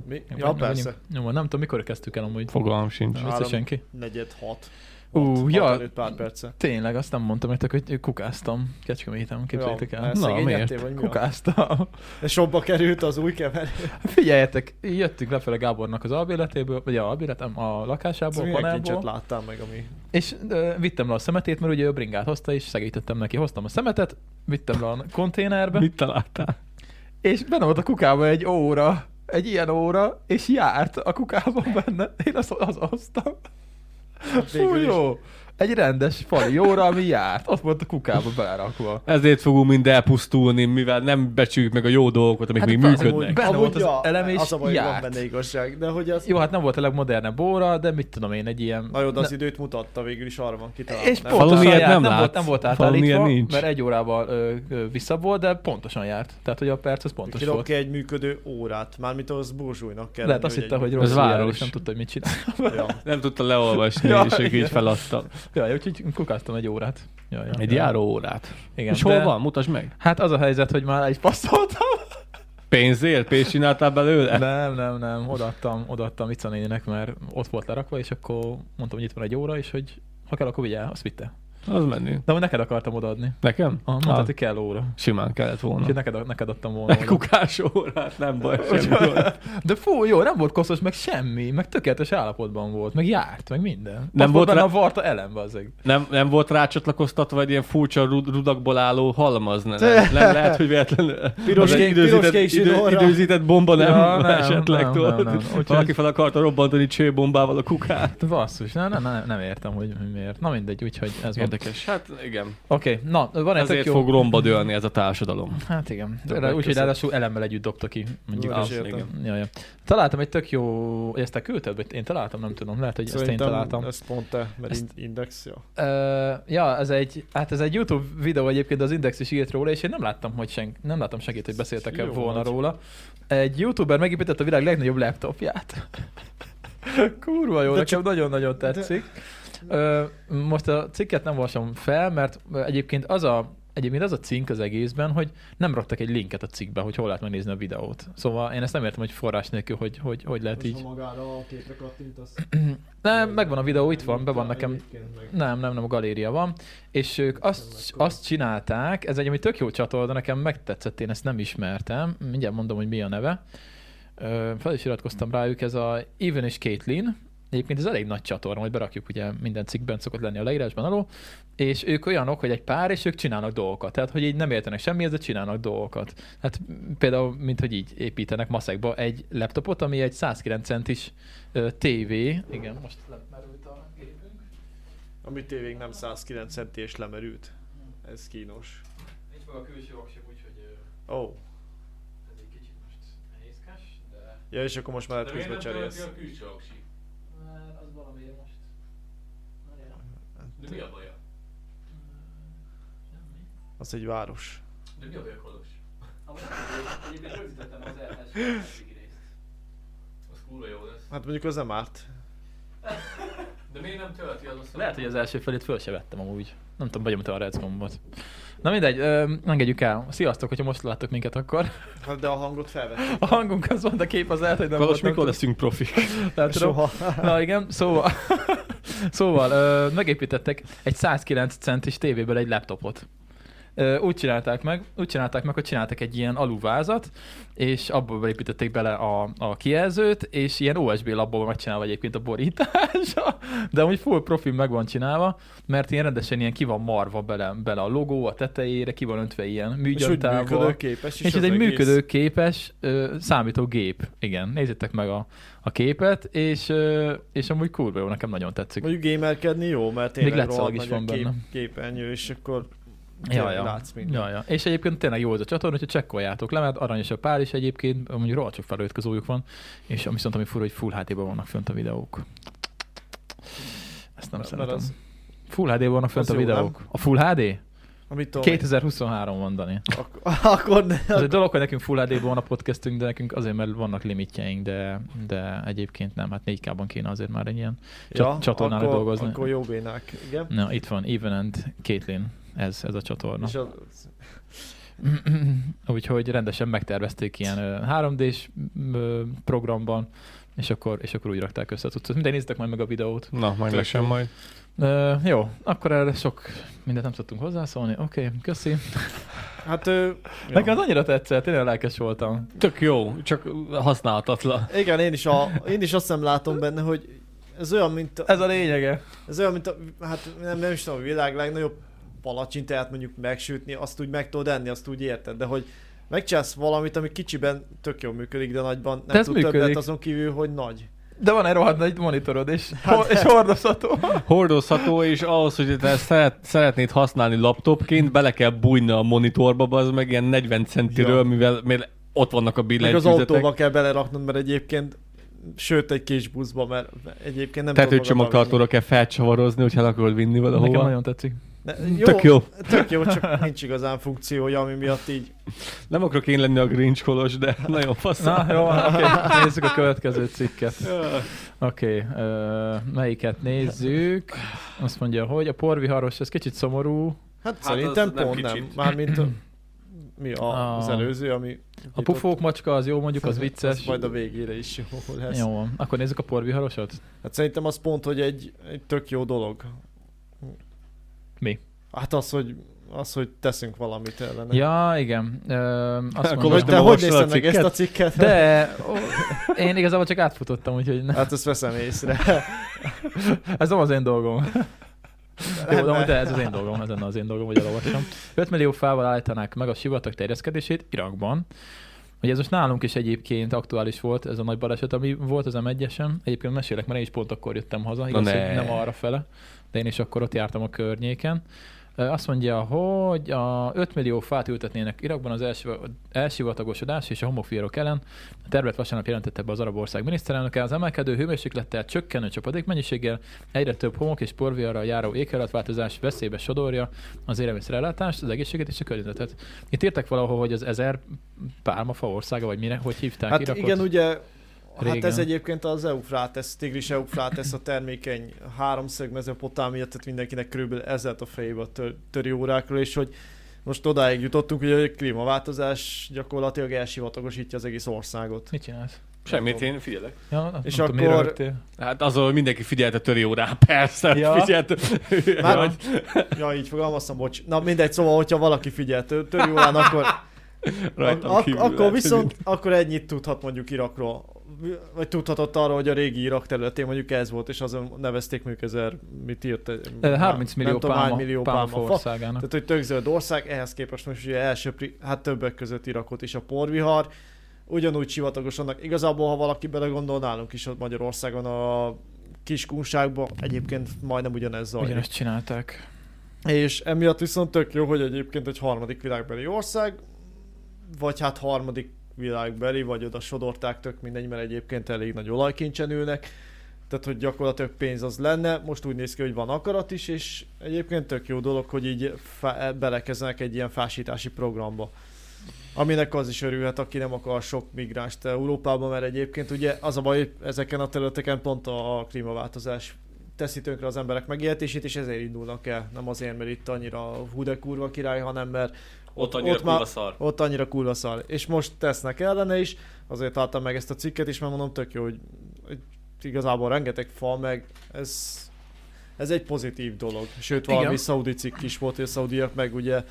Speaker 3: Mi?
Speaker 2: Vagy
Speaker 3: Ja,
Speaker 2: nem-
Speaker 3: persze.
Speaker 2: Nyomva, nem tudom, mikor kezdtük el amúgy.
Speaker 1: Fogalmam sincs.
Speaker 2: Nem vissza
Speaker 3: Három.
Speaker 2: senki.
Speaker 3: Negyed hat.
Speaker 2: Ú,
Speaker 3: Hat-
Speaker 2: ja.
Speaker 3: 65 pár perce.
Speaker 2: Tényleg, azt nem mondtam nektek, hogy kukáztam. Kecskemétem, képzeljétek el.
Speaker 3: mert
Speaker 1: Na,
Speaker 3: szegény
Speaker 1: miért?
Speaker 3: lettél, Vagy mi van?
Speaker 2: Kukáztam.
Speaker 3: És sokba került az új kever.
Speaker 2: Hát Figyeljetek, jöttünk lefele Gábornak az albéletéből, vagy a albéletem a lakásából, a
Speaker 3: Milyen kincset
Speaker 2: panelból,
Speaker 3: láttál meg, ami...
Speaker 2: és ö, vittem le a szemetét, mert ugye ő bringát hozta, és segítettem neki. Hoztam a szemetet, vittem le a konténerbe,
Speaker 1: találtál?
Speaker 2: és benne volt a kukába egy óra. egy ilyen óra, és járt a kukában benne. Én azt, az hoztam. Hát Fú,
Speaker 3: Végül is.
Speaker 2: jó. Egy rendes fali óra, ami járt. Ott volt a kukába belerakva.
Speaker 1: Ezért fogunk mind elpusztulni, mivel nem becsüljük meg a jó dolgokat, amik
Speaker 2: Hát
Speaker 1: hát még
Speaker 2: persze,
Speaker 1: működnek.
Speaker 2: benne volt az elem, és
Speaker 3: az a baj, hogy van
Speaker 2: járt.
Speaker 3: benne igazság, de hogy az...
Speaker 2: Jó, hát nem volt a legmodernebb óra, de mit tudom én, egy ilyen...
Speaker 3: Na jó, de
Speaker 2: Ne-
Speaker 3: az időt mutatta végül is arra van kitalálva.
Speaker 2: És
Speaker 3: nem?
Speaker 1: Falun
Speaker 2: pontosan
Speaker 1: ilyet
Speaker 2: járt,
Speaker 1: nem
Speaker 2: nem, volt,
Speaker 1: látsz.
Speaker 2: nem volt
Speaker 1: Falun
Speaker 2: átállítva,
Speaker 1: ilyen nincs.
Speaker 2: mert egy órával ö, ö, visszabb volt, de pontosan járt. Tehát, hogy a perc az pontos
Speaker 3: Kirak
Speaker 2: volt.
Speaker 3: egy működő órát, mármint az burzsújnak kell.
Speaker 2: Lehet
Speaker 3: lenni,
Speaker 2: azt hitte, hogy
Speaker 3: egy-
Speaker 2: rossz jár,
Speaker 1: város.
Speaker 2: és nem tudta, hogy mit csinál.
Speaker 3: Ja.
Speaker 1: Nem tudta leolvasni,
Speaker 2: Ja,
Speaker 1: ja, és ők
Speaker 2: igen.
Speaker 1: így feladta.
Speaker 2: Ja, úgyhogy kukáztam egy órát. Ja, ja,
Speaker 1: Egy
Speaker 2: ja.
Speaker 1: járó órát.
Speaker 2: Igen,
Speaker 1: És hol
Speaker 2: de-
Speaker 1: van? Mutasd meg.
Speaker 2: Hát az a helyzet, hogy már el is passzoltam.
Speaker 1: Pénzért? Pénzt csináltál belőle?
Speaker 2: nem, nem, nem, odaadtam, odaadtam Ica néninek, mert ott volt lerakva, és akkor mondtam, hogy itt van egy óra, és hogy ha kell, akkor vigyál, azt vitte.
Speaker 1: Az menő.
Speaker 2: De hogy neked akartam odaadni.
Speaker 1: Nekem? Hát,
Speaker 2: Ah, mondtad, hogy kell óra.
Speaker 1: Simán kellett volna.
Speaker 2: Úgyhogy neked, neked adtam volna. oda.
Speaker 1: Kukás órát, nem baj, Ah. semmi gond.
Speaker 2: De fú, jó, nem volt koszos, meg semmi, meg tökéletes állapotban volt, meg járt, meg minden. Nem
Speaker 1: volt
Speaker 2: volt benne
Speaker 1: rá-
Speaker 2: a varta elem, bazzeg.
Speaker 1: Nem, nem volt rácsatlakoztatva egy ilyen furcsa rud- rudakból álló halmaz, ne, nem, nem lehet, hogy véletlenül
Speaker 3: Piros
Speaker 1: az
Speaker 3: kék-
Speaker 1: időzített,
Speaker 3: piros kék
Speaker 1: idő,
Speaker 3: zsinórra.
Speaker 1: időzített bomba nem,
Speaker 2: Ja, nem,
Speaker 1: esetleg
Speaker 2: nem,
Speaker 1: tudod.
Speaker 2: nem, nem. Úgyhogy-
Speaker 1: Valaki fel akarta robbantani csőbombával a kukát.
Speaker 2: De Hát Basszus, nem, nem, nem, nem értem, hogy hogy miért. Na mindegy, úgyhogy ez van.
Speaker 1: Érdekes. Hát igen.
Speaker 2: Oké, okay, na, van egy tök
Speaker 1: Ezért
Speaker 2: jó...
Speaker 1: fog romba dőlni ez a társadalom.
Speaker 2: Hát igen,
Speaker 1: Többek
Speaker 2: Rá- úgyhogy
Speaker 1: között.
Speaker 2: ráadásul elemmel együtt dobta ki, mondjuk.
Speaker 3: Ja,
Speaker 2: az.
Speaker 3: az értem.
Speaker 1: igen.
Speaker 2: Jaj, jaj. Találtam egy tök jó... Ezt te küldted? Vagy én találtam? Nem tudom. Lehet, hogy ezt én találtam.
Speaker 3: ezt pont te, mert
Speaker 2: Ezt-
Speaker 3: ezt... index, ja.
Speaker 2: Ö, ja, ez egy, hát ez egy YouTube videó egyébként, az Index is írt róla, és én nem láttam, hogy sen, nem láttam senkit, hogy beszéltek-e
Speaker 3: Jó
Speaker 2: volna
Speaker 3: vagy.
Speaker 2: róla. Egy YouTuber megépített a világ legnagyobb laptopját. Kurva jó,
Speaker 3: De
Speaker 2: nekem
Speaker 3: csak-
Speaker 2: nagyon-nagyon tetszik. Ö, most a cikket nem olvasom fel, mert egyébként az a Egyébként az a cink az egészben, hogy nem raktak egy linket a cikkbe, hogy hol lehet megnézni a videót. Szóval én ezt nem értem, hogy forrás nélkül, hogy hogy, hogy lehet így.
Speaker 3: magára a képre kattintasz.
Speaker 2: Nem, megvan a videó, itt van, be van nekem nem, nem, nem, a galéria van. És ők azt,
Speaker 3: mekkora.
Speaker 2: azt csinálták, ez egy ami tök jó csatorna, de nekem megtetszett, én ezt nem ismertem. Mindjárt mondom, hogy mi a neve. Ö, Fel is iratkoztam rájuk, ez a Even és Caitlin. Egyébként ez elég nagy csatorna, hogy berakjuk, ugye minden cikkben szokott lenni a leírásban alul, és ők olyanok, hogy egy pár, és ők csinálnak dolgokat. Tehát, hogy így nem értenek semmihez, de csinálnak dolgokat. Hát m- például, mint hogy így építenek maszekba egy laptopot, ami egy 109 centis ö, tévé. Igen, most lemerült a gépünk.
Speaker 3: Ami tévénk nem 109 centi és lemerült. Ez kínos.
Speaker 2: Nincs meg a külső aksib, úgyhogy ö,
Speaker 3: Ó. Oh.
Speaker 2: ez egy kicsit most nehézkes, de...
Speaker 3: Ja, és akkor most már közbe cserélsz.
Speaker 1: külső aksi?
Speaker 2: Mert az valamiért most... Várjál.
Speaker 3: Hát,
Speaker 1: De mi a baja?
Speaker 2: Semmi.
Speaker 3: Az egy város.
Speaker 1: De mi a baja kolos?
Speaker 2: Egyébként rögzítettem az első részt.
Speaker 1: Az kurva jó lesz.
Speaker 3: Hát mondjuk az nem árt.
Speaker 1: De miért nem tölti az a
Speaker 2: Lehet, hogy az első felét föl se vettem amúgy. Nem tudom, vagyom te a Reds gombot. Na mindegy, ö, engedjük el. Sziasztok, hogyha most láttok minket akkor.
Speaker 3: Hát de a hangot felvettem.
Speaker 2: A hangunk az van, de kép az lehet, hogy nem
Speaker 1: Kalos,
Speaker 2: volt, nem
Speaker 1: mikor leszünk profik?
Speaker 2: tudom. Nem tudom.
Speaker 3: Soha.
Speaker 2: Na igen, szóval, szóval ö, megépítettek egy 109 centis tévéből egy laptopot. Ö, úgy csinálták meg, úgy csinálták meg, hogy csináltak egy ilyen aluvázat, és abból beépítették bele a, a kijelzőt, és ilyen USB labból van megcsinálva egyébként a borítása, de úgy full profi meg van csinálva, mert ilyen rendesen ilyen ki van marva bele, bele a logó, a tetejére, ki van öntve ilyen
Speaker 3: És úgy
Speaker 2: műgyöntával.
Speaker 3: működőképes is
Speaker 2: És ez
Speaker 3: az
Speaker 2: egy
Speaker 3: egész.
Speaker 2: működőképes ö, számítógép. Igen, nézzétek meg a, a képet, és, ö, és amúgy kurva jó, nekem nagyon tetszik.
Speaker 3: Mondjuk gamerkedni jó, mert
Speaker 2: Még
Speaker 3: tényleg Még
Speaker 2: látszalag
Speaker 3: rohadt
Speaker 2: is
Speaker 3: nagy a
Speaker 2: van
Speaker 3: kép,
Speaker 2: benne.
Speaker 3: képernyő, és akkor
Speaker 2: Ja,
Speaker 3: tényleg
Speaker 2: ja.
Speaker 3: látsz mindent.
Speaker 2: ja, ja. És egyébként tényleg jó az a csatorna, hogyha csekkoljátok le, mert aranyos a pár is egyébként, mondjuk rohadt sok felöltközőjük van, és ami viszont ami fura, hogy full hd vannak fönt a videók. Ezt nem
Speaker 3: Mert- mert
Speaker 2: szeretem.
Speaker 3: az,
Speaker 2: Full HD vannak fönt
Speaker 3: az
Speaker 2: a
Speaker 3: jó, nem?
Speaker 2: videók. A Full HD?
Speaker 3: amit tudom,
Speaker 2: 2023 van, Dani.
Speaker 3: ak- akkor ne,
Speaker 2: Az egy dolog, hogy nekünk Full HD-ban van a podcastünk, de nekünk azért, mert vannak limitjeink, de, de egyébként nem, hát 4K-ban kéne azért már egy ilyen ja, csatornára
Speaker 3: akkor,
Speaker 2: dolgozni.
Speaker 3: Akkor jó bénák, igen.
Speaker 2: Na, itt van, Even and Caitlin, ez, ez a csatorna.
Speaker 3: És az,
Speaker 2: Úgyhogy rendesen megtervezték ilyen ö, 3D-s ö, programban, és akkor, és akkor úgy rakták össze a cuccot. Mindegy, nézzétek majd meg a videót.
Speaker 1: Na, majd lesem majd.
Speaker 2: Ö, jó, akkor erre sok mindent nem tudtunk hozzászólni. Oké, okay, köszi.
Speaker 3: hát ő,
Speaker 2: Ja. Nekem az annyira tetszett, tényleg lelkes voltam.
Speaker 1: Tök jó, csak használhatatlan.
Speaker 3: igen, én is, a, én is azt nem látom benne, hogy ez olyan, mint a,
Speaker 2: Ez a lényege.
Speaker 3: Ez olyan, mint a, hát nem, nem is tudom, a világ legnagyobb palacsintáját mondjuk megsütni, azt úgy meg tudod enni, azt úgy érted, de hogy Megcsinálsz valamit, ami kicsiben tök jól működik, de nagyban nem
Speaker 2: De ez
Speaker 3: tud többet
Speaker 2: működik.
Speaker 3: azon kívül, hogy nagy.
Speaker 2: De van egy rohadt nagy monitorod, és, hát, és hordozható.
Speaker 1: Hordozható, és ahhoz, hogy te szeret, szeretnéd használni laptopként, bele kell bújni a monitorba, az meg ilyen 40 centiről,
Speaker 3: Ja.
Speaker 1: ja. mivel mivel ott vannak a
Speaker 3: Meg az
Speaker 1: billentyűzetek.
Speaker 3: autóba kell beleraknod, mert egyébként sőt egy kis buszba, mert egyébként nem tudod magad
Speaker 1: Tetőcsomagtartóra kell felcsavarozni, hogyha el akarod vinni
Speaker 2: Nekem
Speaker 1: valahova.
Speaker 2: nagyon tetszik.
Speaker 3: Ne,
Speaker 1: Jó. Tök jó.
Speaker 3: Tök jó, csak nincs igazán funkciója, ami miatt így.
Speaker 1: Nem akarok én lenni a Grinch kolos, de nagyon fasz.
Speaker 2: Na, jó, Szóval- oké. Okay. Nézzük a következő cikket. Oké, okay, melyiket nézzük? Azt mondja, hogy a porviharos, ez kicsit szomorú.
Speaker 3: Hát,
Speaker 1: az
Speaker 3: szerintem
Speaker 1: nem
Speaker 3: pont nem.
Speaker 1: kicsit.
Speaker 3: Mármint a, mi a, az
Speaker 2: Ah.
Speaker 3: előző, ami...
Speaker 2: A pufók macska az jó, mondjuk az vicces.
Speaker 3: Az majd a végére is jó lesz.
Speaker 2: Jó, van. akkor nézzük a porviharosat.
Speaker 3: Hát szerintem az pont, hogy egy, egy tök jó dolog.
Speaker 2: Mi?
Speaker 3: Hát az, hogy, az, hogy teszünk valamit ellene.
Speaker 2: Ja, igen. Öm, azt
Speaker 1: Akkor
Speaker 2: mondom,
Speaker 3: Hogy
Speaker 1: most
Speaker 3: te
Speaker 2: de,
Speaker 1: nem
Speaker 3: hogy
Speaker 1: olvasod a
Speaker 3: nézted meg ezt
Speaker 1: cikket?
Speaker 3: a cikket?
Speaker 2: de ó, én igazából csak átfutottam, úgyhogy ne.
Speaker 3: Hát ezt veszem észre.
Speaker 2: ez nem az én dolgom. Jó, de,
Speaker 3: Lenne.
Speaker 2: de ez az én dolgom, ez lenne az én dolgom, hogy elolvassam. 5 millió fával állítanák meg a sivatag terjeszkedését Irakban. Ugye ez most nálunk is egyébként aktuális volt, ez a nagy baleset, ami volt az M1-esen. Egyébként mesélek, mert én is pont akkor jöttem haza, igaz,
Speaker 1: ne.
Speaker 2: hogy nem arra fele, de én is akkor ott jártam a környéken. Ö, Azt mondja, hogy a 5 millió fát ültetnének Irakban az első, elsivatagosodás és a homofírok ellen. A tervet vasárnap jelentette be az arab ország miniszterelnöke. Az emelkedő hőmérséklettel, csökkenő csapadék mennyiséggel egyre több homok és porviarra járó éghajlatváltozás veszélybe sodorja az élelmiszerellátást, az egészséget és a környezetet. Itt írtak valahol, hogy az ezer pálmafa országa, vagy mire, hogy hívták
Speaker 3: Hát
Speaker 2: Irakot?
Speaker 3: igen, ugye, hát ez
Speaker 2: Régen.
Speaker 3: egyébként az Eufrátesz, Tigris Eufrátesz a termékeny háromszög mezopotámia, tehát mindenkinek körülbelül ezzel a fejébe a tör, töri órákról, és hogy most odáig jutottunk, hogy a klímaváltozás gyakorlatilag elsivatagosítja az egész országot.
Speaker 2: Mit csinálsz?
Speaker 1: Semmit, én figyelek.
Speaker 2: Ja,
Speaker 3: És
Speaker 2: és nem akkor...
Speaker 3: akkor-
Speaker 2: Tudom, miért
Speaker 1: Hát azon, hogy mindenki figyelte töri órá, persze,
Speaker 2: Ja.
Speaker 1: ja. figyelte.
Speaker 3: Már-
Speaker 1: Vagy-
Speaker 3: Ja, így fogalmaztam, bocs. Na mindegy, szóval, hogyha valaki figyel tör- töri órán, akkor,
Speaker 1: Rajtam
Speaker 3: ak-
Speaker 1: kívül lehet,
Speaker 3: akkor
Speaker 1: hogy
Speaker 3: viszont, akkor ennyit tudhat mondjuk Irakról. Vagy tudhatott arról, hogy a régi Irak területén mondjuk ez volt, és azon nevezték mondjuk ezer, mit írt?
Speaker 2: Ö, 30
Speaker 3: Nem
Speaker 2: millió
Speaker 3: tudom, hány
Speaker 2: pálma,
Speaker 3: millió
Speaker 2: pálmafa
Speaker 3: pálmafa.
Speaker 2: országának.
Speaker 3: Tehát, hogy tök zöld ország, ehhez képest most ugye elsöpri, hát többek között Irakot is a porvihar, ugyanúgy sivatagos annak. Igazából, ha valaki belegondol, nálunk is ott Magyarországon a kis kunságban egyébként majdnem ugyanez zajlik.
Speaker 2: Ugyanezt csinálták.
Speaker 3: És emiatt viszont tök jó, hogy egyébként egy harmadik világbeli ország, vagy hát harmadik világbeli, vagy oda sodorták tök mindegy, mert egyébként elég nagy olajkincsen ülnek, tehát hogy gyakorlatilag pénz az lenne, most úgy néz ki, hogy van akarat is, és egyébként tök jó dolog, hogy így fe- belekezdenek egy ilyen fásítási programba. Aminek az is örülhet, aki nem akar sok migránst Európában, mert egyébként ugye az a baj, hogy ezeken a területeken pont a a klímaváltozás teszi tönkre az emberek megéltését, és ezért indulnak el. Nem azért, mert itt annyira hú de kurva király, hanem mert
Speaker 1: Ott
Speaker 3: annyira Ott már- kurva
Speaker 1: szar.
Speaker 3: ott annyira kurva szar. És most tesznek ellene is, azért álltam meg ezt a cikket is, mert mondom tök jó, hogy, hogy igazából rengeteg fal meg, ez, ez egy pozitív dolog. Sőt, valami
Speaker 2: Igen.
Speaker 3: Igen. szaudi cikk is volt, hogy a szaudiak meg ugye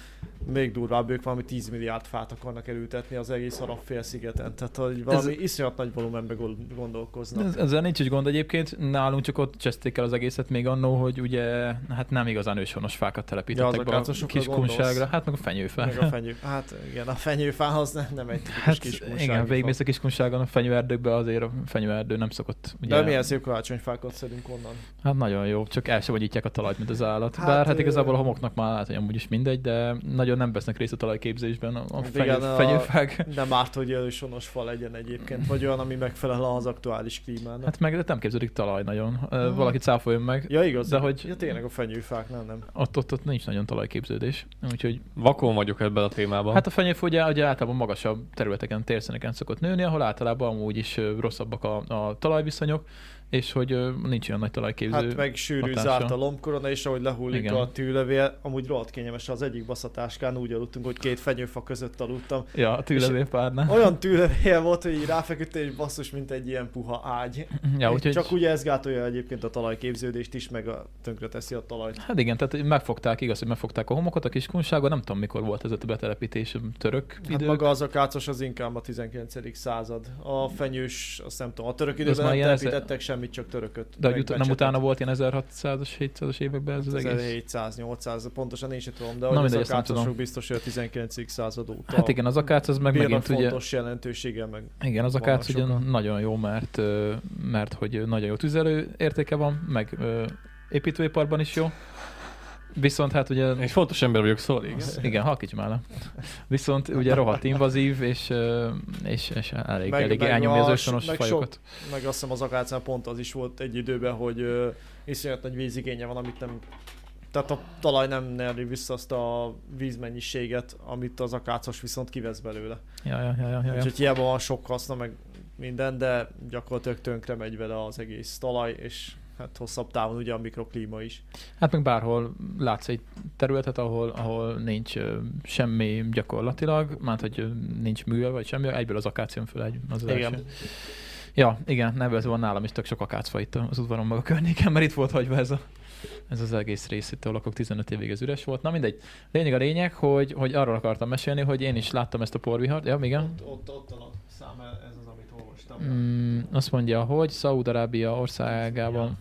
Speaker 3: még durvább, ők valami 10 milliárd fát akarnak elültetni az egész arab félszigeten. Tehát, hogy valami ez... iszonyat nagy volumenbe gond- gondolkoznak.
Speaker 2: Ez- Ezzel nincs is gond egyébként, nálunk csak ott cseszték el az egészet még annó, hogy ugye hát nem igazán őshonos fákat
Speaker 3: Ja,
Speaker 2: telepítettek
Speaker 3: az
Speaker 2: be a
Speaker 3: akácosokra
Speaker 2: kis
Speaker 3: gondolsz?
Speaker 2: kunságra, hát meg a fenyőfá.
Speaker 3: Meg a fenyő. Hát igen, a fenyőfá az nem, nem egy tipikus
Speaker 2: Hát
Speaker 3: kis
Speaker 2: igen, végigmész a kiskunságon a fenyőerdőkbe, azért a fenyőerdő nem szokott.
Speaker 3: Ugye... De milyen szép karácsonyfákat szedünk onnan.
Speaker 2: Hát nagyon jó, csak el sem vagyítják a talajt, mint az állat.
Speaker 3: Hát,
Speaker 2: Hát, Bár hát
Speaker 3: ö-
Speaker 2: igazából a homoknak már lehet, hogy amúgy is mindegy, de nagyon nem vesznek részt a talajképzésben a, a,
Speaker 3: Hát
Speaker 2: fenyő,
Speaker 3: igen, a-
Speaker 2: fenyőfák.
Speaker 3: Nem árt, hogy elősonos fa legyen egyébként, vagy olyan, ami megfelel az aktuális klímának. Hát...
Speaker 2: Hát meg nem képződik talaj nagyon.
Speaker 3: Hmm.
Speaker 2: Hmm. Valaki cáfoljon meg.
Speaker 3: Ja, igaz.
Speaker 2: De hogy-
Speaker 3: Ja, tényleg a fenyőfák, nem, nem.
Speaker 2: Ott, ott, ott nincs nagyon talajképződés. Úgyhogy
Speaker 1: Vakon vagyok ebben a témában.
Speaker 2: Hát a fenyőf ugye, ugye általában magasabb területeken, térszíneken szokott nőni, ahol általában amúgy is ö, rosszabbak a, a talajviszonyok, és hogy ö, nincs olyan nagy talajképző.
Speaker 3: Hát meg sűrű
Speaker 2: hatása.
Speaker 3: zárt a lombkorona, és ahogy lehullik Igen.
Speaker 2: Igen.
Speaker 3: a tűlevél, amúgy rohadt kényelmes, az egyik baszatáskán úgy aludtunk, hogy két fenyőfa között aludtam.
Speaker 2: Ja, a tűlevélpárnál.
Speaker 3: Olyan tűlevél volt, hogy így ráfeküdtél, és basszus, mint egy ilyen puha ágy.
Speaker 2: Ja, úgyhogy...
Speaker 3: Csak ugye ez gátolja egyébként a talajképződést is, meg a, tönkre teszi a talajt.
Speaker 2: Hát igen, tehát megfogták, igaz, hogy megfogták a homokot, a kiskunságot, nem tudom mikor volt ez a betelepítés, török
Speaker 3: Hát
Speaker 2: idő.
Speaker 3: maga az a kácos az inkább a 19. század. A fenyős, azt nem tudom, a török
Speaker 2: Ez
Speaker 3: időben
Speaker 2: már
Speaker 3: nem
Speaker 2: ilyen
Speaker 3: telepítettek semmi semmit, csak törököt.
Speaker 2: De hogy
Speaker 3: meg
Speaker 2: ut- nem
Speaker 3: becsetet.
Speaker 2: utána volt ilyen 1600-as, 700-as években ez az egész?
Speaker 3: 1700-800, pontosan én sem tudom, de
Speaker 2: Na
Speaker 3: hogy az
Speaker 2: mindegy, ezt nem
Speaker 3: akácosok
Speaker 2: tudom.
Speaker 3: biztos, hogy a 19. század óta
Speaker 2: Hát igen, az akác az meg megint ugye...
Speaker 3: fontos jelentősége meg.
Speaker 2: Igen, az
Speaker 3: Vannak
Speaker 2: akác ugye
Speaker 3: sokan.
Speaker 2: nagyon jó, mert, ö, mert hogy nagyon jó tüzelő értéke van, meg ö, építőiparban is jó. Viszont hát ugye...
Speaker 1: Egy fontos ember vagyok, szóval igen.
Speaker 2: Igen, igen halkíts már le. Viszont ugye rohadt invazív, és, ö, és, és elég,
Speaker 3: Meg-
Speaker 2: meg, elég
Speaker 3: meg
Speaker 2: elnyomja az
Speaker 3: a-
Speaker 2: őshonos
Speaker 3: meg
Speaker 2: fajokat.
Speaker 3: Meg azt hiszem az akácnál pont az is volt egy időben, hogy ö, iszonyat nagy vízigénye van, amit nem tehát a talaj nem nyeri vissza azt a vízmennyiséget, amit az akácos viszont kivesz belőle.
Speaker 2: Ja, ja, ja, ja, ja, ja.
Speaker 3: Úgyhogy hiába van sok haszna, meg minden, de gyakorlatilag tönkre megy vele az egész talaj, és hát hosszabb távon ugye a mikroklíma is.
Speaker 2: Hát meg bárhol látsz egy területet, ahol, ahol nincs ö, semmi gyakorlatilag, mert hogy ö, nincs műve vagy semmi, egyből az akác jön föl egy, az, az
Speaker 3: Igen.
Speaker 2: első. Ja, igen, nevet van nálam is, tök sok akácfa itt az udvaron meg a környéken, mert itt volt hagyva ez, a, ez az egész rész, itt a lakok 15 évig ez üres volt. Na mindegy, lényeg a lényeg, hogy, hogy arról akartam mesélni, hogy én is láttam ezt a porvihart, ja, igen.
Speaker 3: Ott, ott, ott a szám, ez az, amit olvastam.
Speaker 2: Mm, azt mondja, hogy Szaúd-Arábia országában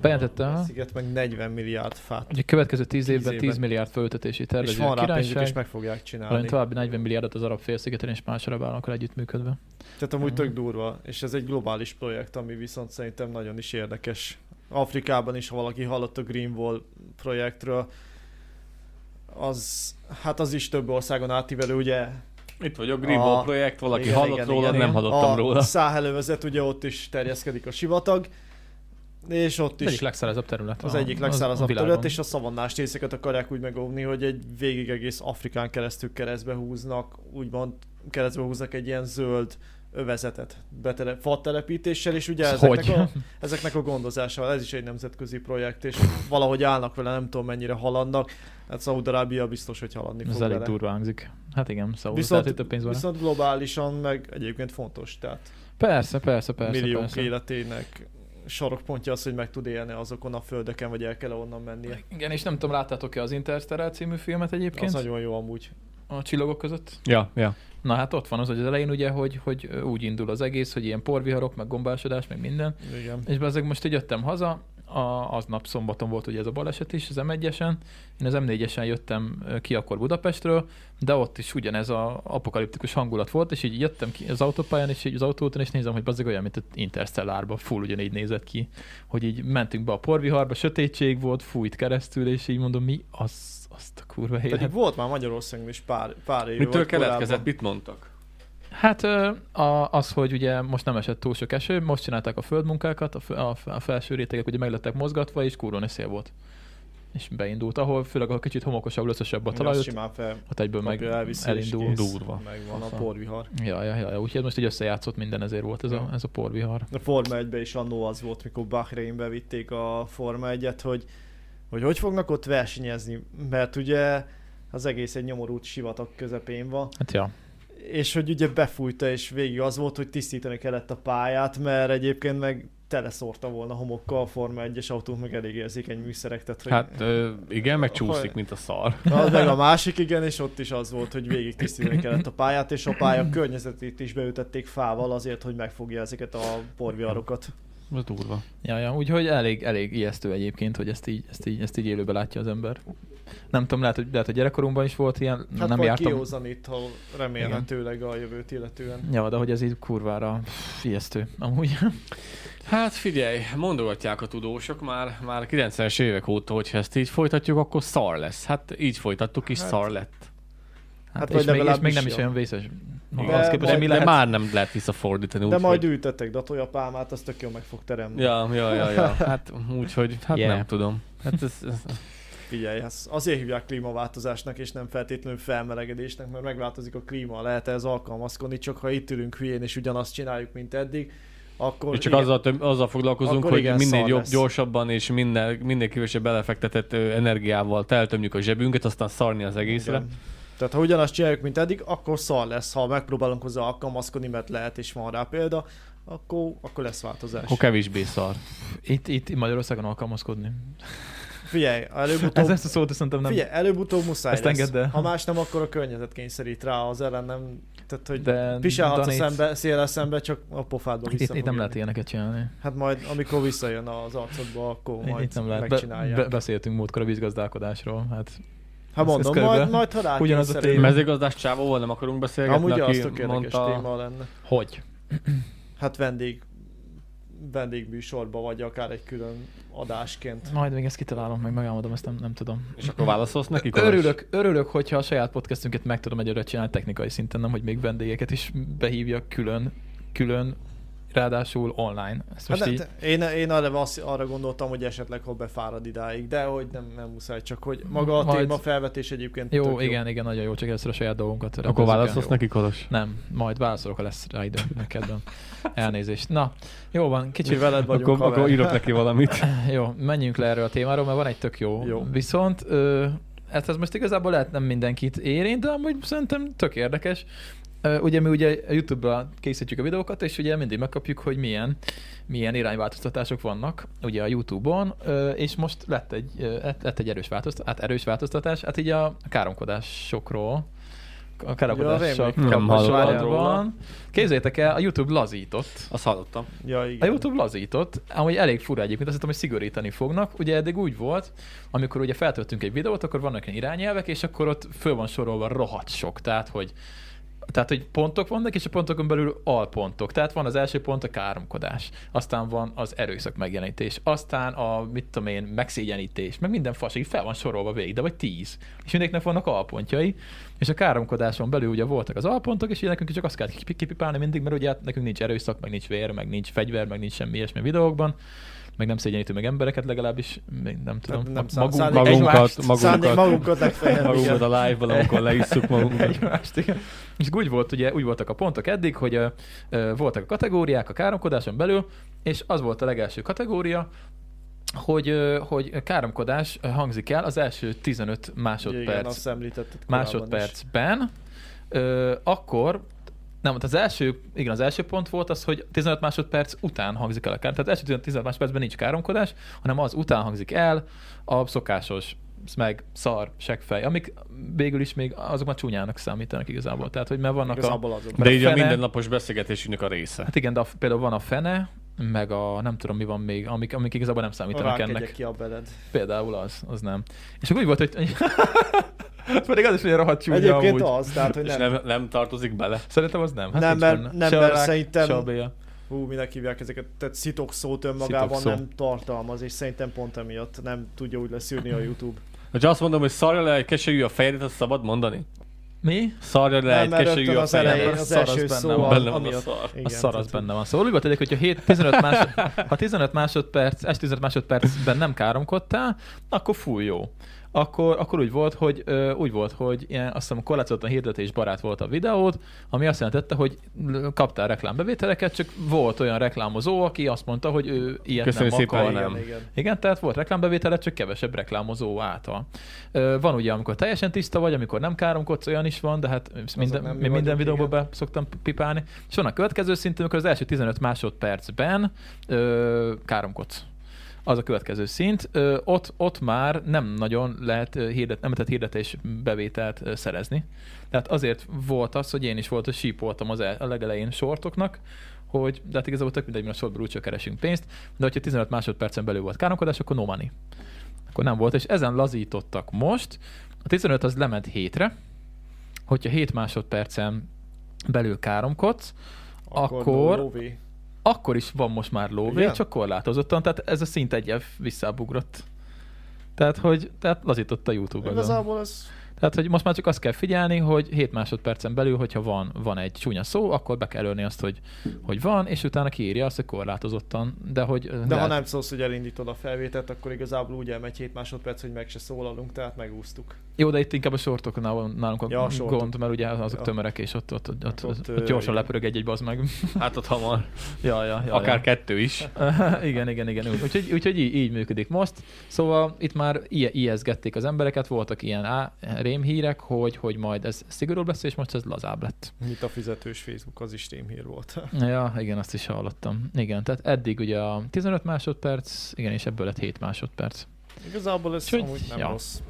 Speaker 2: bejelentette,
Speaker 3: A
Speaker 2: aha.
Speaker 3: sziget meg 40 milliárd fát.
Speaker 2: Ugye a következő 10
Speaker 3: Tíz
Speaker 2: évben 10
Speaker 3: évben.
Speaker 2: milliárd föltetési
Speaker 3: és
Speaker 2: tervezi
Speaker 3: van rá
Speaker 2: a
Speaker 3: pénzük, és
Speaker 2: királyság,
Speaker 3: meg fogják csinálni.
Speaker 2: valamint további 40 milliárdot az arab félszigeten és más arab államokkal együttműködve.
Speaker 3: Tehát amúgy
Speaker 2: Mhm.
Speaker 3: tök durva, és ez egy globális projekt, ami viszont szerintem nagyon is érdekes. Afrikában is, ha valaki hallott a Green Wall projektről, az, hát az is több országon átívelő, ugye
Speaker 1: Itt vagyok, Greenwall
Speaker 3: A-
Speaker 1: projekt, valaki
Speaker 3: Ah. igen,
Speaker 1: hallott
Speaker 3: igen,
Speaker 1: róla,
Speaker 3: igen, Ah.
Speaker 1: nem
Speaker 2: igen.
Speaker 1: hallottam
Speaker 3: a
Speaker 1: róla.
Speaker 3: száhelővezet, ugye ott is terjeszkedik a sivatag, és ott
Speaker 2: Az
Speaker 3: is
Speaker 2: egyik legszárazabb terület.
Speaker 3: az
Speaker 2: a-
Speaker 3: egyik
Speaker 2: a-
Speaker 3: legszárazabb
Speaker 2: a világon.
Speaker 3: terület, és a szavannás részeket akarják úgy megóvni, hogy egy végig egész Afrikán keresztül keresztbe húznak, úgymond keresztbe húznak egy ilyen zöld övezetet betele, fattelepítéssel, és ugye
Speaker 2: Ez
Speaker 3: ezeknek
Speaker 2: hogy?
Speaker 3: a, ezeknek a gondozásával, ez is egy nemzetközi projekt, és valahogy állnak vele, nem tudom mennyire haladnak, hát Szaúd-Arábia biztos, hogy haladni
Speaker 2: Ez
Speaker 3: fog
Speaker 2: elég
Speaker 3: vele.
Speaker 2: durva hangzik. Hát igen, szóval viszont,
Speaker 3: Viszont,
Speaker 2: tehát itt a pénz van.
Speaker 3: viszont globálisan meg egyébként fontos, tehát
Speaker 2: Persze, persze, persze.
Speaker 3: persze, milliók
Speaker 2: persze.
Speaker 3: életének sarokpontja az, hogy meg tud élni azokon a földeken, vagy el kell onnan mennie.
Speaker 2: Igen, és nem tudom, láttátok-e az Interstellar című filmet egyébként?
Speaker 3: Az nagyon jó amúgy.
Speaker 2: A csillagok között?
Speaker 1: Ja, ja.
Speaker 2: Na hát ott van az, hogy az elején ugye, hogy, hogy úgy indul az egész, hogy ilyen porviharok, meg gombásodás, meg minden.
Speaker 3: Igen.
Speaker 2: És ezek most így jöttem haza, a, aznap szombaton volt ugye ez a baleset is, az M1-esen, én az M4-esen jöttem ö, ki akkor Budapestről, de ott is ugyanez a apokaliptikus hangulat volt, és így jöttem ki az autópályán, és így az autóton, és nézem, hogy bazeg olyan, mint az Interstellárba, full ugyanígy nézett ki, hogy így mentünk be a porviharba, sötétség volt, fújt keresztül, és így mondom, mi az, azt a kurva
Speaker 3: Pedig
Speaker 2: élet.
Speaker 3: volt már Magyarországon is pár, pár év.
Speaker 1: Mitől keletkezett, mit mondtak?
Speaker 2: Hát ö, a, az, hogy ugye most nem esett túl sok eső, most csinálták a földmunkákat, a, f- a, f- a felső rétegek ugye meg lettek mozgatva, és kurva nagy szél volt. És beindult, ahol főleg a kicsit homokosabb, löszösebb a
Speaker 3: Talán
Speaker 2: talaj,
Speaker 3: azt
Speaker 2: ott,
Speaker 3: simán fel
Speaker 2: ott egyből meg
Speaker 3: kapja, elviszi, és
Speaker 2: elindul.
Speaker 3: kész.
Speaker 1: Durva.
Speaker 3: Megvan a
Speaker 2: Fasza.
Speaker 3: porvihar.
Speaker 2: Ja, ja, ja, ja, úgyhogy most így összejátszott minden, ezért volt ez a, ez a porvihar.
Speaker 3: A Forma 1-ben is annó az volt, mikor Bahreinbe vitték a Forma 1-et, hogy, hogy hogy fognak ott versenyezni, mert ugye az egész egy nyomorult sivatag közepén van,
Speaker 2: Hát ja,
Speaker 3: és hogy ugye befújta, és végig az volt, hogy tisztítani kellett a pályát, mert egyébként meg teleszórta volna homokkal a Forma 1-es autók, meg elég érzékeny műszerek, tehát hogy...
Speaker 1: Hát ö, igen, meg
Speaker 3: A-
Speaker 1: csúszik, mint a szar.
Speaker 3: Az meg a másik, igen, és ott is az volt, hogy végig tisztítani kellett a pályát, és a pálya környezetét is beütették fával azért, hogy megfogja ezeket a porviarokat.
Speaker 1: Ez durva.
Speaker 2: ja, ja, úgyhogy elég, elég ijesztő egyébként, hogy ezt így, ezt így, ezt így élőben látja az ember. Nem tudom, lehet, hogy, lehet, hogy gyerekkoromban is volt ilyen,
Speaker 3: Hát
Speaker 2: nem
Speaker 3: majd
Speaker 2: jártam.
Speaker 3: kiózanít, ha remélhetőleg a jövőt illetően.
Speaker 2: Ja, de hogy ez így kurvára pff, ijesztő, amúgy.
Speaker 1: Hát figyelj, mondogatják a tudósok már, már 90-es évek óta, hogyha ezt így folytatjuk, akkor szar lesz. Hát így folytattuk, és
Speaker 3: Hát,
Speaker 1: hát, szar lett.
Speaker 3: Hát,
Speaker 2: Hát, hát
Speaker 3: vagy
Speaker 2: és, még, és még
Speaker 3: legalábbis
Speaker 2: nem is
Speaker 3: jó.
Speaker 2: olyan vészes.
Speaker 1: Igen.
Speaker 2: Ahhoz
Speaker 3: De
Speaker 2: képest,
Speaker 1: De,
Speaker 3: majd-
Speaker 2: mi
Speaker 1: de
Speaker 2: lehet,
Speaker 1: már nem lehet visszafordítani.
Speaker 3: De
Speaker 1: úgy,
Speaker 3: majd
Speaker 1: hogy...
Speaker 3: ültetek datolja azt tök jól meg fog teremni. Ja.
Speaker 1: Ja, ja, ja, ja. Hát úgyhogy, hát
Speaker 2: Yeah.
Speaker 1: nem tudom. Hát ez, ez,
Speaker 3: Figyelj, ezt azért hívják klímaváltozásnak, és nem feltétlenül felmelegedésnek, mert megváltozik a klíma, lehet ez alkalmazkodni, csak ha itt ülünk hülyén és ugyanazt csináljuk, mint eddig, akkor
Speaker 1: És csak
Speaker 3: igen.
Speaker 1: azzal, töm- azzal foglalkozunk,
Speaker 3: Akkor
Speaker 1: hogy
Speaker 3: igen,
Speaker 1: minél
Speaker 3: szar
Speaker 1: jobb,
Speaker 3: lesz.
Speaker 1: gyorsabban és minél, minél kevesebb belefektetett ö, energiával teltömjük a zsebünket, aztán szarni az egészre.
Speaker 3: Igen. Tehát ha ugyanazt csináljuk, mint eddig, akkor szar lesz, ha megpróbálunk hozzá alkalmazkodni, mert lehet és van rá példa, akkor, akkor lesz változás.
Speaker 1: Akkor kevésbé szar.
Speaker 2: itt, itt Magyarországon alkalmazkodni.
Speaker 3: Figyelj,
Speaker 2: Ez
Speaker 3: előbb-utóbb...
Speaker 2: ezt a szót szerintem nem...
Speaker 3: Figyelj, előbb-utóbb muszáj
Speaker 2: Ezt
Speaker 3: lesz.
Speaker 2: engedd el.
Speaker 3: Ha más nem, akkor a környezet kényszerít rá, az ellen nem... Tehát, hogy
Speaker 2: De
Speaker 3: Piselhatsz a
Speaker 2: Danét-
Speaker 3: szembe, szélel szembe, csak a pofádba
Speaker 2: Itt,
Speaker 3: vissza
Speaker 2: itt nem lehet ilyeneket csinálni.
Speaker 3: Hát majd, amikor visszajön az arcodba, akkor majd
Speaker 2: Itt nem lehet. Be,
Speaker 3: megcsinálják.
Speaker 2: be, beszéltünk múltkor a vízgazdálkodásról. Hát
Speaker 3: ha
Speaker 2: ez- ez
Speaker 3: mondom,
Speaker 2: körülbelül
Speaker 3: majd, majd ha rá
Speaker 2: ugyanaz a
Speaker 3: kényszerül.
Speaker 2: téma.
Speaker 1: Mezőgazdás csávóval nem akarunk beszélgetni,
Speaker 3: Amúgy
Speaker 1: aki
Speaker 3: az tök érdekes
Speaker 1: mondta,
Speaker 3: téma lenne.
Speaker 2: hogy?
Speaker 3: Hát vendég vendégműsorba vagy akár egy külön adásként. Hát
Speaker 2: Majd még ezt kitalálom, meg megálmodom, ezt nem, nem tudom.
Speaker 1: És akkor válaszolsz neki? Kolos?
Speaker 2: Örülök, örülök, hogyha a saját podcastünket meg tudom egyre csinálni technikai szinten, nem, hogy még vendégeket is behívja külön, külön, ráadásul online. Ezt most
Speaker 3: Hát,
Speaker 2: hát, így...
Speaker 3: hát én, én arra, azt- arra gondoltam, hogy esetleg ha befárad idáig, de hogy nem, nem muszáj, csak hogy maga a
Speaker 2: Majd-
Speaker 3: téma felvetés egyébként tök
Speaker 2: Jó, igen, igen, nagyon jó, csak először a saját dolgunkat
Speaker 1: Akkor
Speaker 2: rendezzük el.
Speaker 1: válaszolsz neki, Kolos?
Speaker 2: Nem, majd válaszolok, ha lesz rá idő kedvem. Elnézést. Na, jó van,
Speaker 3: Kicsit
Speaker 2: kicsit
Speaker 3: veled vagyunk
Speaker 1: Akkor,
Speaker 3: haver.
Speaker 1: akkor írok neki valamit.
Speaker 2: Jó, menjünk le erről a témáról, mert van egy tök jó.
Speaker 3: Jó.
Speaker 2: Viszont ö, hát ez most igazából lehet nem mindenkit érint, de amúgy szerintem tök érdekes. Ö, ugye mi ugye a YouTube-ra készítjük a videókat, és ugye mindig megkapjuk, hogy milyen, milyen irányváltoztatások vannak ugye a YouTube-on, ö, és most lett egy, ö, lett- lett egy erős, változtatás, hát erős változtatás, hát így a káromkodásokról, a
Speaker 3: Ja,
Speaker 2: káromkodással
Speaker 1: rémlik. Nem
Speaker 3: hallottam róla.
Speaker 2: kapcsolatban. Képzeljétek el, a YouTube lazított.
Speaker 1: Azt hallottam.
Speaker 3: Ja, igen.
Speaker 2: A YouTube lazított, amúgy elég fura egyébként, azt hittem, hogy szigorítani fognak. Ugye eddig úgy volt, amikor ugye feltöltünk egy videót, akkor vannak ilyen irányelvek, és akkor ott föl van sorolva rohadt sok, tehát hogy tehát, hogy pontok vannak, és a pontokon belül alpontok. Tehát van az első pont a káromkodás, aztán van az erőszak megjelenítés, aztán a, mit tudom én, megszégyenítés, meg minden fasság, így fel van sorolva végig, de vagy tíz. És mindegyiknek vannak alpontjai, és a káromkodáson belül ugye voltak az alpontok, és ugye nekünk csak azt kell kip- kipipálni mindig, mert ugye hát nekünk nincs erőszak, meg nincs vér, meg nincs fegyver, meg nincs semmi ilyesmi a videókban, meg nem szégyenítő meg embereket legalábbis, még nem tudom,
Speaker 3: nem
Speaker 2: ma-
Speaker 3: szám- szándék-
Speaker 2: egymást-
Speaker 1: Magunkat, magunkat,
Speaker 3: Szándék magunkat legfeljebb,
Speaker 1: magunkat
Speaker 3: igen.
Speaker 1: a live-ban, amikor leisszuk magunkat.
Speaker 2: Egymást, igen. És akkor úgy volt, ugye, úgy voltak a pontok eddig, hogy ö, ö, voltak a kategóriák a káromkodáson belül, és az volt a legelső kategória, hogy, ö, hogy káromkodás hangzik el az első 15
Speaker 3: Igen,
Speaker 2: másodperc
Speaker 3: azt említetted korábban is.
Speaker 2: másodpercben, ö, akkor nem, hát az első, igen, az első pont volt az, hogy 15 másodperc után hangzik el a kár. Tehát első 15 másodpercben nincs káromkodás, hanem az után hangzik el a szokásos meg szar, seggfej, amik végül is még azok már csúnyának számítanak igazából. Tehát, hogy mert vannak a...
Speaker 3: Igazából azok.
Speaker 1: De így a
Speaker 2: Fene.
Speaker 1: mindennapos beszélgetésünknek a része.
Speaker 2: Hát igen, de a, például van a fene, meg a nem tudom mi van még, amik, amik igazából nem számítanak
Speaker 3: Rákegyek
Speaker 2: ennek.
Speaker 3: ki a beled.
Speaker 2: Például az, az nem. És akkor úgy volt, hogy... Pedig az is olyan rohadt csúnya
Speaker 3: Egyébként
Speaker 2: amúgy.
Speaker 3: az, tehát hogy
Speaker 1: És
Speaker 3: nem.
Speaker 1: nem, nem tartozik bele.
Speaker 2: Szerintem az nem. Hát
Speaker 3: Nem,
Speaker 2: nincs
Speaker 3: mert-
Speaker 2: benne.
Speaker 3: nem,
Speaker 2: Se a
Speaker 3: mert
Speaker 2: rák,
Speaker 3: szerintem-
Speaker 2: se a bél.
Speaker 3: Hú, minek hívják ezeket, tehát szitok szót önmagában
Speaker 2: Szitokszó.
Speaker 3: nem tartalmaz, és szerintem pont emiatt nem tudja úgy leszűrni a YouTube.
Speaker 1: Ha csak azt mondom, hogy szarja le egy keserű a fejedet, azt szabad mondani?
Speaker 2: Mi?
Speaker 1: Szarja le
Speaker 3: Nem,
Speaker 1: egy
Speaker 3: mert
Speaker 1: keserű
Speaker 3: rögtön
Speaker 1: a
Speaker 3: az
Speaker 1: fejedet.
Speaker 3: elején
Speaker 2: fejemben
Speaker 3: az
Speaker 2: szar az
Speaker 3: első
Speaker 2: benne
Speaker 3: szó,
Speaker 2: van.
Speaker 3: a-
Speaker 1: Benne van a
Speaker 3: amiatt.
Speaker 1: szar.
Speaker 2: A
Speaker 3: Igen,
Speaker 2: szar az
Speaker 3: tehát-
Speaker 2: benne van. Szóval úgy volt eddig, hogyha 7, 15 másod, ha 15 másodperc, és 15 másodpercben nem káromkodtál, akkor fúj jó. Akkor, akkor úgy volt, hogy ö, úgy volt, hogy ilyen, azt hiszem korlátozottan hirdetés barát volt a videód, ami azt jelentette, hogy l- kaptál reklámbevételeket, csak volt olyan reklámozó, aki azt mondta, hogy ő ilyet
Speaker 1: Köszönjük
Speaker 2: nem
Speaker 1: szépen,
Speaker 2: akar.
Speaker 1: igen.
Speaker 3: Igen,
Speaker 1: nem.
Speaker 3: igen.
Speaker 2: Igen, tehát volt reklámbevételed, csak kevesebb reklámozó által. Ö, Van ugye, amikor teljesen tiszta vagy, amikor nem káromkodsz, olyan is van, de hát minden,
Speaker 3: nem mi
Speaker 2: mi minden
Speaker 3: vagyunk,
Speaker 2: videóba be szoktam pipálni. És van a következő szint, amikor az első 15 másodpercben ö, káromkodsz. Az a következő szint. Ö, ott, ott már nem nagyon lehet ö, hirdet, nem lehet hirdetés bevételt ö, szerezni. Tehát azért volt az, hogy én is volt, hogy sípoltam az el, a legelején sortoknak, hogy, de hát igazából tök mindegy, mert a sortból úgyse keresünk pénzt, de hogyha 15 másodpercen belül volt káromkodás, akkor no money. Akkor nem volt, és ezen lazítottak most. A 15 az lement 7-re, hogyha 7 másodpercen belül káromkodsz, akkor,
Speaker 3: Akkor
Speaker 2: akkor,
Speaker 3: lóvé.
Speaker 2: akkor is van most már lóvé,
Speaker 3: Igen?
Speaker 2: csak korlátozottan, tehát ez a szint egyel visszabugrott. Tehát, hogy tehát lazított a YouTube ezen.
Speaker 3: Igazából az...
Speaker 2: Tehát, hogy most már csak azt kell figyelni, hogy 7 másodpercen belül, hogyha van, van egy csúnya szó, akkor be kell ölni azt, hogy, hogy van, és utána kiírja azt, hogy korlátozottan. De hogy... eh,
Speaker 3: De ha nem szólsz, hogy elindítod a felvételt, akkor igazából úgy elmegy 7 másodperc, hogy meg se szólalunk, tehát megúsztuk.
Speaker 2: Jó, de itt inkább a sortoknál van nálunk a,
Speaker 3: Ja,
Speaker 2: ja,
Speaker 3: a
Speaker 2: a
Speaker 3: sortok.
Speaker 2: gond, mert ugye azok
Speaker 3: Ja. Hát
Speaker 2: ja. tömörek, és ott, ott, ott, ott,
Speaker 3: ott,
Speaker 2: ott,
Speaker 3: ö,
Speaker 2: ott gyorsan
Speaker 3: igen.
Speaker 2: lepörög egy-egy bazd meg.
Speaker 1: Hát ott hamar.
Speaker 2: ja, ja, ja,
Speaker 1: Akár
Speaker 2: ja.
Speaker 1: kettő is.
Speaker 2: igen, igen, igen. Úgy- Úgyhogy, úgyhogy így, így működik most. Szóval itt már ije- ijeszgették az embereket, voltak ilyen á, rémhírek, hogy, hogy majd ez szigorúbb lesz, és most ez lazább lett.
Speaker 3: Nyit a fizetős Facebook, az is rémhír volt.
Speaker 2: Ja, igen, azt is hallottam. Igen, tehát eddig ugye a 15 másodperc, igen, és ebből lett 7 másodperc.
Speaker 3: Igazából ez
Speaker 2: Úgyhogy,
Speaker 3: amúgy nem
Speaker 2: ja.
Speaker 3: rossz.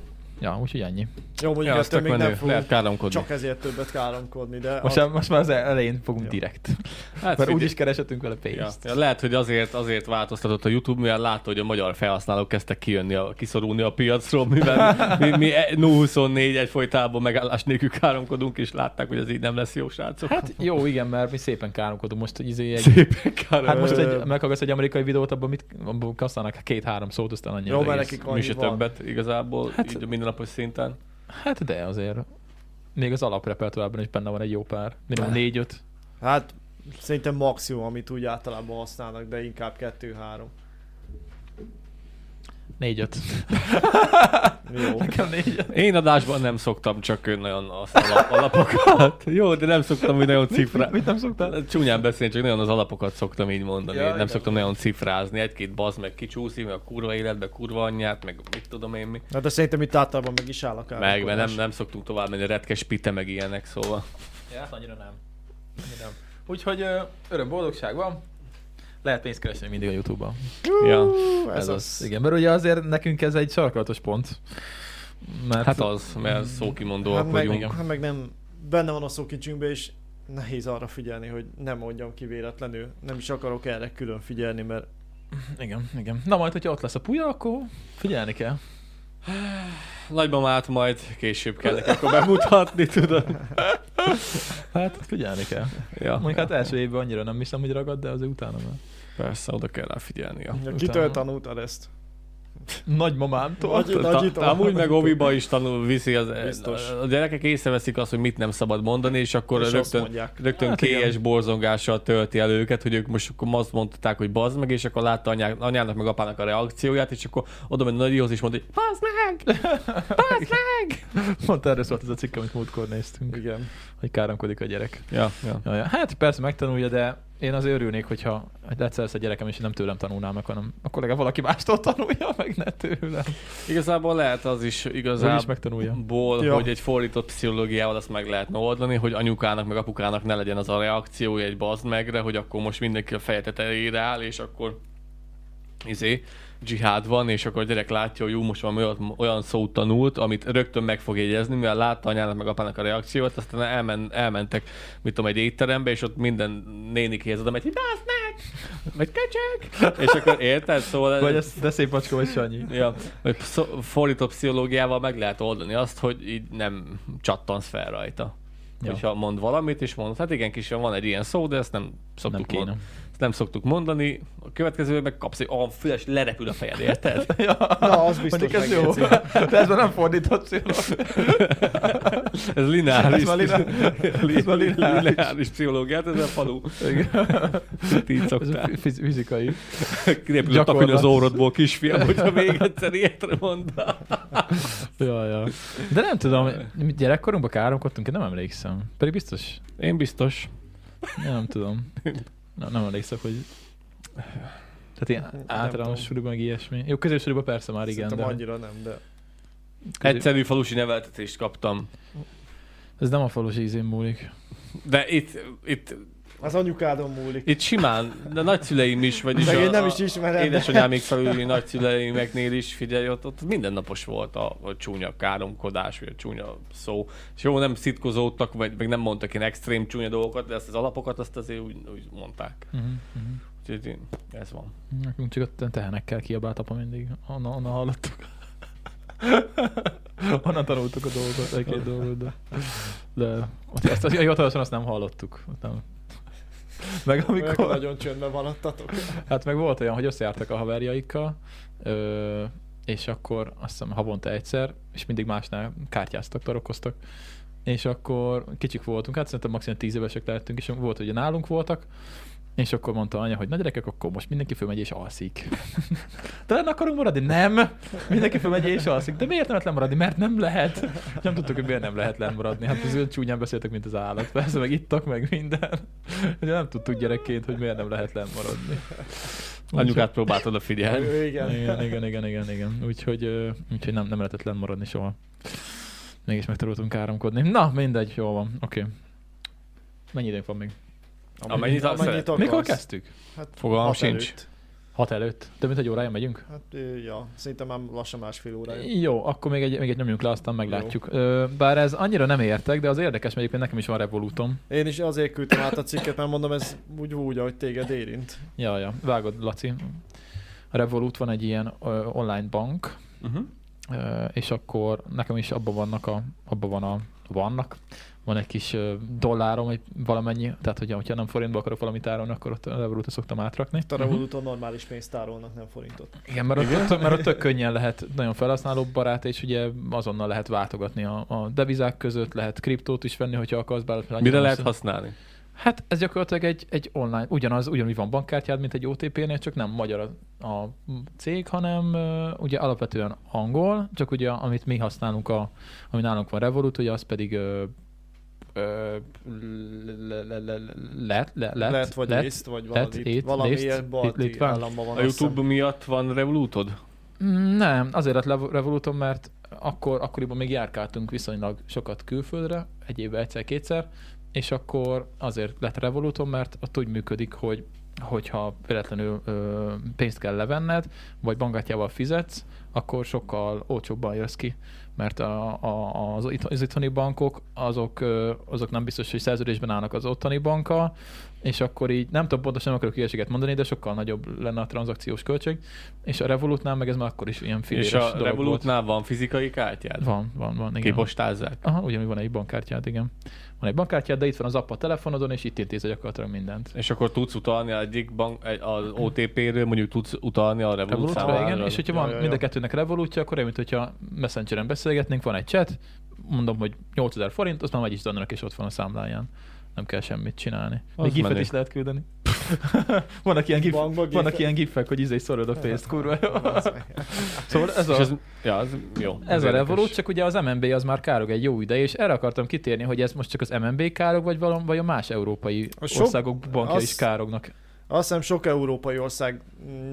Speaker 2: Ja, úgyhogy ennyi.
Speaker 3: Jó, mondjuk
Speaker 1: Ja,
Speaker 3: ja,
Speaker 1: az
Speaker 3: ettől
Speaker 1: tök
Speaker 3: még nem
Speaker 1: menő.
Speaker 3: fogunk
Speaker 1: Lehet káromkodni.
Speaker 3: csak ezért többet káromkodni, de
Speaker 2: Most,
Speaker 3: az-
Speaker 2: már- most már az elején fogunk
Speaker 3: Ja.
Speaker 2: direkt.
Speaker 1: Hát
Speaker 2: Mert
Speaker 1: figyelj.
Speaker 2: úgyis keresettünk vele
Speaker 1: Ja.
Speaker 2: pénzt.
Speaker 1: Ja, lehet, hogy azért, azért változtatott a YouTube, mivel látta, hogy a magyar felhasználók kezdtek kijönni, a, kiszorulni a piacról, mivel mi, mi e- 024 egyfolytában megállás nélkül káromkodunk, és látták, hogy ez így nem lesz jó, srácok.
Speaker 2: Hát jó, igen, mert mi szépen káromkodunk most, hogy izé egy...
Speaker 1: Szépen károm.
Speaker 2: Hát most
Speaker 3: Ö,
Speaker 2: egy, meghallgatsz egy amerikai videót, abban mit abban kaszálnak két-három szót, aztán annyi
Speaker 3: Jó,
Speaker 2: az
Speaker 3: mert
Speaker 2: egész.
Speaker 3: nekik
Speaker 1: mi
Speaker 3: annyi
Speaker 1: se
Speaker 3: van.
Speaker 1: többet igazából,
Speaker 2: Hát-
Speaker 1: hát, így a mindennapos szinten.
Speaker 2: Hát de azért. Még az alaprepertoárban is benne van egy jó pár. Minimum négy-öt.
Speaker 3: Hát szerintem maximum, amit úgy általában használnak, de inkább 2-3.
Speaker 2: Négy-öt.
Speaker 3: Jó.
Speaker 2: Nekem négy
Speaker 1: Én adásban nem szoktam csak ön nagyon az alap, alapokat. Jó, de nem szoktam úgy nagyon cifrá.
Speaker 2: Mit nem szoktál?
Speaker 1: Csúnyán beszélni, csak nagyon az alapokat szoktam így mondani.
Speaker 2: Ja,
Speaker 1: Ja, nem
Speaker 2: igen.
Speaker 1: szoktam nagyon cifrázni. Egy-két bazd meg kicsúszik, meg a kurva életbe, kurva anyját, meg mit tudom én mi.
Speaker 3: Na Hát de szerintem itt általában meg is áll a
Speaker 1: Meg, mert
Speaker 3: káromkodás.
Speaker 1: nem, nem szoktunk tovább menni, retkes pite meg ilyenek, szóval.
Speaker 2: Ja, hát annyira nem. Annyira nem. Úgyhogy ö, öröm, boldogság van. Lehet pénzt keresni mindig a Youtube-ban.
Speaker 1: Ja.
Speaker 3: Hú,
Speaker 2: Ez, az. Igen, mert ugye azért nekünk ez egy sarkalatos pont. Mert
Speaker 1: Hát az, mert szókimondóak
Speaker 3: Hát
Speaker 1: hát
Speaker 3: meg,
Speaker 1: vagyunk.
Speaker 3: hát meg nem, benne van a szókincsünkben, és nehéz arra figyelni, hogy nem mondjam ki véletlenül. Nem is akarok erre külön figyelni, mert
Speaker 2: Igen, igen. Na majd, hogyha ott lesz a puja, akkor figyelni kell.
Speaker 1: Nagymamát majd később kell neki akkor bemutatni, tudod.
Speaker 2: Hát figyelni kell.
Speaker 1: Ja,
Speaker 2: Mondjuk
Speaker 1: ja,
Speaker 2: hát első évben annyira nem hiszem, hogy ragad, de azért utána már.
Speaker 1: persze, oda kell rá figyelni.
Speaker 3: ja,
Speaker 2: Utána.
Speaker 3: kitől tanultad ezt?
Speaker 2: Nagymamámtól.
Speaker 3: Nagy- Nagyít a-
Speaker 1: Amúgy meg óviba is tanul, viszi az,
Speaker 3: Biztos.
Speaker 1: a gyerekek észreveszik azt, hogy mit nem szabad mondani, és akkor
Speaker 3: és azt
Speaker 1: rögtön,
Speaker 3: mondják.
Speaker 1: rögtön
Speaker 2: Hát
Speaker 1: hát
Speaker 2: igen.
Speaker 1: kélyes borzongással tölti el őket, hogy ők most akkor azt mondták, hogy bazd meg, és akkor látta anyá, anyának meg apának a reakcióját, és akkor oda megy nagyhoz és mondta, hogy bazd meg! Bazd meg!
Speaker 2: Pont erről szólt ez a cikk, amit múltkor néztünk,
Speaker 3: Igen. hogy
Speaker 2: hogy káromkodik a gyerek.
Speaker 1: Ja, ja.
Speaker 2: Ja, ja. Hát persze megtanulja, de én azért örülnék, hogyha hogy egyszer lesz a gyerekem, és nem tőlem tanulnám meg, hanem akkor legalább valaki mástól tanulja, meg ne tőlem.
Speaker 1: Igazából lehet az is
Speaker 2: Úgyis
Speaker 1: igazából,
Speaker 2: megtanulja.
Speaker 1: ból,
Speaker 3: Ja.
Speaker 1: ja. hogy egy fordított pszichológiával azt meg lehetne oldani, hogy anyukának meg apukának ne legyen az a reakciója egy bazd megre, hogy akkor most mindenki a feje tetejére áll, és akkor izé, dzsihád van, és akkor a gyerek látja, hogy jó, most valami olyan, olyan szót tanult, amit rögtön meg fog jegyezni, mivel látta anyának meg apának a reakciót, aztán elmen, elmentek, mit tudom, egy étterembe, és ott minden nénikéhez oda megy, hogy bazd meg, vagy köcsög, és akkor érted? Szóval
Speaker 2: Vagy ez, de szép macska vagy Sanyi.
Speaker 1: Ja, vagy pszo- fordító pszichológiával meg lehet oldani azt, hogy így nem csattansz fel rajta.
Speaker 2: Ja.
Speaker 1: Ja. Hogyha mond valamit, és mond, hát igen, kisem van egy ilyen szó, de ezt nem
Speaker 2: Nem
Speaker 1: szoktuk,
Speaker 2: kéne.
Speaker 1: mond, ezt nem szoktuk mondani. A következőben meg kapsz egy olyan füles, lerepül a fejed, érted?
Speaker 2: Ja.
Speaker 3: Na, az biztos
Speaker 2: Mondjuk ez jó.
Speaker 3: megjegyzi.
Speaker 2: De ez már nem fordított pszichológia.
Speaker 1: Ez lineáris.
Speaker 2: Ez már lineáris. Ez már lineáris.
Speaker 1: lineáris pszichológiát, ez a falu. Így
Speaker 2: Ez a
Speaker 1: szoktál.
Speaker 2: fi- fiz- fizikai.
Speaker 1: Kirepül a takony az
Speaker 2: Gyakorlat.
Speaker 1: órodból, kisfiam, hogyha még egyszer ilyetre mondál.
Speaker 2: Ja, ja. De nem tudom, mi gyerekkorunkban káromkodtunk, én nem emlékszem. Pedig biztos.
Speaker 1: Én biztos.
Speaker 2: Én nem tudom. Nem, nem emlékszem, hogy... Tehát ilyen
Speaker 3: tudom.
Speaker 2: általános suliban meg ilyesmi. Jó, közös suliban persze már igen,
Speaker 3: Szerintem
Speaker 2: de
Speaker 3: annyira nem, de
Speaker 2: közé-
Speaker 1: Egyszerű falusi neveltetést kaptam.
Speaker 2: ez nem a falusi ízén múlik.
Speaker 1: De itt, itt,
Speaker 3: az anyukádon múlik.
Speaker 1: itt simán, de nagyszüleim is, vagyis
Speaker 3: Meg
Speaker 1: a,
Speaker 3: én nem
Speaker 1: a
Speaker 3: is ismerem, de-
Speaker 1: Édesanyámig felüli nagyszüleimeknél is, figyelj, ott, ott mindennapos volt a, a csúnya káromkodás, vagy a csúnya szó. És jó, nem szitkozódtak, vagy meg nem mondtak ilyen extrém csúnya dolgokat, de ezt az alapokat azt azért úgy, úgy mondták.
Speaker 2: Uh-huh, uh-huh.
Speaker 1: Úgyhogy én- ez van.
Speaker 2: Nekünk csak ott tehenekkel kiabált apa mindig. Onnan, onnan hallottuk. onnan tanultuk a dolgot, egy-két dolgot, de... de ott ezt, a hivatalosan azt nem hallottuk. Ott Nem. Meg
Speaker 3: Amikor
Speaker 2: amikor...
Speaker 3: nagyon csöndben maradtatok.
Speaker 2: Hát meg volt olyan, hogy összejártak a haverjaikkal, ö, és akkor azt hiszem havonta egyszer, és mindig másnál kártyáztak, tarokoztak, és akkor kicsik voltunk, hát szerintem maximum tíz évesek lehettünk, és volt, hogy nálunk voltak, és akkor mondta anya, hogy na gyerekek, akkor most mindenki fölmegy és alszik. De lenne akarunk maradni? Nem! Mindenki fölmegy és alszik. De miért nem lehet lemaradni? Mert nem lehet. Nem tudtuk, hogy miért nem lehet lemaradni. Hát az olyan csúnyán beszéltek, mint az állat. Persze, meg ittak, meg minden. Ugye nem tudtuk gyerekként, hogy miért nem lehet lemaradni.
Speaker 1: Anyukát próbáltad a figyelni.
Speaker 3: Ő
Speaker 2: Úgyhogy-
Speaker 3: igen.
Speaker 2: Igen, igen, igen, igen, igen. Úgyhogy, ö, úgyhogy nem, nem lehetett lemaradni soha. Mégis megtanultunk áramkodni. Na, mindegy, jó van, oké. Okay. Mennyi időnk van még?
Speaker 1: Amennyit,
Speaker 3: Amennyit
Speaker 1: amennyit
Speaker 3: akarsz.
Speaker 2: Mikor kezdtük?
Speaker 3: Hát,
Speaker 1: Fogalmam
Speaker 3: hat
Speaker 1: sincs.
Speaker 3: előtt.
Speaker 2: Hat előtt. Több mint egy órája megyünk?
Speaker 3: Hát, ö, ja, szerintem már lassan másfél órája.
Speaker 2: Jó, akkor még egy, még egy nyomjunk le, aztán meglátjuk. Ö, bár ez annyira nem értek, de az érdekes, mert egyébként nekem is van Revolutom.
Speaker 3: Én is azért küldtem át a cikket, mert mondom, ez úgy úgy, ahogy téged érint.
Speaker 2: Ja, ja, vágod, Laci. A Revolut van egy ilyen ö, online bank,
Speaker 1: Uh-huh.
Speaker 2: Ö, és akkor nekem is abban vannak a, abban van a, vannak, van egy kis ö, dollárom, egy valamennyi, tehát hogyha, hogyha nem forintba akarok valamit árulni, akkor ott a Revolutra szoktam átrakni.
Speaker 3: A Revoluton normális pénzt tárolnak, nem forintot.
Speaker 2: Igen, mert ott, ott, mert ott tök könnyen lehet nagyon felhasználó barát, és ugye azonnal lehet váltogatni a, a devizák között, lehet kriptót is venni, hogyha akarsz, bár ott annyira
Speaker 1: Mire
Speaker 2: nem
Speaker 1: lehet
Speaker 2: szó-
Speaker 1: használni?
Speaker 2: Hát ez gyakorlatilag egy, egy online, ugyanaz, ugyanúgy van bankkártyád, mint egy OTP-nél, csak nem magyar a, a cég, hanem ö, ugye alapvetően angol, csak ugye amit mi használunk, a, ami nálunk van Revolut, ugye az pedig ö, ö, le- le- le- le- lett, le- lett,
Speaker 3: Lehet, vagy
Speaker 2: lett,
Speaker 3: lett, vagy
Speaker 2: lett,
Speaker 3: valami,
Speaker 2: lét,
Speaker 3: lét, valami
Speaker 2: lést,
Speaker 3: ilyen balti
Speaker 2: lét- litván.
Speaker 3: államban van.
Speaker 1: A
Speaker 3: azt hiszem.
Speaker 1: YouTube miatt van Revolutod?
Speaker 2: Mm, Nem, azért lett Lev- Revoluton, mert akkor, akkoriban még járkáltunk viszonylag sokat külföldre, egy évben egyszer-kétszer, és akkor azért lett Revoluton, mert ott úgy működik, hogy hogyha véletlenül ö, pénzt kell levenned, vagy bankátjával fizetsz, akkor sokkal olcsóbban jössz ki, mert a, a, az, it- az itthoni bankok, azok, ö, azok nem biztos, hogy szerződésben állnak az ottani bankkal, és akkor így, nem tudom pontosan, nem akarok hülyeséget mondani, de sokkal nagyobb lenne a tranzakciós költség, és a Revolutnál meg ez már akkor is ilyen
Speaker 1: És
Speaker 2: filéres
Speaker 1: a
Speaker 2: dolog
Speaker 1: Revolutnál van fizikai kártyád?
Speaker 2: volt. Van, van, van, igen.
Speaker 1: Kipostázzák?
Speaker 2: Aha, ugyanúgy van egy bankkártyád, igen. Van egy bankkártyád, de itt van az app a telefonodon, és itt intézed gyakorlatilag mindent.
Speaker 1: És akkor tudsz utalni egyik bank, egy- az OTP-ről, mondjuk tudsz utalni a Revolut
Speaker 2: Revolutra, igen, és hogyha
Speaker 3: Ja,
Speaker 2: van
Speaker 3: ja, ja.
Speaker 2: mind a kettőnek Revolutja, akkor olyan, mint hogyha Messengeren beszélgetnénk, van egy chat, mondom, hogy 8000 forint, azt már megy is Dannak, és ott van a számláján. Nem kell semmit csinálni.
Speaker 1: Az
Speaker 2: Még gifet
Speaker 1: menő.
Speaker 2: is lehet küldeni. vannak ilyen, gif,
Speaker 3: Bankba gifet?
Speaker 2: vannak ilyen gifek, hogy izé szorod a pénzt, kurva. jó. szóval ez
Speaker 1: És
Speaker 2: a,
Speaker 1: ez, ja, az jó.
Speaker 2: ez a
Speaker 1: érdekes.
Speaker 2: Revolut, csak ugye az MNB az már károg egy jó ideje, és erre akartam kitérni, hogy ez most csak az MNB károg, vagy valam, vagy a más európai
Speaker 3: A sok-
Speaker 2: országok bankja
Speaker 3: az-
Speaker 2: is kárognak.
Speaker 3: Azt hiszem sok európai ország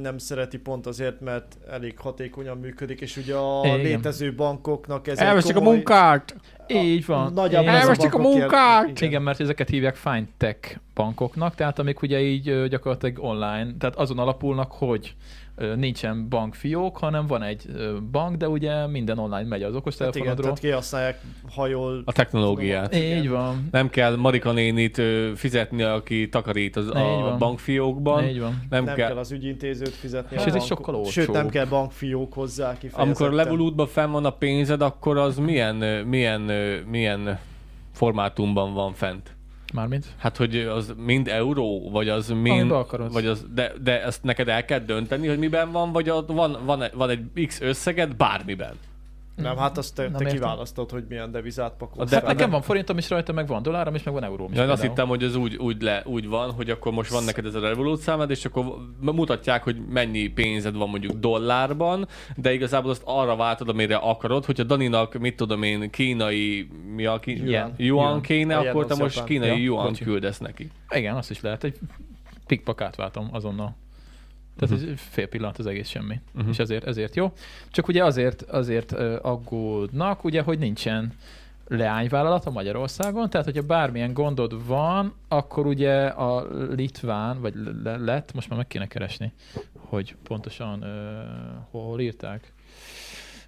Speaker 3: nem szereti pont azért, mert elég hatékonyan működik, és ugye a
Speaker 2: Igen.
Speaker 3: létező bankoknak ez
Speaker 1: Elveszik
Speaker 3: egy
Speaker 1: a
Speaker 3: komoly...
Speaker 1: munkát!
Speaker 2: Így van.
Speaker 3: Nagyjából
Speaker 2: Így
Speaker 3: ez
Speaker 2: van.
Speaker 1: Elveszik a
Speaker 3: bankok
Speaker 1: munkát!
Speaker 3: ilyen-
Speaker 2: Igen. Igen, mert ezeket hívják fintech bankoknak, tehát amik ugye így ö, gyakorlatilag online, tehát azon alapulnak, hogy ö, nincsen bankfiók, hanem van egy ö, bank, de ugye minden online megy az
Speaker 3: Hát igen,
Speaker 2: okostelefonodról.
Speaker 3: tehát kihasználják, ha jól...
Speaker 1: A technológiát.
Speaker 3: igen.
Speaker 2: Így van.
Speaker 1: Nem kell Marika nénit ö, fizetni, aki takarít az,
Speaker 2: Így
Speaker 1: a
Speaker 2: van.
Speaker 1: bankfiókban.
Speaker 2: Így van.
Speaker 1: Nem,
Speaker 3: nem
Speaker 1: kell.
Speaker 3: kell az ügyintézőt fizetni.
Speaker 2: És
Speaker 3: a
Speaker 2: ez is
Speaker 3: bankok-
Speaker 2: sokkal olcsóbb.
Speaker 3: Sőt, nem kell bankfiók hozzá kifejezetten.
Speaker 1: Amikor Revolutban fenn van a pénzed, akkor az milyen, ö, milyen, ö, milyen formátumban van fent?
Speaker 2: Mármint.
Speaker 1: Hát, hogy az mind euró, vagy az mind...
Speaker 2: Amiben akarod.
Speaker 1: Vagy az, de, de ezt neked el kell dönteni, hogy miben van, vagy ott van, van, egy- van egy X összeget bármiben.
Speaker 3: Nem, hát azt te,
Speaker 2: Nem
Speaker 3: te
Speaker 2: értem.
Speaker 3: kiválasztod, hogy milyen devizát pakolsz.
Speaker 1: De-
Speaker 2: Hát nekem van forintom is rajta, meg van dollárom is, meg van euróm is.
Speaker 1: Ja, én azt hittem,
Speaker 2: például.
Speaker 1: hogy ez úgy, úgy, le, úgy van, hogy akkor most van neked ez a Revolut számod, és akkor mutatják, hogy mennyi pénzed van mondjuk dollárban, de igazából azt arra váltod, amire akarod, hogyha Daninak, mit tudom én, kínai, mi a ki,
Speaker 2: Yuan.
Speaker 1: yuan
Speaker 2: Yuan.
Speaker 1: kéne,
Speaker 3: Vagy
Speaker 1: akkor te
Speaker 3: az
Speaker 1: most
Speaker 3: japán.
Speaker 1: kínai
Speaker 2: Ja,
Speaker 1: yuan
Speaker 2: bocsi.
Speaker 1: küldesz neki.
Speaker 2: Igen, azt is lehet. Egy pikpak átváltom azonnal. Tehát ez fél pillanat az egész semmi.
Speaker 1: Mhm.
Speaker 2: Uh-huh. És ezért, ezért jó. Csak ugye azért, azért ö, aggódnak, ugye, hogy nincsen leányvállalat a Magyarországon, tehát hogyha bármilyen gondod van, akkor ugye a litván, vagy le- le- lett, most már meg kéne keresni, hogy pontosan ö, hol írták.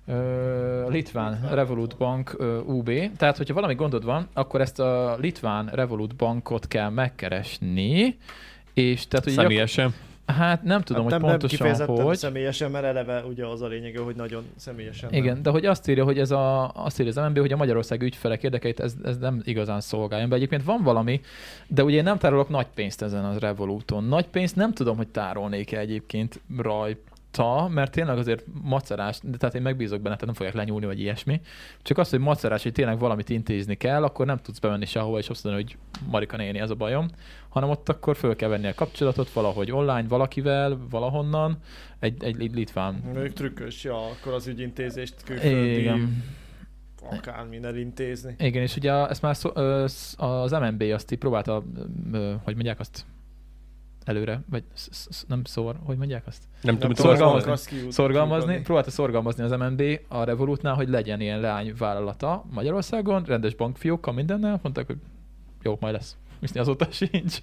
Speaker 2: Ö, a Litván Revolut Bank ö, UB. Tehát, hogyha valami gondod van, akkor ezt a Litván Revolut Bankot kell megkeresni, és tehát, hogy gyakor-
Speaker 1: Személyesen.
Speaker 2: Hát nem tudom,
Speaker 3: hát
Speaker 2: hát
Speaker 3: nem, nem
Speaker 2: hogy pontosan
Speaker 3: kifejezetten
Speaker 2: hogy.
Speaker 3: személyesen, mert eleve ugye az a lényege, hogy nagyon személyesen. nem.
Speaker 2: Igen, de hogy azt írja, hogy ez a, azt írja az MNB, hogy a Magyarország ügyfelek érdekeit ez, ez nem igazán szolgálja be. Egyébként van valami, de ugye én nem tárolok nagy pénzt ezen az Revoluton. Nagy pénzt nem tudom, hogy tárolnék-e egyébként rajta, mert tényleg azért macerás, de tehát én megbízok benne, tehát nem fogják lenyúlni, vagy ilyesmi. Csak az, hogy macerás, hogy tényleg valamit intézni kell, akkor nem tudsz bemenni sehova, és azt mondani, hogy Marika néni, ez a bajom, hanem ott akkor föl kell venni a kapcsolatot valahogy online, valakivel, valahonnan, egy, egy lit- litván
Speaker 3: Ők trükkös, ja, akkor az ügyintézést külföldi
Speaker 2: igen.
Speaker 3: akármin elintézni.
Speaker 2: Igen, és ugye ezt már szó, ö, sz- az MNB azt így próbálta, ö, hogy mondják azt előre, vagy sz- sz- sz- nem szor, hogy mondják azt?
Speaker 1: Nem tudom, mit
Speaker 2: tudom, szorgalmazni.
Speaker 1: szorgalmazni.
Speaker 2: Szorgalmazni, próbálta szorgalmazni az MNB a Revolutnál, hogy legyen ilyen leányvállalata Magyarországon, rendes bankfiókkal, mindennel, mondták, hogy jó, majd lesz. Viszont azóta sincs.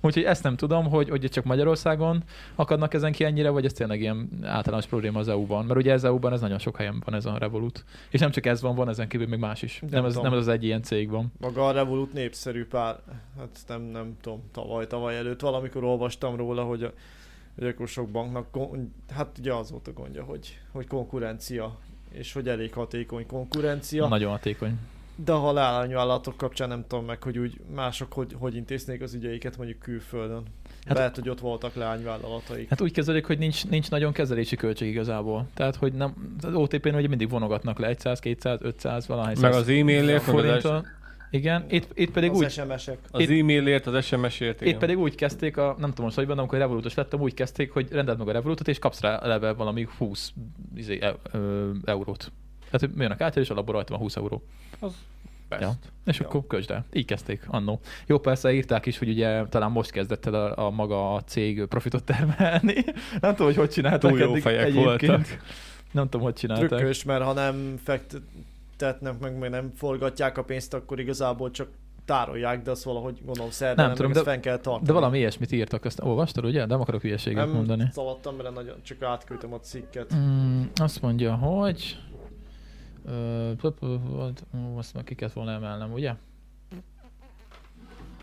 Speaker 2: Úgyhogy ezt nem tudom, hogy, hogy csak Magyarországon akadnak ezen ki ennyire, vagy ez tényleg ilyen általános probléma az EU-ban. Mert ugye az EU-ban ez nagyon sok helyen van ez a Revolut. És nem csak ez van, van ezen kívül még más is.
Speaker 3: Nem
Speaker 2: Nem, ez,
Speaker 3: tudom.
Speaker 2: nem ez az egy ilyen cég van.
Speaker 3: Maga a Revolut népszerű pár, hát nem, nem tudom, tavaly, tavaly előtt valamikor olvastam róla, hogy, a, hogy akkor sok banknak, kon- hát ugye az volt a gondja, hogy, hogy konkurencia, és hogy elég hatékony konkurencia,
Speaker 2: Ja. Nagyon hatékony.
Speaker 3: de a halálanyvállalatok kapcsán nem tudom meg, hogy úgy mások hogy, hogy intéznék az ügyeiket mondjuk külföldön. Hát,
Speaker 2: Hát-
Speaker 3: Lehet, hogy ott voltak leányvállalataik.
Speaker 2: Hát úgy kezdődik, hogy nincs, nincs nagyon kezelési költség igazából. Tehát, hogy nem, az OTP-n ugye mindig vonogatnak le 100, 200, 500, valahány
Speaker 1: Meg
Speaker 2: 100
Speaker 1: az e-mailért, meg az,
Speaker 2: forinttal. Igen, itt, itt pedig
Speaker 3: az
Speaker 2: úgy,
Speaker 3: SMS-ek.
Speaker 1: az e-mailért, az SMS-ért, igen.
Speaker 2: Itt pedig úgy kezdték, a, nem tudom most, hogy van, amikor revolutos lettem, úgy kezdték, hogy rendeld meg a revolutot, és kapsz rá eleve valami 20 izé, e, ö, eurót. Tehát hogy jönnek át, és alapból rajta van 20 euró.
Speaker 1: Best.
Speaker 2: Ja. És
Speaker 3: Ja.
Speaker 2: ja. akkor költsd el. Így kezdték annó. Jó, persze írták is, hogy ugye talán most kezdett el a, a maga a cég profitot termelni. Nem tudom, hogy hogy csinálták
Speaker 1: Túl jó fejek voltak.
Speaker 2: Nem tudom, hogy csinálták.
Speaker 3: Trükkös, mert ha nem fektetnek meg, meg nem forgatják a pénzt, akkor igazából csak tárolják, de azt valahogy gondolom szerben
Speaker 2: Nem tudom,
Speaker 3: de,
Speaker 2: de-
Speaker 3: fenn kell tartani.
Speaker 2: De valami ilyesmit írtak, azt olvastad, ugye? Nem akarok hülyeséget
Speaker 3: nem
Speaker 2: mondani.
Speaker 3: szaladtam bele nagyon, csak átküldtem a cikket.
Speaker 2: Mm, azt mondja, hogy... Ö, p- p- volt- ú, Azt meg ki kellett volna emelnem, ugye?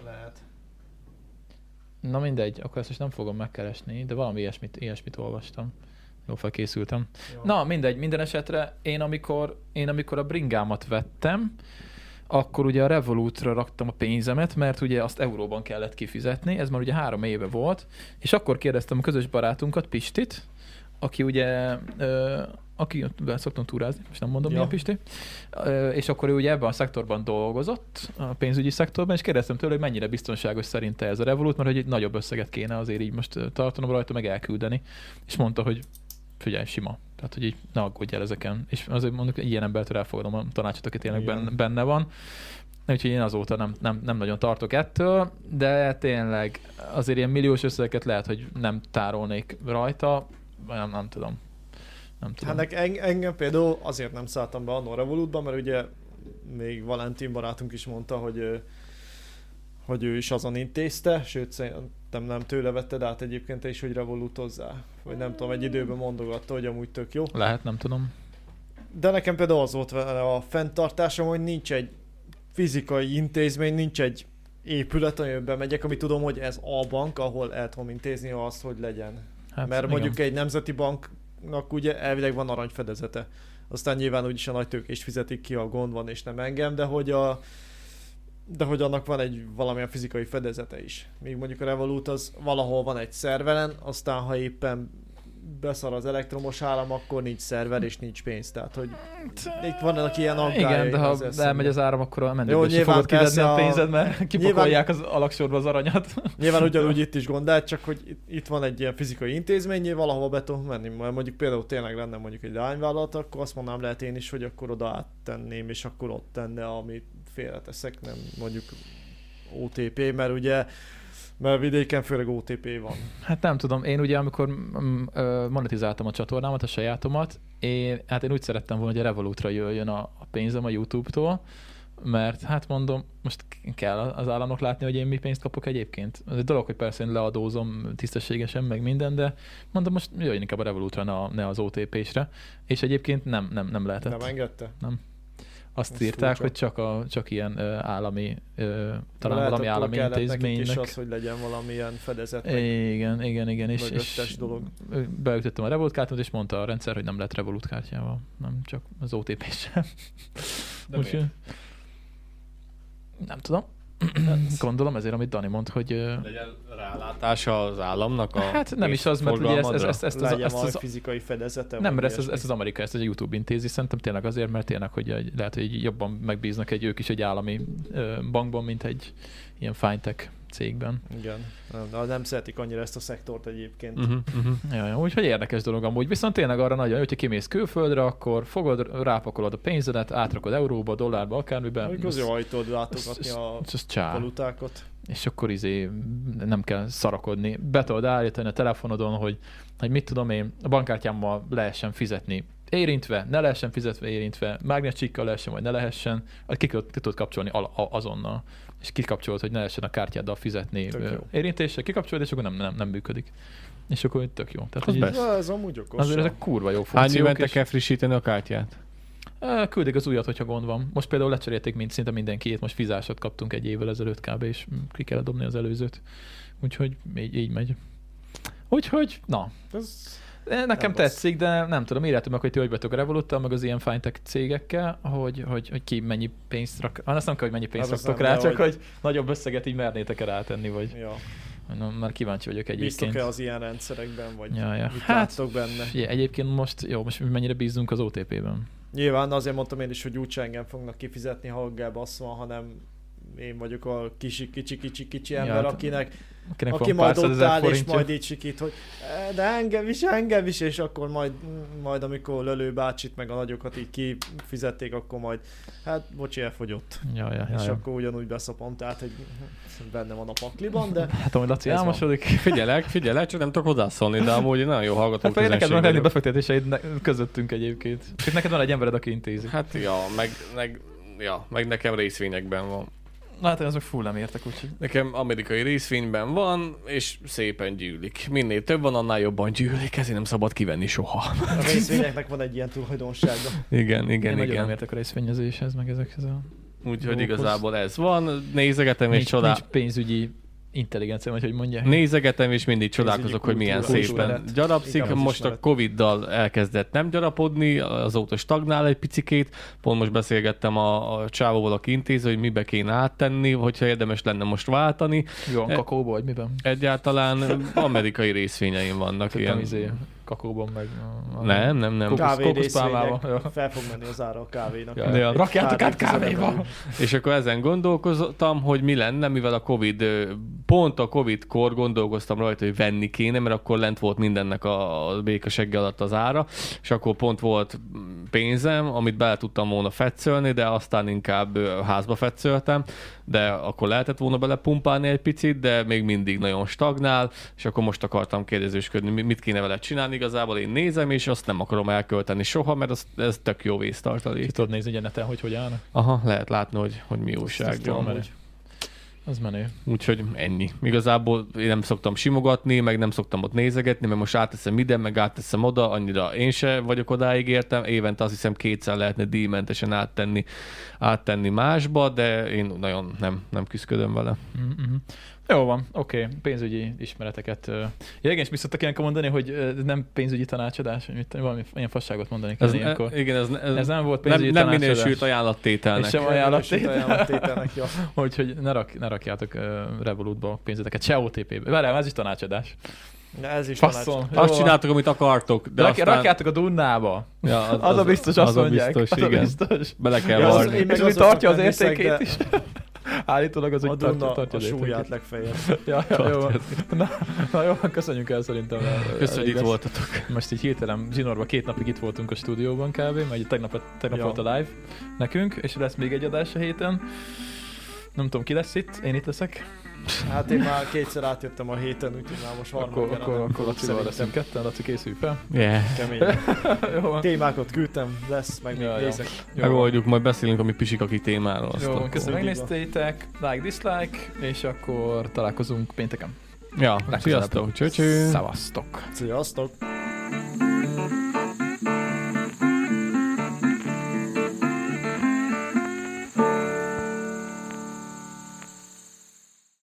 Speaker 3: Lehet.
Speaker 2: Na mindegy, akkor ezt most nem fogom megkeresni, de valami ilyesmit, ilyesmit olvastam. Jó felkészültem.
Speaker 3: Jó.
Speaker 2: Na mindegy, minden esetre én amikor, én amikor a bringámat vettem, akkor ugye a Revolutra raktam a pénzemet, mert ugye azt euróban kellett kifizetni, ez már ugye három éve volt, és akkor kérdeztem a közös barátunkat, Pistit, aki ugye, ö, aki ott be szoktam túrázni, most nem mondom,
Speaker 3: Ja.
Speaker 2: ja. milyen Pisti, ö, és akkor ő ugye ebben a szektorban dolgozott, a pénzügyi szektorban, és kérdeztem tőle, hogy mennyire biztonságos szerinte ez a Revolut, mert hogy egy nagyobb összeget kéne azért így most ö, tartanom rajta, meg elküldeni, és mondta, hogy figyelj, sima. Tehát, hogy így ne aggódj el ezeken. És azért mondjuk egy ilyen embertől elfogadom a tanácsot, aki tényleg
Speaker 3: Igen.
Speaker 2: benne, benne van. Úgyhogy én azóta nem, nem, nem nagyon tartok ettől, de tényleg azért ilyen milliós összegeket lehet, hogy nem tárolnék rajta, vagy nem, nem tudom. Nem tudom.
Speaker 3: Hát nek- en- engem például azért nem szálltam be a Revolutba, mert ugye még Valentin barátunk is mondta, hogy ő- hogy ő is azon intézte, sőt szerintem nem tőle vette, de hát egyébként te is, hogy revolutozzál. Vagy nem tudom, egy időben mondogatta, hogy amúgy tök jó.
Speaker 2: Lehet, nem tudom.
Speaker 3: De nekem például az volt vele a fenntartásom, hogy nincs egy fizikai intézmény, nincs egy épület, amiben bemegyek, amit tudom, hogy ez a bank, ahol el tudom intézni azt, hogy legyen.
Speaker 2: Hát,
Speaker 3: Mert
Speaker 2: igen.
Speaker 3: mondjuk egy nemzeti banknak ugye elvileg van aranyfedezete. Aztán nyilván úgyis a nagy tőkés fizetik ki, ha gond van, és nem engem, de hogy a de hogy annak van egy valamilyen fizikai fedezete is. Még mondjuk a Revolut az valahol van egy szerveren, aztán ha éppen beszar az elektromos áram, akkor nincs szerver és nincs pénz. Tehát, hogy itt vannak ilyen aggályai.
Speaker 2: Igen, de ha
Speaker 3: ezzel
Speaker 2: elmegy az
Speaker 3: szemben.
Speaker 2: áram, akkor a
Speaker 3: Jó,
Speaker 2: mendőből se
Speaker 3: nyilván
Speaker 2: fogod kivenni
Speaker 3: persze
Speaker 2: a
Speaker 3: a-
Speaker 2: pénzed, mert kipakolják az alaksorba az aranyat.
Speaker 3: Nyilván ugyanúgy itt is gondát, csak hogy itt- itt van egy ilyen fizikai intézmény, valahova be tudom menni. Majd mondjuk például tényleg lenne mondjuk egy lányvállalat, akkor azt mondanám lehet én is, hogy akkor oda áttenném, és akkor ott tenne, amit félreteszek, nem mondjuk OTP, mert ugye mert vidéken főleg OTP van.
Speaker 2: Hát nem tudom, én ugye amikor mm, ö, monetizáltam a csatornámat, a sajátomat, én, hát én úgy szerettem volna, hogy a Revolutra jöjjön a, a pénzem a YouTube-tól, mert hát mondom, most k- kell az államnak látni, hogy én mi pénzt kapok egyébként. Ez egy dolog, hogy persze én leadózom tisztességesen, meg minden, de mondom, most jöjjön inkább a Revolutra, ne, a, ne az OTP-sre. És egyébként nem, nem, nem lehetett.
Speaker 3: Nem engedte?
Speaker 2: Azt
Speaker 3: Ez
Speaker 2: írták,
Speaker 3: furcsa.
Speaker 2: hogy csak, a, csak ilyen ö, állami, ö, talán
Speaker 3: Lehet, attól
Speaker 2: valami állami
Speaker 3: kellett nekik
Speaker 2: intézménynek.
Speaker 3: is az, hogy legyen valamilyen fedezet. meg-
Speaker 2: Igen, igen, igen. És,
Speaker 3: mögöttes
Speaker 2: és
Speaker 3: dolog.
Speaker 2: beütöttem a Revolut kártyát, és mondta a rendszer, hogy nem lehet Revolut kártyával, nem csak az OTP sem.
Speaker 1: De miért?
Speaker 2: Nem tudom. Gondolom ezért, amit Dani mond, hogy... ö,
Speaker 1: Legyen rálátása az államnak a
Speaker 2: Hát nem is az, mert ugye ezt, ezt, ezt, ezt, az,
Speaker 3: legyen
Speaker 2: ezt,
Speaker 3: valami
Speaker 2: az,
Speaker 3: fizikai fedezete.
Speaker 2: nem,
Speaker 3: vagy
Speaker 2: mert ezt, az-
Speaker 3: ilyesmi.
Speaker 2: ezt az Amerika, ezt a YouTube intézi, szerintem tényleg azért, mert tényleg, hogy egy, lehet, hogy így jobban megbíznak egy ők is egy állami ö, bankban, mint egy ilyen fintech cégben.
Speaker 3: Igen. Nem, de nem szeretik annyira ezt a szektort egyébként.
Speaker 2: Mhm.
Speaker 1: Uh-huh, uh-huh.
Speaker 2: Ja, ja, úgyhogy érdekes dolog amúgy. Viszont tényleg arra nagyon jó, hogyha kimész külföldre, akkor fogod, rápakolod a pénzedet, átrakod euróba, dollárba, akármiben.
Speaker 3: Amikor az
Speaker 2: Ez-
Speaker 3: jó ajtód látogatni
Speaker 2: ez- ez-
Speaker 3: a
Speaker 2: ez- ez csá.
Speaker 3: valutákat.
Speaker 2: És akkor izé nem kell szarakodni. Be tudod állítani a telefonodon, hogy, hogy mit tudom én, a bankkártyámmal lehessen fizetni érintve, ne lehessen fizetve érintve, mágnescsíkkal lehessen, vagy ne lehessen, hát ki, ki tudod kapcsolni al- a- azonnal. És kikapcsolod, hogy ne lehessen a kártyáddal fizetni
Speaker 3: Tök
Speaker 2: ö,
Speaker 3: jó.
Speaker 2: érintéssel, kikapcsolod, és akkor nem, nem, nem működik. És akkor tök jó. Tehát,
Speaker 1: Az
Speaker 2: hogy így,
Speaker 1: best.
Speaker 3: Ez amúgy okos.
Speaker 2: azért
Speaker 3: ja.
Speaker 2: ezek kurva jó
Speaker 1: Hány
Speaker 2: funkciók.
Speaker 1: évente
Speaker 2: és-
Speaker 1: kell frissíteni a kártyát?
Speaker 2: Ö, Küldik az újat, hogyha gond van. Most például lecserélték mind, szinte mindenkiét, most fizásat kaptunk egy évvel ezelőtt kb. és mm, ki kellett dobni az előzőt. Úgyhogy így, így megy. Úgyhogy, na, Eh,
Speaker 3: Ez...
Speaker 2: nekem
Speaker 3: Nem
Speaker 2: nem
Speaker 3: rossz.
Speaker 2: tetszik, de nem tudom, írjátok meg, hogy ti hogy vagytok a revolut meg az ilyen fintech cégekkel, hogy, hogy, hogy ki mennyi pénzt rak... Ah, azt nem kell, hogy mennyi pénzt
Speaker 3: Hát azt
Speaker 2: raktok
Speaker 3: nem,
Speaker 2: rá,
Speaker 3: de
Speaker 2: csak
Speaker 3: hogy-
Speaker 2: hogy... nagyobb összeget így mernétek-e rátenni, vagy
Speaker 3: Ja.
Speaker 2: na, már kíváncsi vagyok egyébként.
Speaker 3: Bíztok-e az ilyen rendszerekben, vagy
Speaker 2: Ja, ja.
Speaker 3: mit hát,
Speaker 2: Hát,
Speaker 3: láttok benne?
Speaker 2: Figyelj, egyébként most, jó, most mennyire bízunk az OTP-ben?
Speaker 3: Nyilván azért mondtam én is, hogy úgyse engem fognak kifizetni, ha aggább az van, hanem én vagyok a kicsi, kicsi, kicsi, kicsi
Speaker 2: Ja,
Speaker 3: ember,
Speaker 2: hát
Speaker 3: akinek,
Speaker 2: Akinek
Speaker 3: aki
Speaker 2: van pár
Speaker 3: majd ott
Speaker 2: százezer
Speaker 3: áll, és
Speaker 2: forintja.
Speaker 3: majd így sikít, hogy "Eh, de engem is, engem is, és akkor majd, majd amikor Lölő bácsit meg a nagyokat így kifizették, akkor majd, hát bocsi, elfogyott.
Speaker 2: Ja, ja, ja,
Speaker 3: és
Speaker 2: ja.
Speaker 3: akkor ugyanúgy beszapant, tehát hogy benne van a pakliban, de
Speaker 2: Hát amúgy Laci
Speaker 3: Ez van.
Speaker 2: álmosodik.
Speaker 1: Figyelek, figyelek, csak nem tudok hozzászólni, de amúgy én nagyon jó hallgató
Speaker 2: Hát pedig neked van lenni
Speaker 1: vagyok.
Speaker 2: befektetéseid ne- közöttünk egyébként. Csak neked van egy embered, aki intézi.
Speaker 1: Hát ja, meg, meg, ja, meg nekem részvényekben van.
Speaker 2: Na, hát én azok full nem értek, úgyhogy.
Speaker 1: Nekem amerikai részvényben van, és szépen gyűlik. Minél több van, annál jobban gyűlik, ezért nem szabad kivenni soha.
Speaker 3: a részvényeknek van egy ilyen tulajdonsága.
Speaker 1: Igen, igen,
Speaker 2: Igen, én igen. nem
Speaker 1: igen.
Speaker 2: értek a részvényezéshez, meg ezekhez a...
Speaker 1: Úgyhogy
Speaker 2: Jó,
Speaker 1: igazából ez van, nézegetem és
Speaker 2: Nincs,
Speaker 1: csodál.
Speaker 2: nincs pénzügyi intelligencia, vagy hogy mondja.
Speaker 1: Nézegetem, és mindig
Speaker 3: Pénzügyi
Speaker 1: csodálkozok, hogy milyen
Speaker 3: kultúra.
Speaker 1: szépen
Speaker 3: Kultúrát.
Speaker 1: gyarapszik.
Speaker 3: Igen, az
Speaker 1: Most a
Speaker 3: ismeret.
Speaker 1: Covid-dal elkezdett nem gyarapodni, azóta stagnál egy picikét. Pont most beszélgettem a, a csávóval, aki intézi, hogy mibe kéne áttenni, hogyha érdemes lenne most váltani.
Speaker 2: Jó,
Speaker 1: E-
Speaker 2: kakóba, vagy miben?
Speaker 1: Egyáltalán amerikai részvényeim vannak
Speaker 2: Tudtam,
Speaker 1: ilyen.
Speaker 2: izé, kakóban meg... a- a-
Speaker 1: Nem, nem, nem.
Speaker 2: Kókusz-
Speaker 3: Kávé
Speaker 2: kókuszpálmával,
Speaker 3: részvények,
Speaker 2: ja.
Speaker 3: fel fog menni az ára a kávénak.
Speaker 2: Ja,
Speaker 1: Ja.
Speaker 2: ja. Rakjátok át
Speaker 3: Kártya
Speaker 2: kávéba!
Speaker 3: fizetem.
Speaker 1: És akkor ezen gondolkoztam, hogy mi lenne, mivel a Covid, ö, pont a Covid-kor gondolkoztam rajta, hogy venni kéne, mert akkor lent volt mindennek a a békasegge alatt az ára, és akkor pont volt mm, pénzem, amit bele tudtam volna fetszölni, de aztán inkább ö, házba fetszöltem, de akkor lehetett volna belepumpálni egy picit, de még mindig nagyon stagnál, és akkor most akartam kérdezősködni, mi- mit kéne vele csinálni igazából, én nézem, és azt nem akarom elkölteni soha, mert az, ez tök jó vésztartalék.
Speaker 2: Ki tudod nézni egy neten, hogy hogy állnak?
Speaker 1: Aha, lehet látni, hogy, hogy mi újság
Speaker 2: Azt tudom,
Speaker 1: van.
Speaker 2: menő. Az menő.
Speaker 1: Úgyhogy ennyi. Igazából én nem szoktam simogatni, meg nem szoktam ott nézegetni, mert most átteszem ide, meg átteszem oda, annyira én se vagyok odáig értem. Évente azt hiszem kétszer lehetne díjmentesen áttenni, áttenni másba, de én nagyon nem, nem küzdködöm vele.
Speaker 2: Mm-hmm. Jó van, oké, okay. pénzügyi ismereteket. ö, Ja, igen, és mi szoktak ilyenkor mondani, hogy ö, nem pénzügyi tanácsadás, vagy mit, tudom, valami ilyen fasságot mondani kell
Speaker 1: Ez,
Speaker 2: ez ilyenkor.
Speaker 1: e, igen, ez, ez,
Speaker 2: ez nem volt
Speaker 1: nem,
Speaker 2: pénzügyi
Speaker 1: nem
Speaker 2: tanácsadás.
Speaker 1: minősült ajánlattételnek.
Speaker 2: És sem
Speaker 3: Minősült
Speaker 2: ajánlattétel.
Speaker 3: ajánlattételnek, ja.
Speaker 2: Úgyhogy ne, rak, ne rakjátok ö, Revolutba a pénzeteket, se OTP-be. Várjál, ez is tanácsadás.
Speaker 3: Na, ez is
Speaker 2: Faszom.
Speaker 3: tanács.
Speaker 2: Jó
Speaker 1: Azt
Speaker 2: van.
Speaker 1: csináltok, amit akartok, de
Speaker 2: Rak,
Speaker 1: aztán...
Speaker 2: Rakjátok a Dunnába.
Speaker 1: ja,
Speaker 2: Az, az, a biztos, azt
Speaker 1: az
Speaker 2: mondják.
Speaker 1: A biztos,
Speaker 2: az
Speaker 1: igen.
Speaker 2: a biztos.
Speaker 1: Bele kell ja,
Speaker 3: Ja, az-
Speaker 1: varni.
Speaker 3: én- meg
Speaker 2: és az, hogy
Speaker 3: azoknak
Speaker 2: tartja az
Speaker 3: nem hiszek,
Speaker 2: értékét is. Állítólag az,
Speaker 3: A
Speaker 2: hogy tartja,
Speaker 3: Duna
Speaker 2: tartja
Speaker 3: a
Speaker 2: az
Speaker 3: súlyát
Speaker 2: értékét.
Speaker 3: legfeljebb.
Speaker 2: Ja, ja, jó, van.
Speaker 1: Tartja
Speaker 2: na, na jó, van, köszönjünk el szerintem.
Speaker 1: Köszönjük, hogy
Speaker 2: Elég
Speaker 1: itt
Speaker 2: lesz.
Speaker 1: voltatok.
Speaker 2: Most így hirtelen zsinórba két napig itt voltunk a stúdióban kb. Mert tegnap, tegnap
Speaker 3: Ja.
Speaker 2: volt a live nekünk, és lesz még egy adás a héten. Nem tudom, ki lesz itt, én itt leszek.
Speaker 3: Hát én már kétszer átjöttem a héten, úgyhogy már most
Speaker 2: Akkor,
Speaker 3: harmadjára
Speaker 2: akkor,
Speaker 3: nem
Speaker 2: akkor
Speaker 3: tudok
Speaker 2: Lacival
Speaker 3: szerintem.
Speaker 2: leszünk ketten, Laci készülj fel.
Speaker 1: Yeah.
Speaker 3: Kemény.
Speaker 2: Jó van.
Speaker 3: Témákat küldtem, lesz, meg még
Speaker 2: Ja, ja.
Speaker 3: nézek.
Speaker 2: Jó van.
Speaker 1: Megoldjuk, majd beszélünk a mi pisikaki témáról. azt
Speaker 2: Jó,
Speaker 1: akkor.
Speaker 2: van, köszönöm,
Speaker 3: Mindig van.
Speaker 2: megnéztétek, like, dislike, és akkor találkozunk pénteken.
Speaker 1: Ja,
Speaker 2: Legközelebb.
Speaker 1: sziasztok, csöcső!
Speaker 2: Szevasztok!
Speaker 3: Sziasztok!